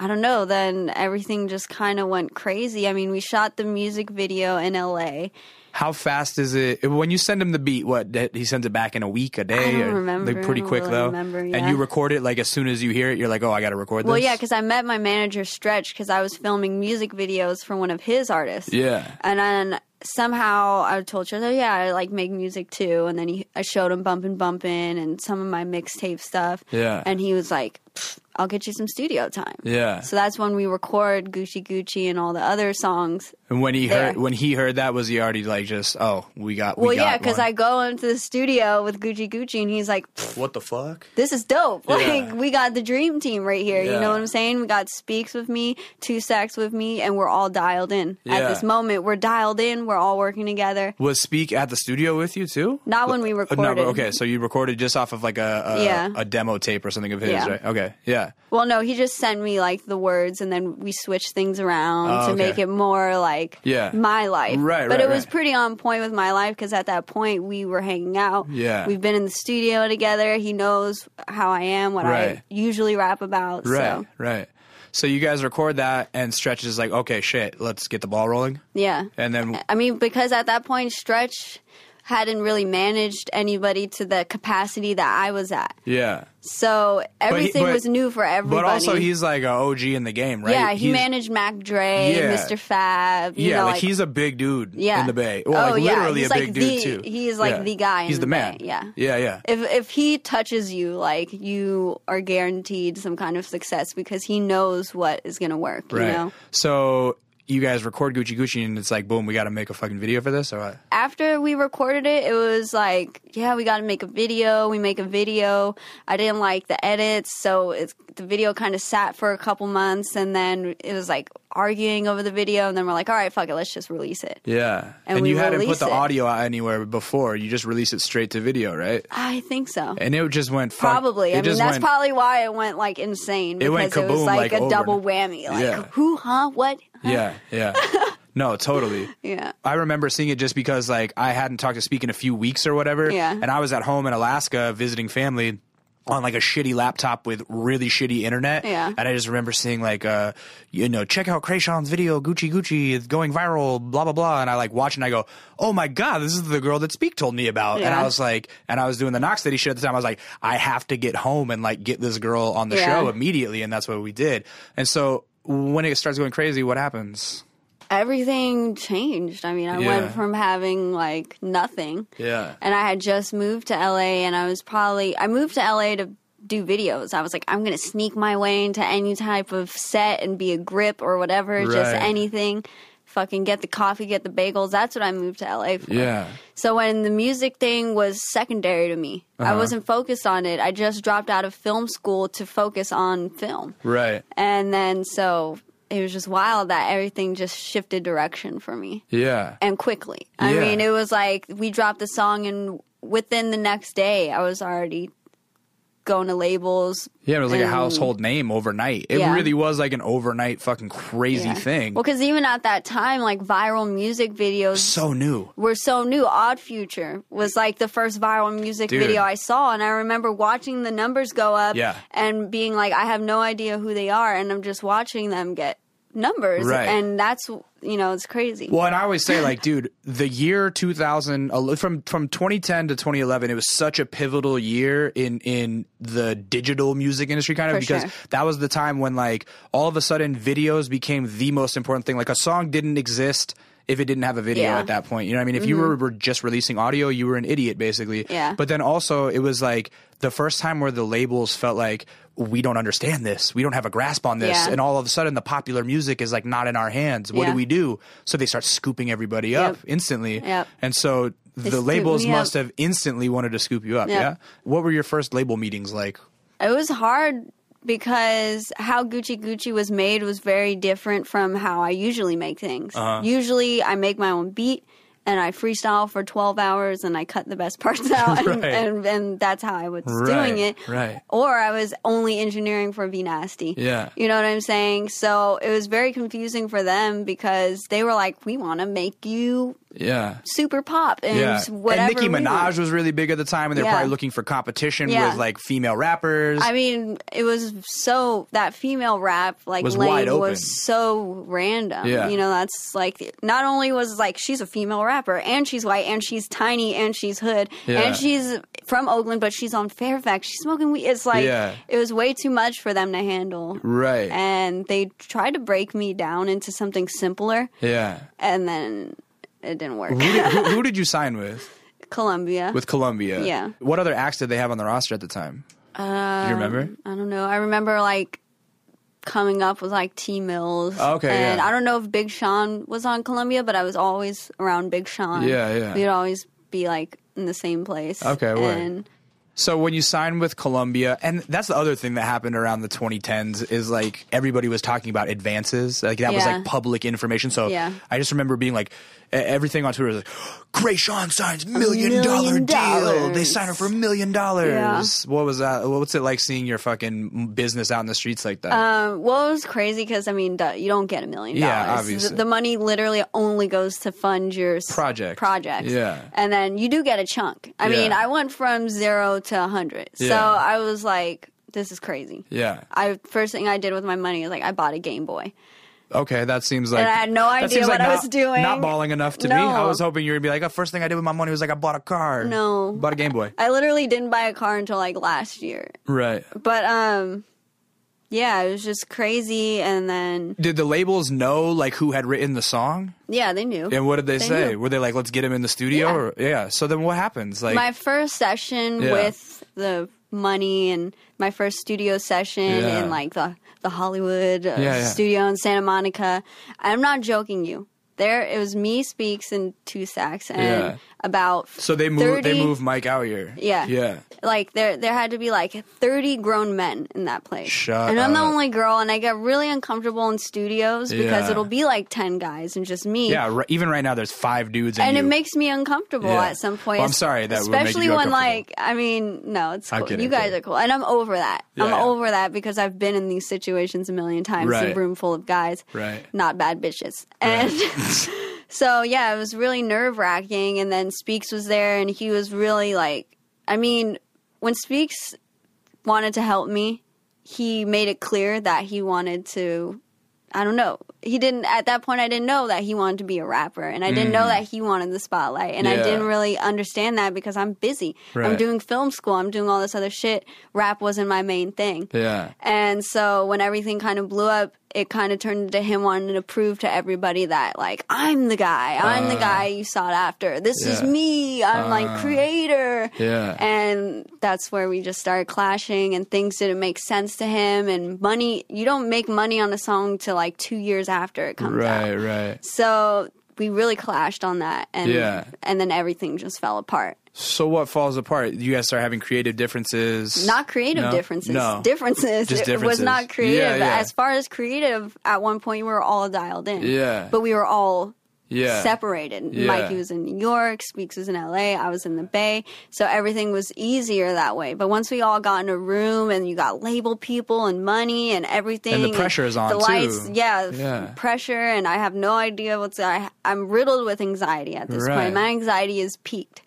[SPEAKER 2] I don't know, then everything just kind of went crazy. I mean, we shot the music video in LA.
[SPEAKER 1] How fast is it when you send him the beat? What that- he sends it back in a week, a day?
[SPEAKER 2] don't
[SPEAKER 1] or-
[SPEAKER 2] remember.
[SPEAKER 1] Like pretty
[SPEAKER 2] I don't
[SPEAKER 1] quick
[SPEAKER 2] really
[SPEAKER 1] though.
[SPEAKER 2] remember,
[SPEAKER 1] And
[SPEAKER 2] yeah.
[SPEAKER 1] you record it like as soon as you hear it, you're like, oh, I got to record
[SPEAKER 2] Well,
[SPEAKER 1] this.
[SPEAKER 2] yeah, cuz I met my manager Stretch cuz I was filming music videos for one of his artists.
[SPEAKER 1] yeah.
[SPEAKER 2] And then somehow I told Stretch, "Oh yeah, I like make music too." And then he I showed him Bumpin' Bumpin' and some of my mixtape stuff.
[SPEAKER 1] Yeah.
[SPEAKER 2] And he was like, "Pfft, "I'll get you some studio time."
[SPEAKER 1] yeah.
[SPEAKER 2] So that's when we record Gucci Gucci and all the other songs.
[SPEAKER 1] and when he heard
[SPEAKER 2] there.
[SPEAKER 1] when he heard that, was he already like just oh, we got we
[SPEAKER 2] Well, yeah,
[SPEAKER 1] got
[SPEAKER 2] because
[SPEAKER 1] one.
[SPEAKER 2] I go into the studio with Gucci Gucci and he's like, "Pfft,
[SPEAKER 1] what the fuck?
[SPEAKER 2] this is dope.
[SPEAKER 1] Yeah.
[SPEAKER 2] Like, we got the dream team right here. You
[SPEAKER 1] Yeah.
[SPEAKER 2] know what I'm saying? We got Speaks with me, Two Sacks with me, and we're all dialed in.
[SPEAKER 1] Yeah.
[SPEAKER 2] At this moment, we're dialed in. We're all working together.
[SPEAKER 1] Was Speak at the studio with you too?
[SPEAKER 2] Not when we
[SPEAKER 1] Uh,
[SPEAKER 2] recorded.
[SPEAKER 1] No, okay, so you recorded just off of like a a,
[SPEAKER 2] Yeah.
[SPEAKER 1] a demo tape or something of his,
[SPEAKER 2] Yeah.
[SPEAKER 1] right? Okay, yeah,
[SPEAKER 2] Well, no, he just sent me like the words, and then we switched things around
[SPEAKER 1] Oh,
[SPEAKER 2] to
[SPEAKER 1] okay.
[SPEAKER 2] make it more like
[SPEAKER 1] Yeah.
[SPEAKER 2] my life.
[SPEAKER 1] Right,
[SPEAKER 2] But
[SPEAKER 1] right,
[SPEAKER 2] it was
[SPEAKER 1] right.
[SPEAKER 2] pretty on point with my life because at that point we were hanging out.
[SPEAKER 1] Yeah.
[SPEAKER 2] we've been in the studio together. He knows how I am, what
[SPEAKER 1] Right.
[SPEAKER 2] I usually rap about.
[SPEAKER 1] right,
[SPEAKER 2] So
[SPEAKER 1] right. So you guys record that, and Stretch is like, okay, shit, let's get the ball rolling,
[SPEAKER 2] yeah,
[SPEAKER 1] and then
[SPEAKER 2] I mean because at that point Stretch hadn't really managed anybody to the capacity that I was at,
[SPEAKER 1] yeah.
[SPEAKER 2] so everything
[SPEAKER 1] but-
[SPEAKER 2] was new for everybody.
[SPEAKER 1] But also, he's like a OG in the game, right?
[SPEAKER 2] yeah, he
[SPEAKER 1] He's-
[SPEAKER 2] managed Mac Dre,
[SPEAKER 1] Yeah.
[SPEAKER 2] Mr. Fab. You
[SPEAKER 1] Yeah,
[SPEAKER 2] know,
[SPEAKER 1] like, he's a big dude
[SPEAKER 2] Yeah.
[SPEAKER 1] in the Bay. Well,
[SPEAKER 2] Oh,
[SPEAKER 1] like
[SPEAKER 2] yeah.
[SPEAKER 1] literally
[SPEAKER 2] He's
[SPEAKER 1] a
[SPEAKER 2] like
[SPEAKER 1] big
[SPEAKER 2] the-
[SPEAKER 1] dude too.
[SPEAKER 2] he is, like, the guy in
[SPEAKER 1] He's
[SPEAKER 2] the
[SPEAKER 1] the man.
[SPEAKER 2] Bay, yeah.
[SPEAKER 1] yeah, yeah.
[SPEAKER 2] if if he touches you, like you are guaranteed some kind of success because he knows what is going to work. You
[SPEAKER 1] right.
[SPEAKER 2] know,
[SPEAKER 1] So you guys record Gucci Gucci, and it's like, boom, we got to make a fucking video for this, or what?
[SPEAKER 2] after we recorded it, it was like, yeah, we got to make a video. We make a video. I didn't like the edits, so it's, the video kind of sat for a couple months, and then it was like arguing over the video, and then we're like, all right, fuck it, let's just release it.
[SPEAKER 1] Yeah.
[SPEAKER 2] And we
[SPEAKER 1] you hadn't put
[SPEAKER 2] release
[SPEAKER 1] the
[SPEAKER 2] it.
[SPEAKER 1] audio out anywhere before. You just release it straight to video, right?
[SPEAKER 2] I think so.
[SPEAKER 1] And it just went fuck-
[SPEAKER 2] Probably.
[SPEAKER 1] It
[SPEAKER 2] I mean,
[SPEAKER 1] just
[SPEAKER 2] that's
[SPEAKER 1] went,
[SPEAKER 2] probably why it went like insane
[SPEAKER 1] It
[SPEAKER 2] because
[SPEAKER 1] went
[SPEAKER 2] it, was
[SPEAKER 1] kaboom, like,
[SPEAKER 2] like, a
[SPEAKER 1] over.
[SPEAKER 2] double whammy. Like,
[SPEAKER 1] Yeah.
[SPEAKER 2] who, huh, what?
[SPEAKER 1] Yeah, yeah. no, totally.
[SPEAKER 2] Yeah.
[SPEAKER 1] I remember seeing it just because like I hadn't talked to Speak in a few weeks or whatever.
[SPEAKER 2] Yeah.
[SPEAKER 1] And I was at home in Alaska visiting family on like a shitty laptop with really shitty internet.
[SPEAKER 2] Yeah.
[SPEAKER 1] And I just remember seeing like uh you know, check out Krayshawn's video, Gucci Gucci, it's going viral, blah blah blah. And I like watch and I go, Oh my god, this is the girl that Speak told me about. And
[SPEAKER 2] Yeah.
[SPEAKER 1] I was like and I was doing the Knox City shit at the time. I was like, I have to get home and like get this girl on the
[SPEAKER 2] Yeah.
[SPEAKER 1] show immediately and that's what we did. And so when it starts going crazy, what happens?
[SPEAKER 2] Everything changed. I mean, I
[SPEAKER 1] Yeah.
[SPEAKER 2] went from having like nothing.
[SPEAKER 1] Yeah.
[SPEAKER 2] And I had just moved to LA and I was probably, I moved to LA to do videos. I was like, I'm going to sneak my way into any type of set and be a grip or whatever, just
[SPEAKER 1] Right.
[SPEAKER 2] anything. Fucking get the coffee, get the bagels. That's what I moved to LA for.
[SPEAKER 1] Yeah.
[SPEAKER 2] So when the music thing was secondary to me,
[SPEAKER 1] Uh-huh.
[SPEAKER 2] I wasn't focused on it. I just dropped out of film school to focus on film.
[SPEAKER 1] Right.
[SPEAKER 2] And then so it was just wild that everything just shifted direction for me
[SPEAKER 1] Yeah.
[SPEAKER 2] and quickly. I
[SPEAKER 1] Yeah.
[SPEAKER 2] mean, it was like we dropped the song and within the next day I was already going to labels.
[SPEAKER 1] Yeah, it was like a
[SPEAKER 2] and-
[SPEAKER 1] household name overnight. It
[SPEAKER 2] Yeah.
[SPEAKER 1] really was like an overnight fucking crazy
[SPEAKER 2] Yeah.
[SPEAKER 1] thing.
[SPEAKER 2] Well, cuz even at that time like viral music videos
[SPEAKER 1] so new.
[SPEAKER 2] were so new. Odd Future was like the first viral music
[SPEAKER 1] Dude.
[SPEAKER 2] video I saw, and I remember watching the numbers go up
[SPEAKER 1] Yeah.
[SPEAKER 2] and being like, I have no idea who they are, and I'm just watching them get numbers,
[SPEAKER 1] Right.
[SPEAKER 2] and that's you know it's crazy.
[SPEAKER 1] Well, and I always say, like, dude, the year 2000, al- from from 2010 to 2011, it was such a pivotal year in in the digital music industry, kind of,
[SPEAKER 2] For
[SPEAKER 1] because
[SPEAKER 2] sure.
[SPEAKER 1] that was the time when, like, all of a sudden, videos became the most important thing. Like, a song didn't exist if it didn't have a video
[SPEAKER 2] Yeah. Mm-hmm.
[SPEAKER 1] at that point. You know what I mean? If you were, were just releasing audio, you were an idiot, basically.
[SPEAKER 2] Yeah.
[SPEAKER 1] But then also, it was like the first time where the labels felt like, we don't understand this. We don't have a grasp on this.
[SPEAKER 2] Yeah.
[SPEAKER 1] And all of a sudden, the popular music is like not in our hands. What do
[SPEAKER 2] Yeah.
[SPEAKER 1] we do? So they start scooping everybody
[SPEAKER 2] Yep.
[SPEAKER 1] up instantly.
[SPEAKER 2] Yep.
[SPEAKER 1] And so the
[SPEAKER 2] scoop
[SPEAKER 1] labels
[SPEAKER 2] me up.
[SPEAKER 1] must have instantly wanted to scoop you up.
[SPEAKER 2] Yep.
[SPEAKER 1] Yeah. What were your first label meetings like?
[SPEAKER 2] It was hard because how Gucci Gucci was made was very different from how I usually make things.
[SPEAKER 1] Uh-huh.
[SPEAKER 2] Usually, I make my own beat and I freestyle for 12 hours and I cut the best parts out, and,
[SPEAKER 1] Right.
[SPEAKER 2] and, and that's how I was
[SPEAKER 1] Right,
[SPEAKER 2] doing it.
[SPEAKER 1] right.
[SPEAKER 2] Or I was only engineering for V Nasty.
[SPEAKER 1] Yeah.
[SPEAKER 2] You know what I'm saying? So it was very confusing for them because they were like, we want to make you
[SPEAKER 1] Yeah.
[SPEAKER 2] super pop and
[SPEAKER 1] Yeah.
[SPEAKER 2] whatever.
[SPEAKER 1] and Nicki
[SPEAKER 2] we want."
[SPEAKER 1] Minaj was really big at the time, and they're
[SPEAKER 2] Yeah.
[SPEAKER 1] probably looking for competition
[SPEAKER 2] Yeah.
[SPEAKER 1] with like female rappers.
[SPEAKER 2] I mean, it was so that female rap like
[SPEAKER 1] Was
[SPEAKER 2] lane
[SPEAKER 1] wide open.
[SPEAKER 2] was so random.
[SPEAKER 1] Yeah.
[SPEAKER 2] You know, that's like not only was like she's a female rapper and she's white and she's tiny and she's hood
[SPEAKER 1] Yeah.
[SPEAKER 2] and she's from Oakland but she's on Fairfax. She's smoking weed. It's like
[SPEAKER 1] Yeah.
[SPEAKER 2] it was way too much for them to handle.
[SPEAKER 1] right.
[SPEAKER 2] And they tried to break me down into something simpler
[SPEAKER 1] yeah.
[SPEAKER 2] and then it didn't work.
[SPEAKER 1] Who did, who, who did you sign with?
[SPEAKER 2] Columbia.
[SPEAKER 1] With Columbia.
[SPEAKER 2] Yeah. Um,
[SPEAKER 1] What other acts did they have on the roster at the time? Uh, Do you remember?
[SPEAKER 2] I don't know. I remember like coming up with like T Mills.
[SPEAKER 1] Oh, Okay,
[SPEAKER 2] And
[SPEAKER 1] yeah.
[SPEAKER 2] I don't know if Big Sean was on Columbia, but I was always around Big Sean.
[SPEAKER 1] Yeah, yeah.
[SPEAKER 2] We'd always be like in the same place.
[SPEAKER 1] Okay, word.
[SPEAKER 2] And
[SPEAKER 1] So when you signed with Columbia, and that's the other thing that happened around the 2010s is like everybody was talking about advances, like that was
[SPEAKER 2] Yeah.
[SPEAKER 1] like public information. So
[SPEAKER 2] Yeah.
[SPEAKER 1] I just remember being like, e- everything on Twitter was like, Gray Sean signs million
[SPEAKER 2] million
[SPEAKER 1] dollar deal. They
[SPEAKER 2] dollars.
[SPEAKER 1] sign her for a million dollars. What was that? What's it like seeing your fucking business out in the streets like that?
[SPEAKER 2] um, well, it was crazy because I mean, duh, you don't get a million
[SPEAKER 1] Yeah,
[SPEAKER 2] dollars.
[SPEAKER 1] obviously.
[SPEAKER 2] The, the money literally only goes to fund your s-
[SPEAKER 1] Project.
[SPEAKER 2] projects.
[SPEAKER 1] Yeah.
[SPEAKER 2] and then you do get a chunk. I
[SPEAKER 1] Yeah.
[SPEAKER 2] mean, I went from zero to a hundred, so
[SPEAKER 1] Yeah.
[SPEAKER 2] I was like, "This is crazy."
[SPEAKER 1] yeah.
[SPEAKER 2] I first thing I did with my money is like I bought a Game Boy.
[SPEAKER 1] Okay, that seems like
[SPEAKER 2] And I had no
[SPEAKER 1] that
[SPEAKER 2] idea
[SPEAKER 1] seems
[SPEAKER 2] what I
[SPEAKER 1] not-
[SPEAKER 2] was doing.
[SPEAKER 1] Not balling enough to me.
[SPEAKER 2] No.
[SPEAKER 1] I was hoping you were gonna be like, oh, first thing I did with my money was like I bought a car.
[SPEAKER 2] No.
[SPEAKER 1] bought a Game Boy.
[SPEAKER 2] I literally didn't buy a car until like last year.
[SPEAKER 1] Right.
[SPEAKER 2] But um yeah, it was just crazy and then
[SPEAKER 1] Did the labels know like who had written the song?
[SPEAKER 2] yeah, they knew.
[SPEAKER 1] And what did they,
[SPEAKER 2] They
[SPEAKER 1] say?
[SPEAKER 2] knew.
[SPEAKER 1] Were they like, "Let's get him in the studio"?
[SPEAKER 2] Yeah.
[SPEAKER 1] Or, yeah. So then what happens? Like,
[SPEAKER 2] my first session
[SPEAKER 1] Yeah.
[SPEAKER 2] with the money and my first studio session
[SPEAKER 1] Yeah.
[SPEAKER 2] in like the the Hollywood uh,
[SPEAKER 1] Yeah, yeah.
[SPEAKER 2] studio in Santa Monica. I'm not joking you. There it was me speaks and two sacks and
[SPEAKER 1] Yeah.
[SPEAKER 2] about
[SPEAKER 1] so they move. They
[SPEAKER 2] 30
[SPEAKER 1] move Mike out here.
[SPEAKER 2] Yeah.
[SPEAKER 1] Yeah.
[SPEAKER 2] like there there had to be like 30 grown men in that place
[SPEAKER 1] Shut
[SPEAKER 2] and i'm the
[SPEAKER 1] up.
[SPEAKER 2] only girl and i get really uncomfortable in studios because
[SPEAKER 1] Yeah.
[SPEAKER 2] it'll be like 10 guys and just me
[SPEAKER 1] Yeah. Right, even right now, there's five dudes.
[SPEAKER 2] and
[SPEAKER 1] you.
[SPEAKER 2] it makes me uncomfortable
[SPEAKER 1] Yeah.
[SPEAKER 2] at some point
[SPEAKER 1] Well, I'm sorry that we're making
[SPEAKER 2] especially
[SPEAKER 1] you
[SPEAKER 2] when
[SPEAKER 1] uncomfortable.
[SPEAKER 2] like i mean no it's
[SPEAKER 1] I'm
[SPEAKER 2] cool
[SPEAKER 1] kidding,
[SPEAKER 2] you
[SPEAKER 1] I'm
[SPEAKER 2] guys
[SPEAKER 1] kidding.
[SPEAKER 2] are cool and i'm over that
[SPEAKER 1] Yeah,
[SPEAKER 2] i'm
[SPEAKER 1] yeah.
[SPEAKER 2] over that because i've been in these situations a million times
[SPEAKER 1] Right.
[SPEAKER 2] a room full of guys
[SPEAKER 1] Right.
[SPEAKER 2] not bad bitches and so yeah it was really nerve wracking and then speaks was there and he was really like i mean when speaks wanted to help me he made it clear that he wanted to I don't know. He didn't at that point I didn't know that he wanted to be a rapper and I didn't know that he wanted the spotlight and I
[SPEAKER 1] Mm. Yeah.
[SPEAKER 2] didn't really understand that because I'm busy. I'm
[SPEAKER 1] Right.
[SPEAKER 2] doing film school, I'm doing all this other shit. Rap wasn't my main thing.
[SPEAKER 1] Yeah.
[SPEAKER 2] And so when everything kind of blew up, it kind of turned into him wanting to prove to everybody that like I'm the guy. I'm the guy you sought after. This is
[SPEAKER 1] Uh. yeah. Uh.
[SPEAKER 2] me. I'm like creator.
[SPEAKER 1] Yeah.
[SPEAKER 2] And that's where we just started clashing and things didn't make sense to him and money you don't make money on a song till like 2 years after it comes out.
[SPEAKER 1] Right. Right.
[SPEAKER 2] So we really clashed on that and
[SPEAKER 1] Yeah.
[SPEAKER 2] and then everything just fell apart.
[SPEAKER 1] So what falls apart? You guys start having creative differences.
[SPEAKER 2] Not creative
[SPEAKER 1] No?
[SPEAKER 2] differences.
[SPEAKER 1] No.
[SPEAKER 2] Differences.
[SPEAKER 1] Just
[SPEAKER 2] It was
[SPEAKER 1] differences.
[SPEAKER 2] not creative.
[SPEAKER 1] Yeah, yeah.
[SPEAKER 2] As far as creative, at one point we were all dialed in.
[SPEAKER 1] Yeah.
[SPEAKER 2] But we were all
[SPEAKER 1] yeah.
[SPEAKER 2] separated.
[SPEAKER 1] Yeah.
[SPEAKER 2] Mikey was in New York, Speaks was in LA, I was in the Bay. So everything was easier that way. But once we all got in a room and you got label people and money and everything.
[SPEAKER 1] And the pressure is on,
[SPEAKER 2] The
[SPEAKER 1] too.
[SPEAKER 2] lights, yeah, f-
[SPEAKER 1] Yeah.
[SPEAKER 2] pressure. And I have no idea what's, I, I'm riddled with anxiety at this
[SPEAKER 1] Right.
[SPEAKER 2] point. My anxiety is peaked.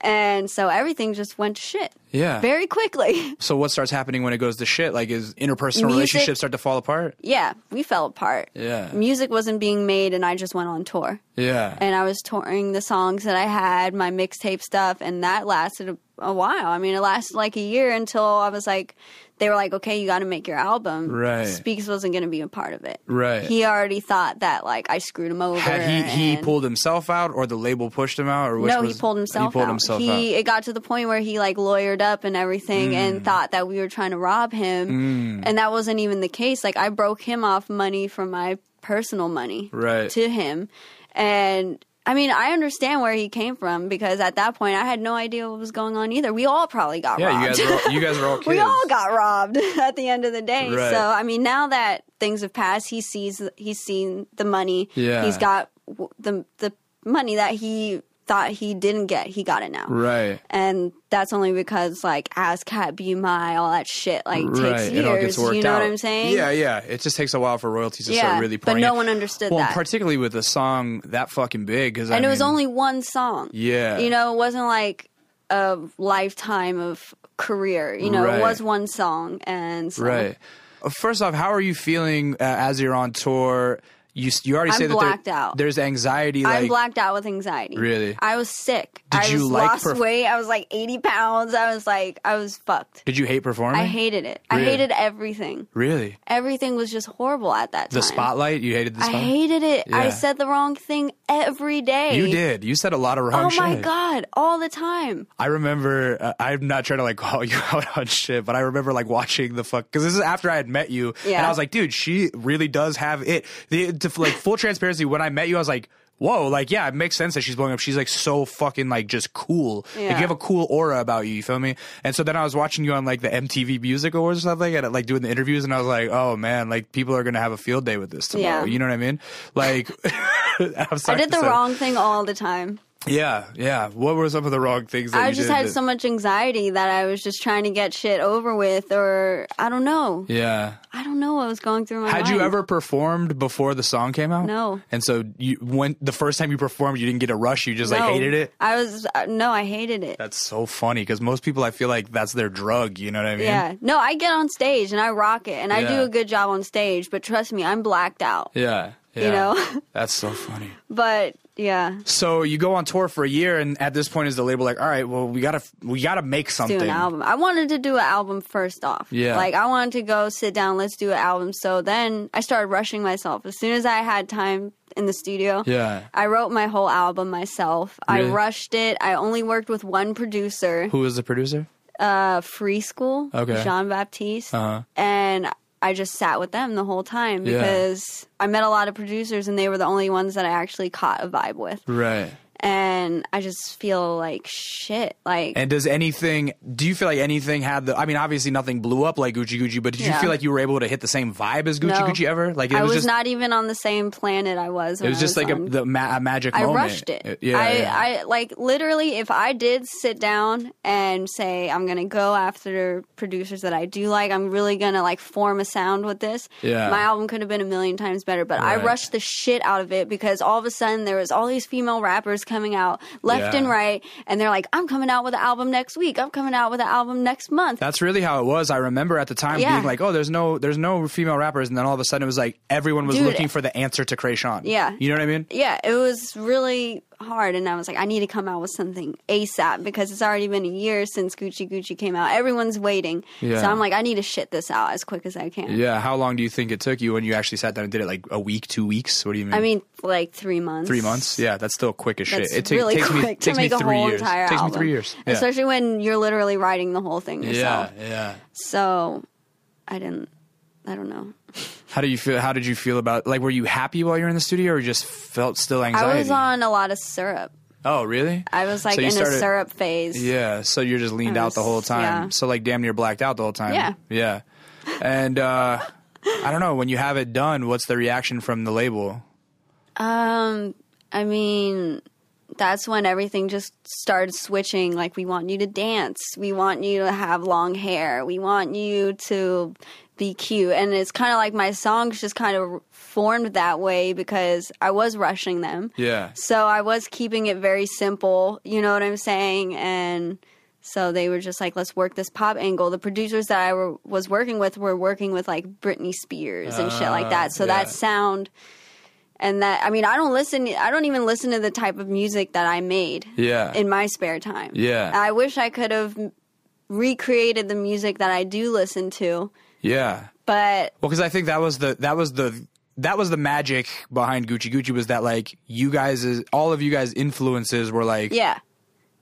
[SPEAKER 2] And so everything just went to shit.
[SPEAKER 1] Yeah.
[SPEAKER 2] very quickly.
[SPEAKER 1] so what starts happening when it goes to shit? Like, is interpersonal
[SPEAKER 2] Music-
[SPEAKER 1] relationships start to fall apart?
[SPEAKER 2] yeah, we fell apart.
[SPEAKER 1] Yeah.
[SPEAKER 2] Music wasn't being made, and I just went on tour.
[SPEAKER 1] Yeah.
[SPEAKER 2] and I was touring the songs that I had, my mixtape stuff, and that lasted a, a while. I mean, it lasted like a year until I was like, they were like, okay, you got to make your album.
[SPEAKER 1] Right.
[SPEAKER 2] Speaks wasn't going to be a part of it.
[SPEAKER 1] Right.
[SPEAKER 2] He already thought that like I screwed him over.
[SPEAKER 1] Had he he
[SPEAKER 2] and-
[SPEAKER 1] pulled himself out, or the label pushed him out, or which
[SPEAKER 2] no,
[SPEAKER 1] was,
[SPEAKER 2] he pulled
[SPEAKER 1] He
[SPEAKER 2] himself
[SPEAKER 1] pulled
[SPEAKER 2] out.
[SPEAKER 1] himself
[SPEAKER 2] he
[SPEAKER 1] out. Mm.
[SPEAKER 2] it got to the point where he like lawyered up and everything and thought that we were trying to rob him, and that wasn't even the case. Like I broke him off money from my personal money
[SPEAKER 1] Right.
[SPEAKER 2] to him, and I mean I understand where he came from because at that point I had no idea what was going on either. We all probably got
[SPEAKER 1] Yeah,
[SPEAKER 2] robbed.
[SPEAKER 1] you guys were all, you guys were all kids.
[SPEAKER 2] we all got robbed at the end of the day.
[SPEAKER 1] Right.
[SPEAKER 2] So I mean, now that things have passed, he sees he's seen the money.
[SPEAKER 1] Yeah.
[SPEAKER 2] he's got w- the the money that he thought he didn't get. He got it now.
[SPEAKER 1] right.
[SPEAKER 2] And that's only because like ASCAP, BMI, all that shit like
[SPEAKER 1] right.
[SPEAKER 2] takes
[SPEAKER 1] it all gets
[SPEAKER 2] years.
[SPEAKER 1] worked
[SPEAKER 2] You know
[SPEAKER 1] out.
[SPEAKER 2] what I'm saying?
[SPEAKER 1] Yeah, yeah. It just takes a while for royalties to
[SPEAKER 2] Yeah,
[SPEAKER 1] start really
[SPEAKER 2] but
[SPEAKER 1] pouring.
[SPEAKER 2] no
[SPEAKER 1] in.
[SPEAKER 2] one understood
[SPEAKER 1] well,
[SPEAKER 2] that.
[SPEAKER 1] particularly with a song that fucking big, because
[SPEAKER 2] And it was only one song.
[SPEAKER 1] Yeah.
[SPEAKER 2] you know, it wasn't like a lifetime of career. You know,
[SPEAKER 1] Right.
[SPEAKER 2] it was one song, and so
[SPEAKER 1] Right. Uh, First off, how are you feeling uh, as you're on tour? You s- you already
[SPEAKER 2] I'm
[SPEAKER 1] said that there-
[SPEAKER 2] blacked out.
[SPEAKER 1] there's anxiety.
[SPEAKER 2] I'm
[SPEAKER 1] like
[SPEAKER 2] blacked out with anxiety.
[SPEAKER 1] Really?
[SPEAKER 2] I was sick.
[SPEAKER 1] Did
[SPEAKER 2] I
[SPEAKER 1] you
[SPEAKER 2] was
[SPEAKER 1] like
[SPEAKER 2] lost
[SPEAKER 1] perf-
[SPEAKER 2] weight. I was like 80 pounds. I was like, I was fucked.
[SPEAKER 1] Did you hate performing?
[SPEAKER 2] I hated it.
[SPEAKER 1] Really?
[SPEAKER 2] I hated everything.
[SPEAKER 1] Really?
[SPEAKER 2] Everything was just horrible at that time.
[SPEAKER 1] The spotlight? You hated the
[SPEAKER 2] I
[SPEAKER 1] spotlight?
[SPEAKER 2] hated it.
[SPEAKER 1] Yeah.
[SPEAKER 2] I said the wrong thing every day.
[SPEAKER 1] you did. You said a lot of wrong
[SPEAKER 2] Oh
[SPEAKER 1] shit.
[SPEAKER 2] my god, all the time.
[SPEAKER 1] I remember. Uh, I'm not trying to like call you out on shit, but I remember like watching the fuck because this is after I had met you, and
[SPEAKER 2] Yeah.
[SPEAKER 1] I was like, dude, she really does have it. The, to, like full transparency, when I met you, I was like. Whoa, like yeah, it makes sense that she's blowing up. She's like so fucking like just cool. Like
[SPEAKER 2] Yeah.
[SPEAKER 1] you have a cool aura about you, you feel me? And so then I was watching you on like the MTV Music Awards or something and like doing the interviews and I was like, "Oh man, like people are going to have a field day with this tomorrow."
[SPEAKER 2] Yeah.
[SPEAKER 1] You know what I mean? Like I'm
[SPEAKER 2] I
[SPEAKER 1] sorry
[SPEAKER 2] did
[SPEAKER 1] to
[SPEAKER 2] the
[SPEAKER 1] say.
[SPEAKER 2] wrong thing all the time.
[SPEAKER 1] Yeah, yeah. What were some of the wrong things that
[SPEAKER 2] I
[SPEAKER 1] you
[SPEAKER 2] just
[SPEAKER 1] did
[SPEAKER 2] had
[SPEAKER 1] that-
[SPEAKER 2] so much anxiety that I was just trying to get shit over with or I don't know.
[SPEAKER 1] Yeah.
[SPEAKER 2] I don't know what was going through my
[SPEAKER 1] Had
[SPEAKER 2] mind.
[SPEAKER 1] you ever performed before the song came out?
[SPEAKER 2] No.
[SPEAKER 1] And so you when the first time you performed, you didn't get a rush. You just
[SPEAKER 2] no.
[SPEAKER 1] like hated it.
[SPEAKER 2] I was uh, no, I hated it.
[SPEAKER 1] That's so funny because most people, I feel like that's their drug. You know what I mean?
[SPEAKER 2] Yeah. No, I get on stage and I rock it and I
[SPEAKER 1] Yeah.
[SPEAKER 2] do a good job on stage, but trust me, I'm blacked out.
[SPEAKER 1] Yeah. yeah.
[SPEAKER 2] know?
[SPEAKER 1] that's so funny.
[SPEAKER 2] But yeah,
[SPEAKER 1] So you go on tour for a year, and at this point, is the label like, "All right, well, we gotta, we gotta make
[SPEAKER 2] do
[SPEAKER 1] something."
[SPEAKER 2] an album. I wanted to do an album first off.
[SPEAKER 1] Yeah.
[SPEAKER 2] Like I wanted to go sit down, let's do an album. So then I started rushing myself. As soon as I had time in the studio,
[SPEAKER 1] Yeah.
[SPEAKER 2] I wrote my whole album myself.
[SPEAKER 1] Really?
[SPEAKER 2] I rushed it. I only worked with one producer,
[SPEAKER 1] Who was the producer?
[SPEAKER 2] uh, Free School,
[SPEAKER 1] Okay.
[SPEAKER 2] Jean Baptiste.
[SPEAKER 1] Uh-huh.
[SPEAKER 2] and I just sat with them the whole time
[SPEAKER 1] Yeah.
[SPEAKER 2] because I met a lot of producers and they were the only ones that I actually caught a vibe with.
[SPEAKER 1] Right.
[SPEAKER 2] And I just feel like shit. Like
[SPEAKER 1] And does anything? Do you feel like anything had the? I mean, obviously nothing blew up like Gucci Gucci, but did you
[SPEAKER 2] Yeah.
[SPEAKER 1] feel like you were able to hit the same vibe as Gucci
[SPEAKER 2] No.
[SPEAKER 1] Gucci ever? Like it
[SPEAKER 2] I
[SPEAKER 1] was,
[SPEAKER 2] was
[SPEAKER 1] just
[SPEAKER 2] not even on the same planet I was.
[SPEAKER 1] It
[SPEAKER 2] When
[SPEAKER 1] was
[SPEAKER 2] I
[SPEAKER 1] just like a,
[SPEAKER 2] on.
[SPEAKER 1] the ma- a magic
[SPEAKER 2] I
[SPEAKER 1] moment.
[SPEAKER 2] rushed it.
[SPEAKER 1] Yeah.
[SPEAKER 2] I,
[SPEAKER 1] yeah.
[SPEAKER 2] I like literally if I did sit down and say I'm gonna go after producers that I do like, I'm really gonna like form a sound with this.
[SPEAKER 1] Yeah.
[SPEAKER 2] My album could have been a million times better, but
[SPEAKER 1] Right.
[SPEAKER 2] I rushed the shit out of it because all of a sudden there was all these female rappers coming out left
[SPEAKER 1] Yeah.
[SPEAKER 2] and right, and they're like, I'm coming out with an album next week. I'm coming out with an album next month.
[SPEAKER 1] That's really how it was. I remember at the time
[SPEAKER 2] Yeah.
[SPEAKER 1] being like, "Oh, there's no, there's no female rappers," and then all of a sudden it was like everyone was
[SPEAKER 2] Dude.
[SPEAKER 1] looking for the answer to Krayshawn.
[SPEAKER 2] Yeah.
[SPEAKER 1] you know what I mean?
[SPEAKER 2] yeah, it was really hard, and I was like, I need to come out with something ASAP because it's already been a year since Gucci Gucci came out. Everyone's waiting,
[SPEAKER 1] Yeah.
[SPEAKER 2] so I'm like, I need to shit this out as quick as I can.
[SPEAKER 1] Yeah. How long do you think it took you when you actually sat down and did it? Like a week, two weeks? What do you mean?
[SPEAKER 2] I mean, like three months.
[SPEAKER 1] three months? Yeah, that's still quick as shit.
[SPEAKER 2] That's
[SPEAKER 1] it ta-
[SPEAKER 2] really
[SPEAKER 1] takes
[SPEAKER 2] quick
[SPEAKER 1] me
[SPEAKER 2] to
[SPEAKER 1] takes
[SPEAKER 2] make
[SPEAKER 1] me
[SPEAKER 2] a
[SPEAKER 1] three
[SPEAKER 2] whole
[SPEAKER 1] years.
[SPEAKER 2] entire
[SPEAKER 1] takes me
[SPEAKER 2] album.
[SPEAKER 1] three years. Yeah.
[SPEAKER 2] especially when you're literally writing the whole thing yourself.
[SPEAKER 1] yeah, yeah.
[SPEAKER 2] So I didn't. I don't know.
[SPEAKER 1] How do you feel? How did you feel about? Like, were you happy while you were in the studio, or you just felt still anxiety?
[SPEAKER 2] I was on a lot of syrup.
[SPEAKER 1] Oh, really?
[SPEAKER 2] I was like
[SPEAKER 1] So you
[SPEAKER 2] in
[SPEAKER 1] started-
[SPEAKER 2] a syrup phase.
[SPEAKER 1] Yeah, so you're just leaned
[SPEAKER 2] I
[SPEAKER 1] out the
[SPEAKER 2] was-
[SPEAKER 1] whole time.
[SPEAKER 2] yeah.
[SPEAKER 1] So like damn near blacked out the whole time.
[SPEAKER 2] Yeah.
[SPEAKER 1] Yeah. And uh I don't know, when you have it done, what's the reaction from the label?
[SPEAKER 2] Um, I mean, that's when everything just started switching. Like, we want you to dance. We want you to have long hair. We want you to be cute. And it's kind of like my songs just kind of formed that way because I was rushing them.
[SPEAKER 1] Yeah.
[SPEAKER 2] So I was keeping it very simple. You know what I'm saying? And So they were just like, let's work this pop angle. The producers that I were, was working with were working with like Britney Spears and shit like that. So
[SPEAKER 1] Ah, yeah.
[SPEAKER 2] that sound and that, I mean, I don't listen, I don't even listen to the type of music that I made
[SPEAKER 1] Yeah.
[SPEAKER 2] in my spare time.
[SPEAKER 1] Yeah.
[SPEAKER 2] I wish I could have recreated the music that I do listen to,
[SPEAKER 1] yeah.
[SPEAKER 2] but
[SPEAKER 1] Well, because I think that was the that was the that was the magic behind Gucci Gucci was that like you guys is all of you guys influences were like
[SPEAKER 2] yeah,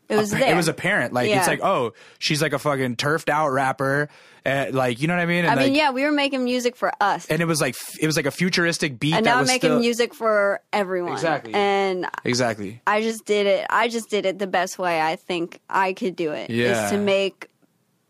[SPEAKER 2] it was there.
[SPEAKER 1] it was apparent like
[SPEAKER 2] Yeah.
[SPEAKER 1] it's like oh she's like a fucking turfed out rapper and like you know what I mean and
[SPEAKER 2] I mean,
[SPEAKER 1] like,
[SPEAKER 2] yeah, we were making music for us.
[SPEAKER 1] and it was like f- it was like a futuristic beat
[SPEAKER 2] and
[SPEAKER 1] that
[SPEAKER 2] now I'm
[SPEAKER 1] was
[SPEAKER 2] making
[SPEAKER 1] still-
[SPEAKER 2] music for everyone.
[SPEAKER 1] Exactly.
[SPEAKER 2] And
[SPEAKER 1] exactly
[SPEAKER 2] I just did it. I just did it the best way I think I could do it. Is
[SPEAKER 1] Yeah.
[SPEAKER 2] to make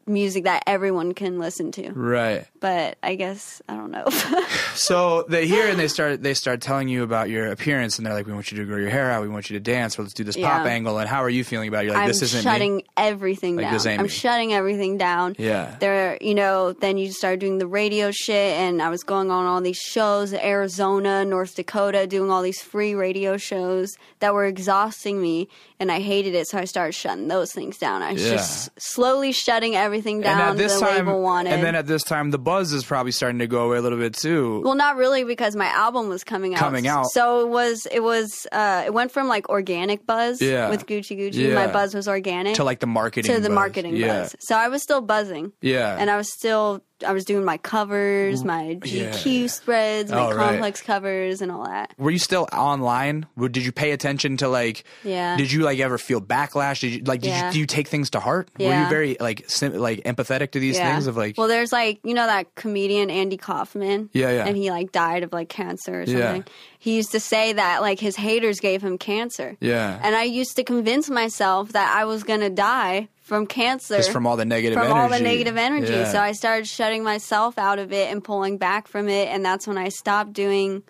[SPEAKER 2] music that everyone can listen to.
[SPEAKER 1] right
[SPEAKER 2] But I guess I don't know.
[SPEAKER 1] so they hear and they start they start telling you about your appearance and they're like we want you to grow your hair out we want you to dance let's do this pop
[SPEAKER 2] Yeah.
[SPEAKER 1] angle and how are you feeling about it? you're like
[SPEAKER 2] I'm
[SPEAKER 1] this isn't me.
[SPEAKER 2] shutting everything
[SPEAKER 1] Like,
[SPEAKER 2] down.
[SPEAKER 1] this ain't
[SPEAKER 2] I'm
[SPEAKER 1] me.
[SPEAKER 2] shutting everything down.
[SPEAKER 1] Yeah.
[SPEAKER 2] There, you know, then you start doing the radio shit, and I was going on all these shows, Arizona, North Dakota, doing all these free radio shows that were exhausting me, and I hated it, so I started shutting those things down. I was
[SPEAKER 1] Yeah.
[SPEAKER 2] just slowly shutting everything down
[SPEAKER 1] and at this
[SPEAKER 2] the
[SPEAKER 1] time
[SPEAKER 2] label wanted.
[SPEAKER 1] and then at this time the buzz is probably starting to go away a little bit too
[SPEAKER 2] well, not really because my album was coming out.
[SPEAKER 1] Coming out.
[SPEAKER 2] So it was it was uh it went from like organic buzz
[SPEAKER 1] Yeah.
[SPEAKER 2] with Gucci Gucci. My
[SPEAKER 1] Yeah.
[SPEAKER 2] buzz was organic
[SPEAKER 1] to like the marketing
[SPEAKER 2] to the
[SPEAKER 1] buzz.
[SPEAKER 2] marketing
[SPEAKER 1] yeah.
[SPEAKER 2] buzz. So I was still buzzing.
[SPEAKER 1] Yeah.
[SPEAKER 2] And I was still I was doing my covers, my GQ
[SPEAKER 1] yeah.
[SPEAKER 2] spreads, my
[SPEAKER 1] Oh, right.
[SPEAKER 2] complex covers and all that.
[SPEAKER 1] were you still online? Were- Did you pay attention to like?
[SPEAKER 2] Yeah.
[SPEAKER 1] Did you like ever feel backlash? Did you like? Did
[SPEAKER 2] Yeah.
[SPEAKER 1] you do you take things to heart? Were you
[SPEAKER 2] Yeah.
[SPEAKER 1] very like sim- like empathetic to these
[SPEAKER 2] Yeah.
[SPEAKER 1] things of like?
[SPEAKER 2] Well, there's like, you know that comedian Andy Kaufman?
[SPEAKER 1] Yeah, yeah.
[SPEAKER 2] And he like died of like cancer or
[SPEAKER 1] Yeah.
[SPEAKER 2] something. He used to say that like his haters gave him cancer.
[SPEAKER 1] yeah,
[SPEAKER 2] And I used to convince myself that I was going to die from cancer.
[SPEAKER 1] just from all the negative
[SPEAKER 2] from
[SPEAKER 1] energy.
[SPEAKER 2] all the negative energy.
[SPEAKER 1] Yeah.
[SPEAKER 2] So I started shutting myself out of it and pulling back from it, and that's when I stopped doing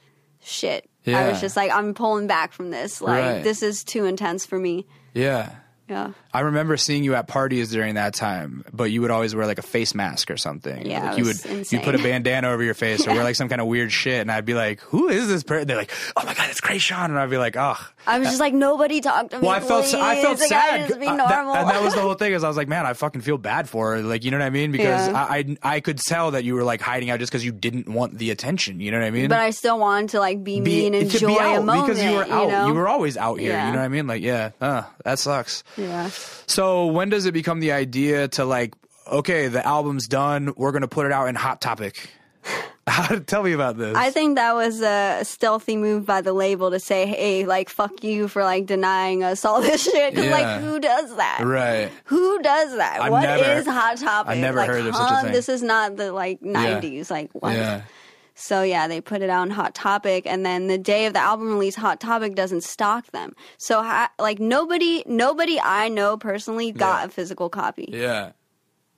[SPEAKER 2] shit. I
[SPEAKER 1] Yeah.
[SPEAKER 2] was just like, I'm pulling back from this. Like
[SPEAKER 1] Right.
[SPEAKER 2] this is too intense for me.
[SPEAKER 1] yeah.
[SPEAKER 2] Yeah,
[SPEAKER 1] I remember seeing you at parties during that time, but you would always wear like a face mask or something.
[SPEAKER 2] Yeah,
[SPEAKER 1] like
[SPEAKER 2] it
[SPEAKER 1] you
[SPEAKER 2] was
[SPEAKER 1] would you
[SPEAKER 2] insane.
[SPEAKER 1] put a bandana over your face or wear like some kind of weird shit, and I'd be like, "Who is this person?" They're like, "Oh my god, it's Krayshawn," and I'd be like, "Ugh."
[SPEAKER 2] I was just like, nobody talked to me.
[SPEAKER 1] Uh, Well, I felt
[SPEAKER 2] please.
[SPEAKER 1] I felt
[SPEAKER 2] like,
[SPEAKER 1] sad,
[SPEAKER 2] I just be
[SPEAKER 1] Uh,
[SPEAKER 2] normal.
[SPEAKER 1] that- and that was the whole thing. Is I was like, man, I fucking feel bad for her. Like, you know what I mean? Because
[SPEAKER 2] Yeah.
[SPEAKER 1] I, I I could tell that you were like hiding out just because you didn't want the attention. You know what I mean?
[SPEAKER 2] but I still wanted to like
[SPEAKER 1] Be-
[SPEAKER 2] be, me and
[SPEAKER 1] to
[SPEAKER 2] enjoy
[SPEAKER 1] be out
[SPEAKER 2] a moment.
[SPEAKER 1] because you were out. You,
[SPEAKER 2] know?
[SPEAKER 1] were always out here.
[SPEAKER 2] Yeah.
[SPEAKER 1] You know what I mean? Like, yeah, uh, that sucks.
[SPEAKER 2] yeah.
[SPEAKER 1] So when does it become the idea to like, okay, the album's done. We're gonna put it out in Hot Topic. tell me about this.
[SPEAKER 2] I think that was a stealthy move by the label to say, "Hey, like, fuck you for like denying us all this shit." 'Cause,
[SPEAKER 1] Yeah.
[SPEAKER 2] like, who does that?
[SPEAKER 1] right.
[SPEAKER 2] Who does that? What
[SPEAKER 1] I've
[SPEAKER 2] is
[SPEAKER 1] never-
[SPEAKER 2] hot topic?
[SPEAKER 1] I've never
[SPEAKER 2] like,
[SPEAKER 1] heard of
[SPEAKER 2] huh?
[SPEAKER 1] such a thing.
[SPEAKER 2] This is not the like '90s. Like what?
[SPEAKER 1] Yeah.
[SPEAKER 2] So yeah, they put it out on Hot Topic, and then the day of the album release, Hot Topic doesn't stock them. So ha- like nobody, nobody I know personally got
[SPEAKER 1] Yeah.
[SPEAKER 2] a physical copy.
[SPEAKER 1] Yeah.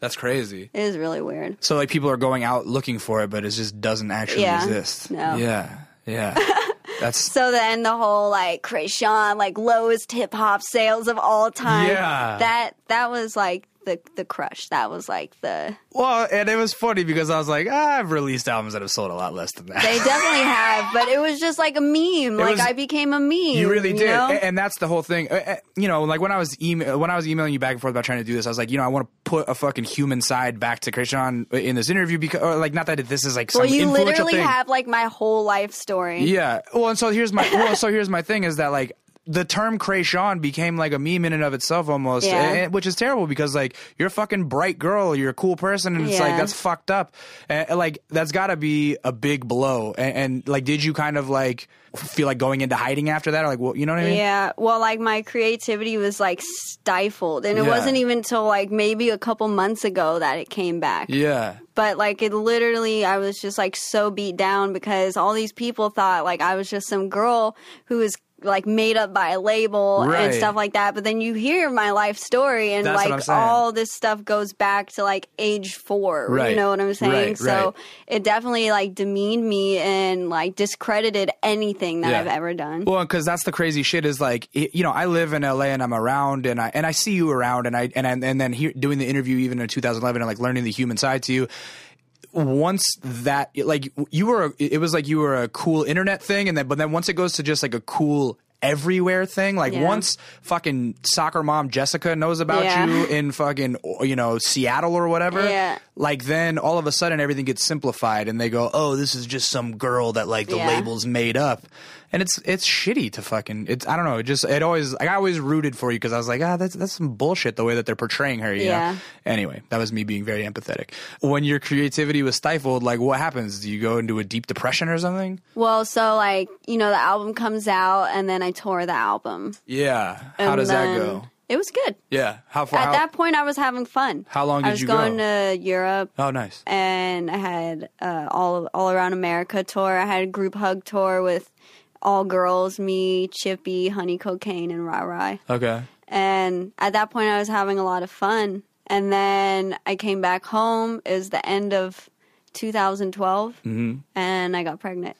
[SPEAKER 1] That's crazy.
[SPEAKER 2] It is really weird.
[SPEAKER 1] So like people are going out looking for it, but it just doesn't actually
[SPEAKER 2] Yeah.
[SPEAKER 1] exist.
[SPEAKER 2] No.
[SPEAKER 1] Yeah. Yeah. That's
[SPEAKER 2] So then the whole like Krayshawn, like lowest hip hop sales of all time.
[SPEAKER 1] Yeah.
[SPEAKER 2] That that was like the the crush. That was like the
[SPEAKER 1] well, and it was funny because I was like, ah, I've released albums that have sold a lot less than that.
[SPEAKER 2] They definitely have, but it was just like a meme. like
[SPEAKER 1] was-
[SPEAKER 2] I became a meme.
[SPEAKER 1] you really did,
[SPEAKER 2] know?
[SPEAKER 1] A- and that's the whole thing. Uh, uh, You know, like when I was email when I was emailing you back and forth about trying to do this, I was like, you know, I want to put a fucking human side back to Krishan in this interview because, or like, not that this is like some
[SPEAKER 2] well, you
[SPEAKER 1] influential
[SPEAKER 2] literally
[SPEAKER 1] thing.
[SPEAKER 2] have like my whole life story.
[SPEAKER 1] Yeah. Well, and so here's my well, so here's my thing is that like the term Krayshawn became like a meme in and of itself almost,
[SPEAKER 2] Yeah.
[SPEAKER 1] and- and- which is terrible because like you're a fucking bright girl, you're a cool person, and it's like
[SPEAKER 2] Yeah.
[SPEAKER 1] that's fucked up. And, and, like that's got to be a big blow. And, and like, did you kind of like feel like going into hiding after that, or like what you know what I mean?
[SPEAKER 2] Yeah. Well, like my creativity was like stifled, and it
[SPEAKER 1] Yeah.
[SPEAKER 2] wasn't even till like maybe a couple months ago that it came back.
[SPEAKER 1] Yeah.
[SPEAKER 2] But like it literally, I was just like so beat down because all these people thought like I was just some girl who was like made up by a label
[SPEAKER 1] Right.
[SPEAKER 2] and stuff like that. But then you hear my life story and
[SPEAKER 1] That's what I'm
[SPEAKER 2] like
[SPEAKER 1] saying.
[SPEAKER 2] all this stuff goes back to like age four.
[SPEAKER 1] Right.
[SPEAKER 2] You know what I'm saying?
[SPEAKER 1] Right,
[SPEAKER 2] so
[SPEAKER 1] right.
[SPEAKER 2] it definitely like demeaned me and like discredited anything that
[SPEAKER 1] Yeah.
[SPEAKER 2] I've ever done.
[SPEAKER 1] Well, because that's the crazy shit is like it, you know I live in LA and I'm around and I and I see you around and I and I, and then here, doing the interview even in 2011 and like learning the human side to you. Once that like you were, a- it was like you were a cool internet thing, and then but then once it goes to just like a cool everywhere thing. Like
[SPEAKER 2] Yeah.
[SPEAKER 1] once fucking soccer mom Jessica knows about
[SPEAKER 2] Yeah.
[SPEAKER 1] you in fucking you know Seattle or whatever.
[SPEAKER 2] Yeah.
[SPEAKER 1] Like then all of a sudden everything gets simplified and they go, oh, this is just some girl that like the
[SPEAKER 2] Yeah.
[SPEAKER 1] labels made up. And it's it's shitty to fucking it's I don't know it just it always like I always rooted for you because I was like ah that's that's some bullshit the way that they're portraying her you know?
[SPEAKER 2] Yeah.
[SPEAKER 1] Anyway, that was me being very empathetic. When your creativity was stifled, like what happens? Do you go into a deep depression or something?
[SPEAKER 2] Well, so like, you know, the album comes out and then I tore the album.
[SPEAKER 1] Yeah. How
[SPEAKER 2] And
[SPEAKER 1] does
[SPEAKER 2] then
[SPEAKER 1] that go?
[SPEAKER 2] It was good.
[SPEAKER 1] Yeah. How far?
[SPEAKER 2] At
[SPEAKER 1] how,
[SPEAKER 2] that point, I was having fun.
[SPEAKER 1] How long
[SPEAKER 2] I
[SPEAKER 1] did
[SPEAKER 2] was
[SPEAKER 1] you go?
[SPEAKER 2] going to Europe
[SPEAKER 1] oh, nice.
[SPEAKER 2] and I had uh, all all around America tour. I had a group hug tour with all girls, me, Chippy, Honey Cocaine, and Rai Rai.
[SPEAKER 1] Okay.
[SPEAKER 2] And at that point, I was having a lot of fun. And then I came back home. It was the end of 2012,
[SPEAKER 1] Mm-hmm.
[SPEAKER 2] and I got pregnant.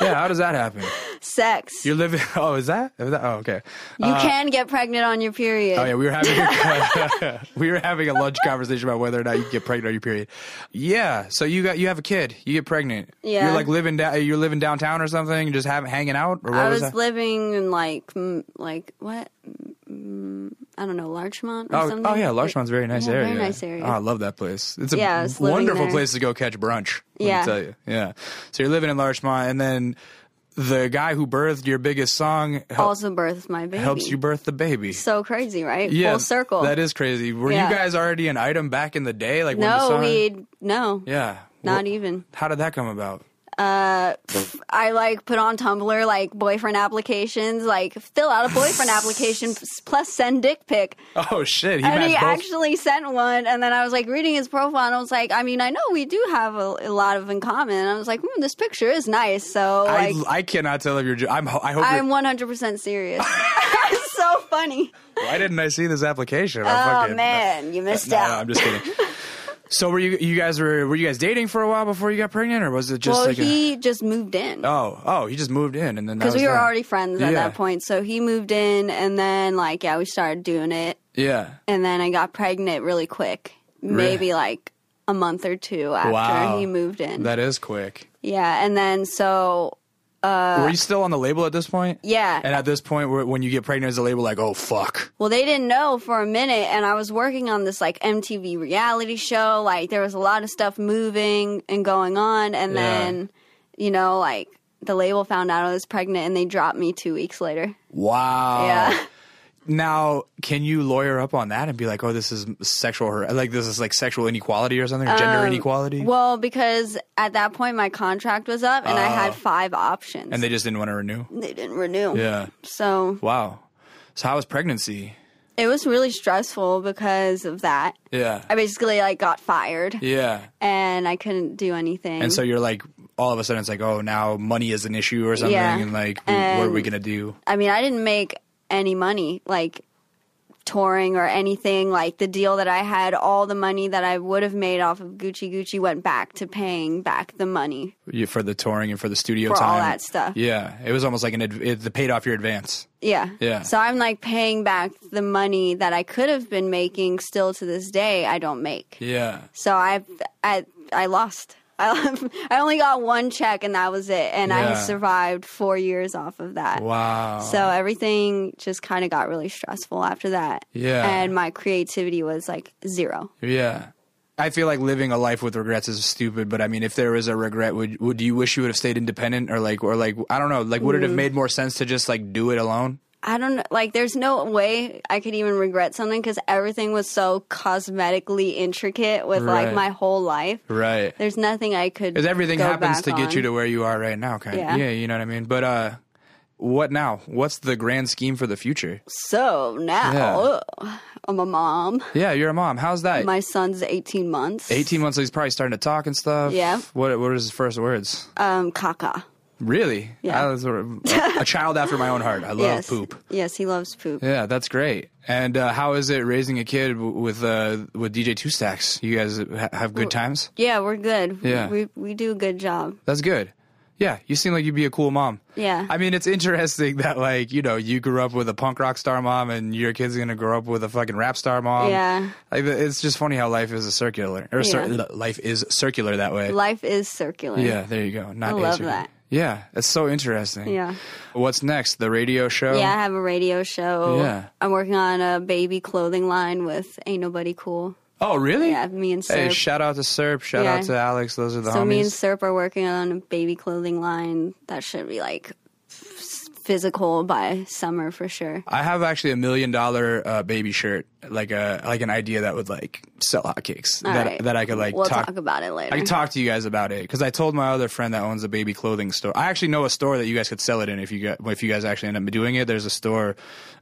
[SPEAKER 1] Yeah. How does that happen?
[SPEAKER 2] Sex.
[SPEAKER 1] You're living. Oh, is that? Is that oh, okay.
[SPEAKER 2] you can get pregnant on your period.
[SPEAKER 1] Oh yeah, we were having a, we were having a lunch conversation about whether or not you get pregnant on your period. Yeah, so you got you have a kid, you get pregnant.
[SPEAKER 2] Yeah.
[SPEAKER 1] you're like living down, you're living downtown or something, just have, hanging out or what
[SPEAKER 2] I
[SPEAKER 1] was,
[SPEAKER 2] was
[SPEAKER 1] that?
[SPEAKER 2] living in like m- like what Mm, I don't know Larchmont or
[SPEAKER 1] Oh,
[SPEAKER 2] something.
[SPEAKER 1] oh yeah, Larchmont's a very nice
[SPEAKER 2] Yeah, very
[SPEAKER 1] area.
[SPEAKER 2] nice area.
[SPEAKER 1] Oh, I love that place. It's a
[SPEAKER 2] Yeah, I was living
[SPEAKER 1] wonderful
[SPEAKER 2] there.
[SPEAKER 1] place to go catch brunch. Let
[SPEAKER 2] Yeah.
[SPEAKER 1] me tell you. Yeah. So you're living in Larchmont, and then the guy who birthed your biggest song hel-
[SPEAKER 2] also birthed my Oh, baby.
[SPEAKER 1] helps you birth the baby.
[SPEAKER 2] So crazy, right?
[SPEAKER 1] yeah,
[SPEAKER 2] Full circle.
[SPEAKER 1] That is crazy. Were
[SPEAKER 2] Yeah.
[SPEAKER 1] you guys already an item back in the day? Like when the
[SPEAKER 2] no,
[SPEAKER 1] song?
[SPEAKER 2] we no,
[SPEAKER 1] yeah,
[SPEAKER 2] not
[SPEAKER 1] Wh-
[SPEAKER 2] even.
[SPEAKER 1] How did that come about?
[SPEAKER 2] Uh, pff, I like put on Tumblr like boyfriend applications, like fill out a boyfriend application s- plus send dick pic.
[SPEAKER 1] Oh shit! He
[SPEAKER 2] And
[SPEAKER 1] matched
[SPEAKER 2] he
[SPEAKER 1] both.
[SPEAKER 2] actually sent one, and then I was like reading his profile, and I was like, I mean, I know we do have a, a lot of in common. And I was like, hmm, this picture is nice. So
[SPEAKER 1] I,
[SPEAKER 2] like,
[SPEAKER 1] I cannot tell if you're. jo- I'm. ho- I hope.
[SPEAKER 2] I'm
[SPEAKER 1] you're,
[SPEAKER 2] 100% serious. it's so funny.
[SPEAKER 1] why didn't I see this application?
[SPEAKER 2] Oh,
[SPEAKER 1] I'm fucking,
[SPEAKER 2] man, you missed
[SPEAKER 1] No, no,
[SPEAKER 2] out.
[SPEAKER 1] I'm just kidding. so were you? You guys were? Were you guys dating for a while before you got pregnant, or was it just
[SPEAKER 2] well,
[SPEAKER 1] like a?
[SPEAKER 2] he just moved in.
[SPEAKER 1] Oh, oh, he just moved in, and then that
[SPEAKER 2] Because we
[SPEAKER 1] was
[SPEAKER 2] were
[SPEAKER 1] that.
[SPEAKER 2] already friends at
[SPEAKER 1] Yeah.
[SPEAKER 2] that point. So he moved in, and then, like, yeah, we started doing it.
[SPEAKER 1] Yeah.
[SPEAKER 2] And then I got pregnant really quick.
[SPEAKER 1] Really?
[SPEAKER 2] Maybe like a month or two after
[SPEAKER 1] Wow.
[SPEAKER 2] he moved in.
[SPEAKER 1] That is quick.
[SPEAKER 2] yeah. And then, so,
[SPEAKER 1] were you still on the label at this point?
[SPEAKER 2] Uh, yeah.
[SPEAKER 1] And at this point, where- when you get pregnant, is the label like, oh fuck?
[SPEAKER 2] Well, they didn't know for a minute, and I was working on this like MTV reality show. Like there was a lot of stuff moving and going on, and
[SPEAKER 1] Yeah.
[SPEAKER 2] then you know, like the label found out I was pregnant, and they dropped me two weeks later.
[SPEAKER 1] Wow.
[SPEAKER 2] Yeah,
[SPEAKER 1] Now, can you lawyer up on that and be like, oh, this is sexual, har- like this is like sexual inequality or something, or gender inequality?
[SPEAKER 2] Um, well, because at that point my contract was up, and I had five options,
[SPEAKER 1] Ah. and they just didn't want to renew.
[SPEAKER 2] They didn't renew.
[SPEAKER 1] Yeah.
[SPEAKER 2] So
[SPEAKER 1] Wow. So how was pregnancy?
[SPEAKER 2] it was really stressful because of that.
[SPEAKER 1] Yeah.
[SPEAKER 2] I basically like got fired,
[SPEAKER 1] yeah.
[SPEAKER 2] and I couldn't do anything.
[SPEAKER 1] And so you're like, all of a sudden, it's like, oh, now money is an issue or something,
[SPEAKER 2] Yeah.
[SPEAKER 1] and like, w- what are we gonna do?
[SPEAKER 2] I mean, I didn't make any money like touring or anything. Like the deal that I had, all the money that I would have made off of Gucci Gucci went back to paying back the money.
[SPEAKER 1] You- for the touring and for the studio
[SPEAKER 2] For all
[SPEAKER 1] time,
[SPEAKER 2] that stuff.
[SPEAKER 1] Yeah, it was almost like an adv- it, the paid off your advance.
[SPEAKER 2] Yeah.
[SPEAKER 1] Yeah.
[SPEAKER 2] So I'm like paying back the money that I could have been making still to this day I don't make.
[SPEAKER 1] Yeah,
[SPEAKER 2] So I I I lost. I, I only got one check and that was it and I
[SPEAKER 1] Yeah.
[SPEAKER 2] survived 4 years off of that.
[SPEAKER 1] wow.
[SPEAKER 2] So everything just kind of got really stressful after that.
[SPEAKER 1] Yeah.
[SPEAKER 2] And my creativity was like zero.
[SPEAKER 1] yeah, I feel like living a life with regrets is stupid. But I mean, if there is a regret, would would you wish you would have stayed independent or like or like I don't know, like would it
[SPEAKER 2] Mm.
[SPEAKER 1] have made more sense to just like do it alone?
[SPEAKER 2] I don't know. Like, there's no way I could even regret something because everything was so cosmetically intricate with like
[SPEAKER 1] Right.
[SPEAKER 2] my whole life.
[SPEAKER 1] Right.
[SPEAKER 2] There's nothing I could.
[SPEAKER 1] Because everything
[SPEAKER 2] go
[SPEAKER 1] happens
[SPEAKER 2] back
[SPEAKER 1] to get
[SPEAKER 2] on.
[SPEAKER 1] you to where you are right now, kind
[SPEAKER 2] Yeah.
[SPEAKER 1] of. Yeah, you know what I mean. But uh, what now? What's the grand scheme for the future?
[SPEAKER 2] So now ugh, I'm a mom.
[SPEAKER 1] Yeah, you're a mom. How's that?
[SPEAKER 2] My son's 18 months.
[SPEAKER 1] 18 months, so he's probably starting to talk and stuff.
[SPEAKER 2] Yeah.
[SPEAKER 1] What What are his first words?
[SPEAKER 2] Um, caca.
[SPEAKER 1] Really?
[SPEAKER 2] Yeah.
[SPEAKER 1] I was sort of- a child after my own heart. I love
[SPEAKER 2] yes.
[SPEAKER 1] poop.
[SPEAKER 2] Yes, he loves poop.
[SPEAKER 1] Yeah, that's great. And uh, how is it raising a kid w- with uh, with DJ Two Stacks? You guys ha- have good times.
[SPEAKER 2] Yeah, we're good.
[SPEAKER 1] Yeah.
[SPEAKER 2] We, we do a good job.
[SPEAKER 1] That's good. Yeah, you seem like you'd be a cool mom.
[SPEAKER 2] Yeah.
[SPEAKER 1] I mean, it's interesting that like you know you grew up with a punk rock star mom, and your kid's gonna grow up with a fucking rap star mom.
[SPEAKER 2] Yeah.
[SPEAKER 1] Like it's just funny how life is a circular or cir-
[SPEAKER 2] Yeah.
[SPEAKER 1] life is circular that way.
[SPEAKER 2] Life is circular.
[SPEAKER 1] yeah, there you go. Not
[SPEAKER 2] I love
[SPEAKER 1] ascircular.
[SPEAKER 2] that.
[SPEAKER 1] Yeah, it's so interesting.
[SPEAKER 2] Yeah.
[SPEAKER 1] What's next? The radio show?
[SPEAKER 2] Yeah, I have a radio show.
[SPEAKER 1] Yeah.
[SPEAKER 2] I'm working on a baby clothing line with Ain't Nobody Cool.
[SPEAKER 1] Oh, really?
[SPEAKER 2] Yeah, me and Serp.
[SPEAKER 1] Hey, shout out to Serp. Shout
[SPEAKER 2] Yeah.
[SPEAKER 1] out to Alex. Those are the
[SPEAKER 2] so
[SPEAKER 1] homies.
[SPEAKER 2] me and Serp are working on a baby clothing line that should be like f- physical by summer for sure.
[SPEAKER 1] I have actually a million dollar uh, baby shirt, like a like an idea that would like sell hotcakes
[SPEAKER 2] All
[SPEAKER 1] that
[SPEAKER 2] right.
[SPEAKER 1] that I could like
[SPEAKER 2] we'll
[SPEAKER 1] talk.
[SPEAKER 2] talk, about it later.
[SPEAKER 1] I could talk to you guys about it because I told my other friend that owns a baby clothing store. I actually know a store that you guys could sell it in if you got, if you guys actually end up doing it. There's a store.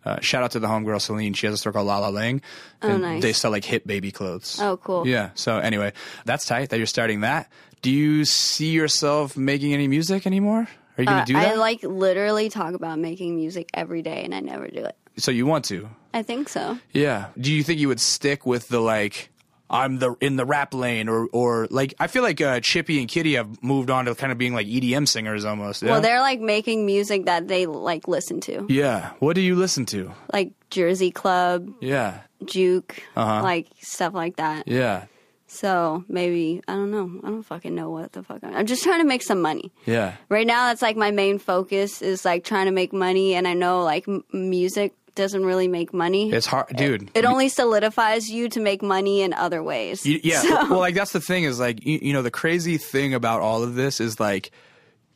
[SPEAKER 1] Uh, shout out to the homegirl Celine. She has a store called La La Lang. Oh,
[SPEAKER 2] nice.
[SPEAKER 1] They sell like hip baby clothes.
[SPEAKER 2] Oh, cool.
[SPEAKER 1] Yeah. So anyway, that's tight that you're starting that. Do you see yourself making any music anymore? Are you gonna
[SPEAKER 2] Uh,
[SPEAKER 1] do that?
[SPEAKER 2] I like literally talk about making music every day, and I never do it.
[SPEAKER 1] so you want to?
[SPEAKER 2] I think so.
[SPEAKER 1] Yeah. Do you think you would stick with the like I'm the in the rap lane or or like I feel like uh, Chippy and Kitty have moved on to kind of being like EDM singers almost. Yeah?
[SPEAKER 2] Well, they're like making music that they like listen to,
[SPEAKER 1] yeah. What do you listen to?
[SPEAKER 2] like Jersey Club,
[SPEAKER 1] Yeah.
[SPEAKER 2] Juke,
[SPEAKER 1] Uh-huh.
[SPEAKER 2] like stuff like that.
[SPEAKER 1] Yeah.
[SPEAKER 2] So maybe I don't know. I don't fucking know what the fuck. I'm, I'm just trying to make some money.
[SPEAKER 1] Yeah.
[SPEAKER 2] Right now, that's like my main focus is like trying to make money, and I know like m- music doesn't really make money.
[SPEAKER 1] It's hard, dude.
[SPEAKER 2] it only solidifies you to make money in other ways.
[SPEAKER 1] You- yeah. Well, like that's the thing is like you, you know the crazy thing about all of this is like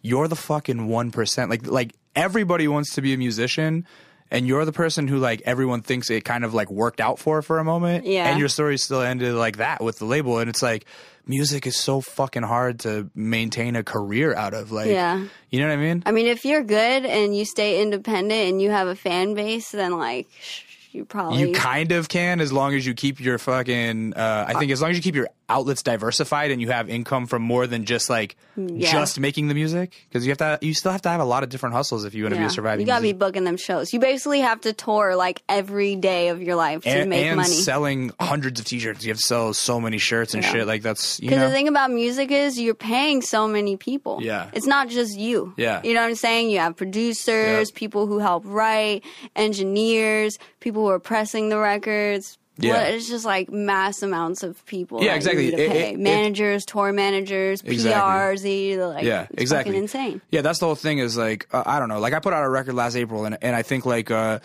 [SPEAKER 1] you're the fucking one percent. Like like everybody wants to be a musician. And you're the person who like everyone thinks it kind of like worked out for for a moment.
[SPEAKER 2] Yeah.
[SPEAKER 1] And your story still ended like that with the label. And it's like music is so fucking hard to maintain a career out of. Like
[SPEAKER 2] Yeah.
[SPEAKER 1] you know what I mean?
[SPEAKER 2] I mean, if you're good and you stay independent and you have a fan base, then like sh- you probably
[SPEAKER 1] You kind of can as long as you keep your fucking. Uh, I think as long as you keep your outlets diversified and you have income from more than just like
[SPEAKER 2] Mm, Yeah.
[SPEAKER 1] just making the music because you have to. You still have to have a lot of different hustles if you want to be
[SPEAKER 2] Yeah.
[SPEAKER 1] a surviving.
[SPEAKER 2] You gotta be
[SPEAKER 1] musician.
[SPEAKER 2] booking them shows. You basically have to tour like every day of your life to
[SPEAKER 1] and,
[SPEAKER 2] make
[SPEAKER 1] and
[SPEAKER 2] money.
[SPEAKER 1] selling hundreds of t-shirts. You have to sell so many shirts and
[SPEAKER 2] Yeah.
[SPEAKER 1] shit. Like that's you
[SPEAKER 2] Because
[SPEAKER 1] know.
[SPEAKER 2] the thing about music is you're paying so many people.
[SPEAKER 1] Yeah.
[SPEAKER 2] It's not just you.
[SPEAKER 1] Yeah.
[SPEAKER 2] You know what I'm saying? You have producers,
[SPEAKER 1] Yep.
[SPEAKER 2] people who help write, engineers, people who are pressing the records.
[SPEAKER 1] Yeah.
[SPEAKER 2] What- It's just like mass amounts of people.
[SPEAKER 1] Yeah,
[SPEAKER 2] that
[SPEAKER 1] exactly.
[SPEAKER 2] You need to
[SPEAKER 1] It-
[SPEAKER 2] pay.
[SPEAKER 1] it- it-
[SPEAKER 2] managers, tour managers,
[SPEAKER 1] Exactly.
[SPEAKER 2] PRs, they- they're like,
[SPEAKER 1] yeah,
[SPEAKER 2] it's
[SPEAKER 1] exactly.
[SPEAKER 2] fucking insane.
[SPEAKER 1] Yeah, that's the whole thing. Is like uh, I don't know. Like I put out a record last April, and and I think like. uh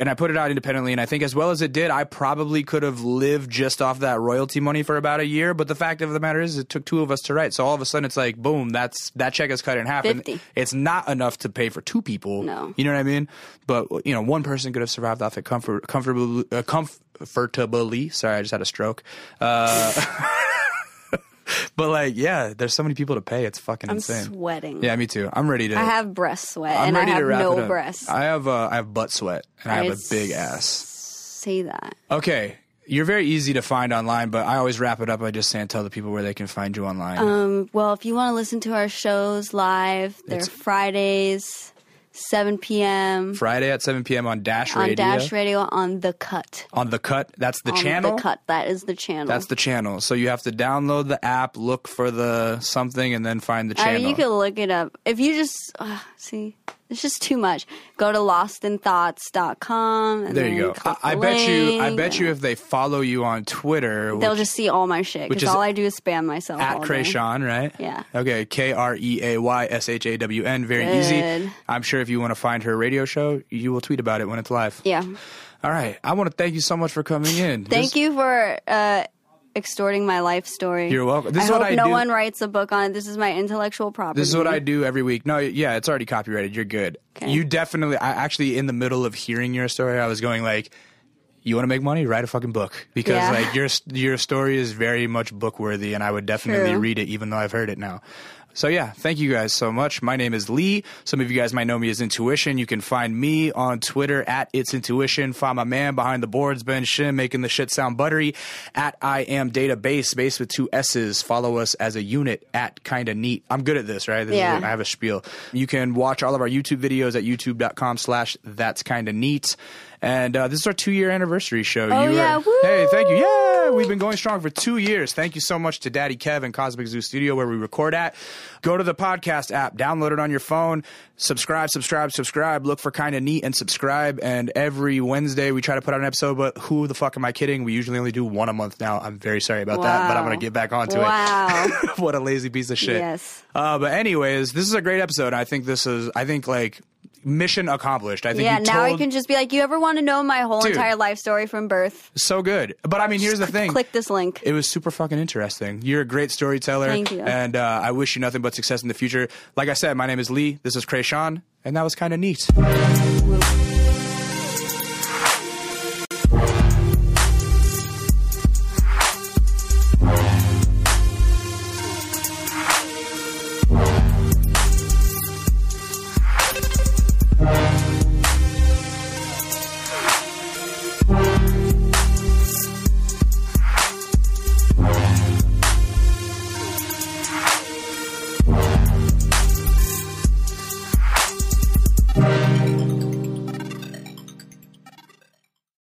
[SPEAKER 1] and I put it out independently, and I think as well as it did, I probably could have lived just off that royalty money for about a year. But the fact of the matter is, it took two of us to write, so all of a sudden it's like, boom, that's that check is cut in half, and
[SPEAKER 2] 50.
[SPEAKER 1] it's not enough to pay for two people.
[SPEAKER 2] No.
[SPEAKER 1] you know what I mean? But you know, one person could have survived off it comfort, comfortably, uh, comfortably. Sorry, I just had a stroke. Uh, but like, yeah, there's so many people to pay. It's fucking
[SPEAKER 2] I'm
[SPEAKER 1] insane.
[SPEAKER 2] sweating.
[SPEAKER 1] Yeah, me too. I'm ready to.
[SPEAKER 2] I have breast sweat
[SPEAKER 1] I'm
[SPEAKER 2] and I
[SPEAKER 1] ready
[SPEAKER 2] have
[SPEAKER 1] to wrap it
[SPEAKER 2] no
[SPEAKER 1] up.
[SPEAKER 2] breasts.
[SPEAKER 1] I have uh, I have butt sweat and I, have a
[SPEAKER 2] I'd
[SPEAKER 1] big ass.
[SPEAKER 2] Say that.
[SPEAKER 1] Okay, you're very easy to find online, but I always wrap it up by just saying tell the people where they can find you online.
[SPEAKER 2] Um, well, if you want to listen to our shows live, they're
[SPEAKER 1] It's-
[SPEAKER 2] Fridays, 7 p.m.
[SPEAKER 1] Friday at 7 p.m. on Dash
[SPEAKER 2] on
[SPEAKER 1] Radio
[SPEAKER 2] Dash Radio on The Cut.
[SPEAKER 1] on the Cut. That's the
[SPEAKER 2] on
[SPEAKER 1] channel.
[SPEAKER 2] The Cut. That is the channel.
[SPEAKER 1] That's the channel. So you have to download the app, look for the something, and then find the
[SPEAKER 2] I
[SPEAKER 1] channel.
[SPEAKER 2] mean, Uh, you can look it up. If you just, uh, see, it's just too much. Go to lostinthoughts.com. And
[SPEAKER 1] there
[SPEAKER 2] then
[SPEAKER 1] you go.
[SPEAKER 2] click
[SPEAKER 1] I, I
[SPEAKER 2] the
[SPEAKER 1] bet you. I
[SPEAKER 2] link,
[SPEAKER 1] bet you if they follow you on Twitter,
[SPEAKER 2] They'll
[SPEAKER 1] which-
[SPEAKER 2] just see all my shit
[SPEAKER 1] which
[SPEAKER 2] because
[SPEAKER 1] is
[SPEAKER 2] all I do is spam myself.
[SPEAKER 1] at
[SPEAKER 2] all day.
[SPEAKER 1] Krayshawn, right?
[SPEAKER 2] Yeah.
[SPEAKER 1] Okay, K R E A Y S H A W N. Very easy.
[SPEAKER 2] Good.
[SPEAKER 1] I'm sure if you want to find her radio show, you will tweet about it when it's live.
[SPEAKER 2] Yeah.
[SPEAKER 1] All right. I want to thank you so much for coming in.
[SPEAKER 2] Thank you for uh, extorting my life story.
[SPEAKER 1] You're welcome. This
[SPEAKER 2] I
[SPEAKER 1] is what
[SPEAKER 2] hope
[SPEAKER 1] I
[SPEAKER 2] no
[SPEAKER 1] do-
[SPEAKER 2] one writes a book on it. This is my intellectual property.
[SPEAKER 1] This is what I do every week. No, yeah, it's already copyrighted. You're good.
[SPEAKER 2] Okay.
[SPEAKER 1] You definitely. I actually, in the middle of hearing your story, I was going like. You want to make money? Write a fucking book because
[SPEAKER 2] Yeah.
[SPEAKER 1] like your your story is very much book worthy, and I would definitely
[SPEAKER 2] True.
[SPEAKER 1] read it, even though I've heard it now. So yeah, thank you guys so much. My name is Lee. Some of you guys might know me as Intuition. You can find me on Twitter at It's Intuition. Find my man behind the boards, Ben Shin, making the shit sound buttery at I am database, base with two S's. Follow us as a unit at kinda neat. I'm good at this, right? This is
[SPEAKER 2] Yeah.
[SPEAKER 1] it. I have a spiel. You can watch all of our YouTube videos at youtube.com slash that's kinda neat. And uh, this is our two year anniversary show.
[SPEAKER 2] Oh,
[SPEAKER 1] You
[SPEAKER 2] yeah.
[SPEAKER 1] Hey, thank you. Yeah. Yeah, we've been going strong for two years. Thank you so much to Daddy Kev and Cosmic Zoo Studio where we record at. Go to the podcast app, download it on your phone, subscribe, subscribe, subscribe. Look for Kinda Neat and subscribe. And every Wednesday we try to put out an episode, but who the fuck am I kidding? We usually only do one a month now. I'm very sorry about that, but I'm
[SPEAKER 2] Wow.
[SPEAKER 1] going to get back onto
[SPEAKER 2] Wow.
[SPEAKER 1] it. what a lazy piece of shit.
[SPEAKER 2] Yes.
[SPEAKER 1] Uh, but anyways, this is a great episode. I think this is. I think like mission accomplished. I think
[SPEAKER 2] yeah,
[SPEAKER 1] you
[SPEAKER 2] now I
[SPEAKER 1] told-
[SPEAKER 2] can just be like, you ever want to know my whole
[SPEAKER 1] Dude.
[SPEAKER 2] entire life story from birth?
[SPEAKER 1] so good. But I mean, here's the thing.
[SPEAKER 2] Click this link.
[SPEAKER 1] It was super fucking interesting. You're a great storyteller.
[SPEAKER 2] Thank you.
[SPEAKER 1] And uh, I wish you nothing but success in the future. Like I said, my name is Lee. This is Krayshawn, and that was kind of neat.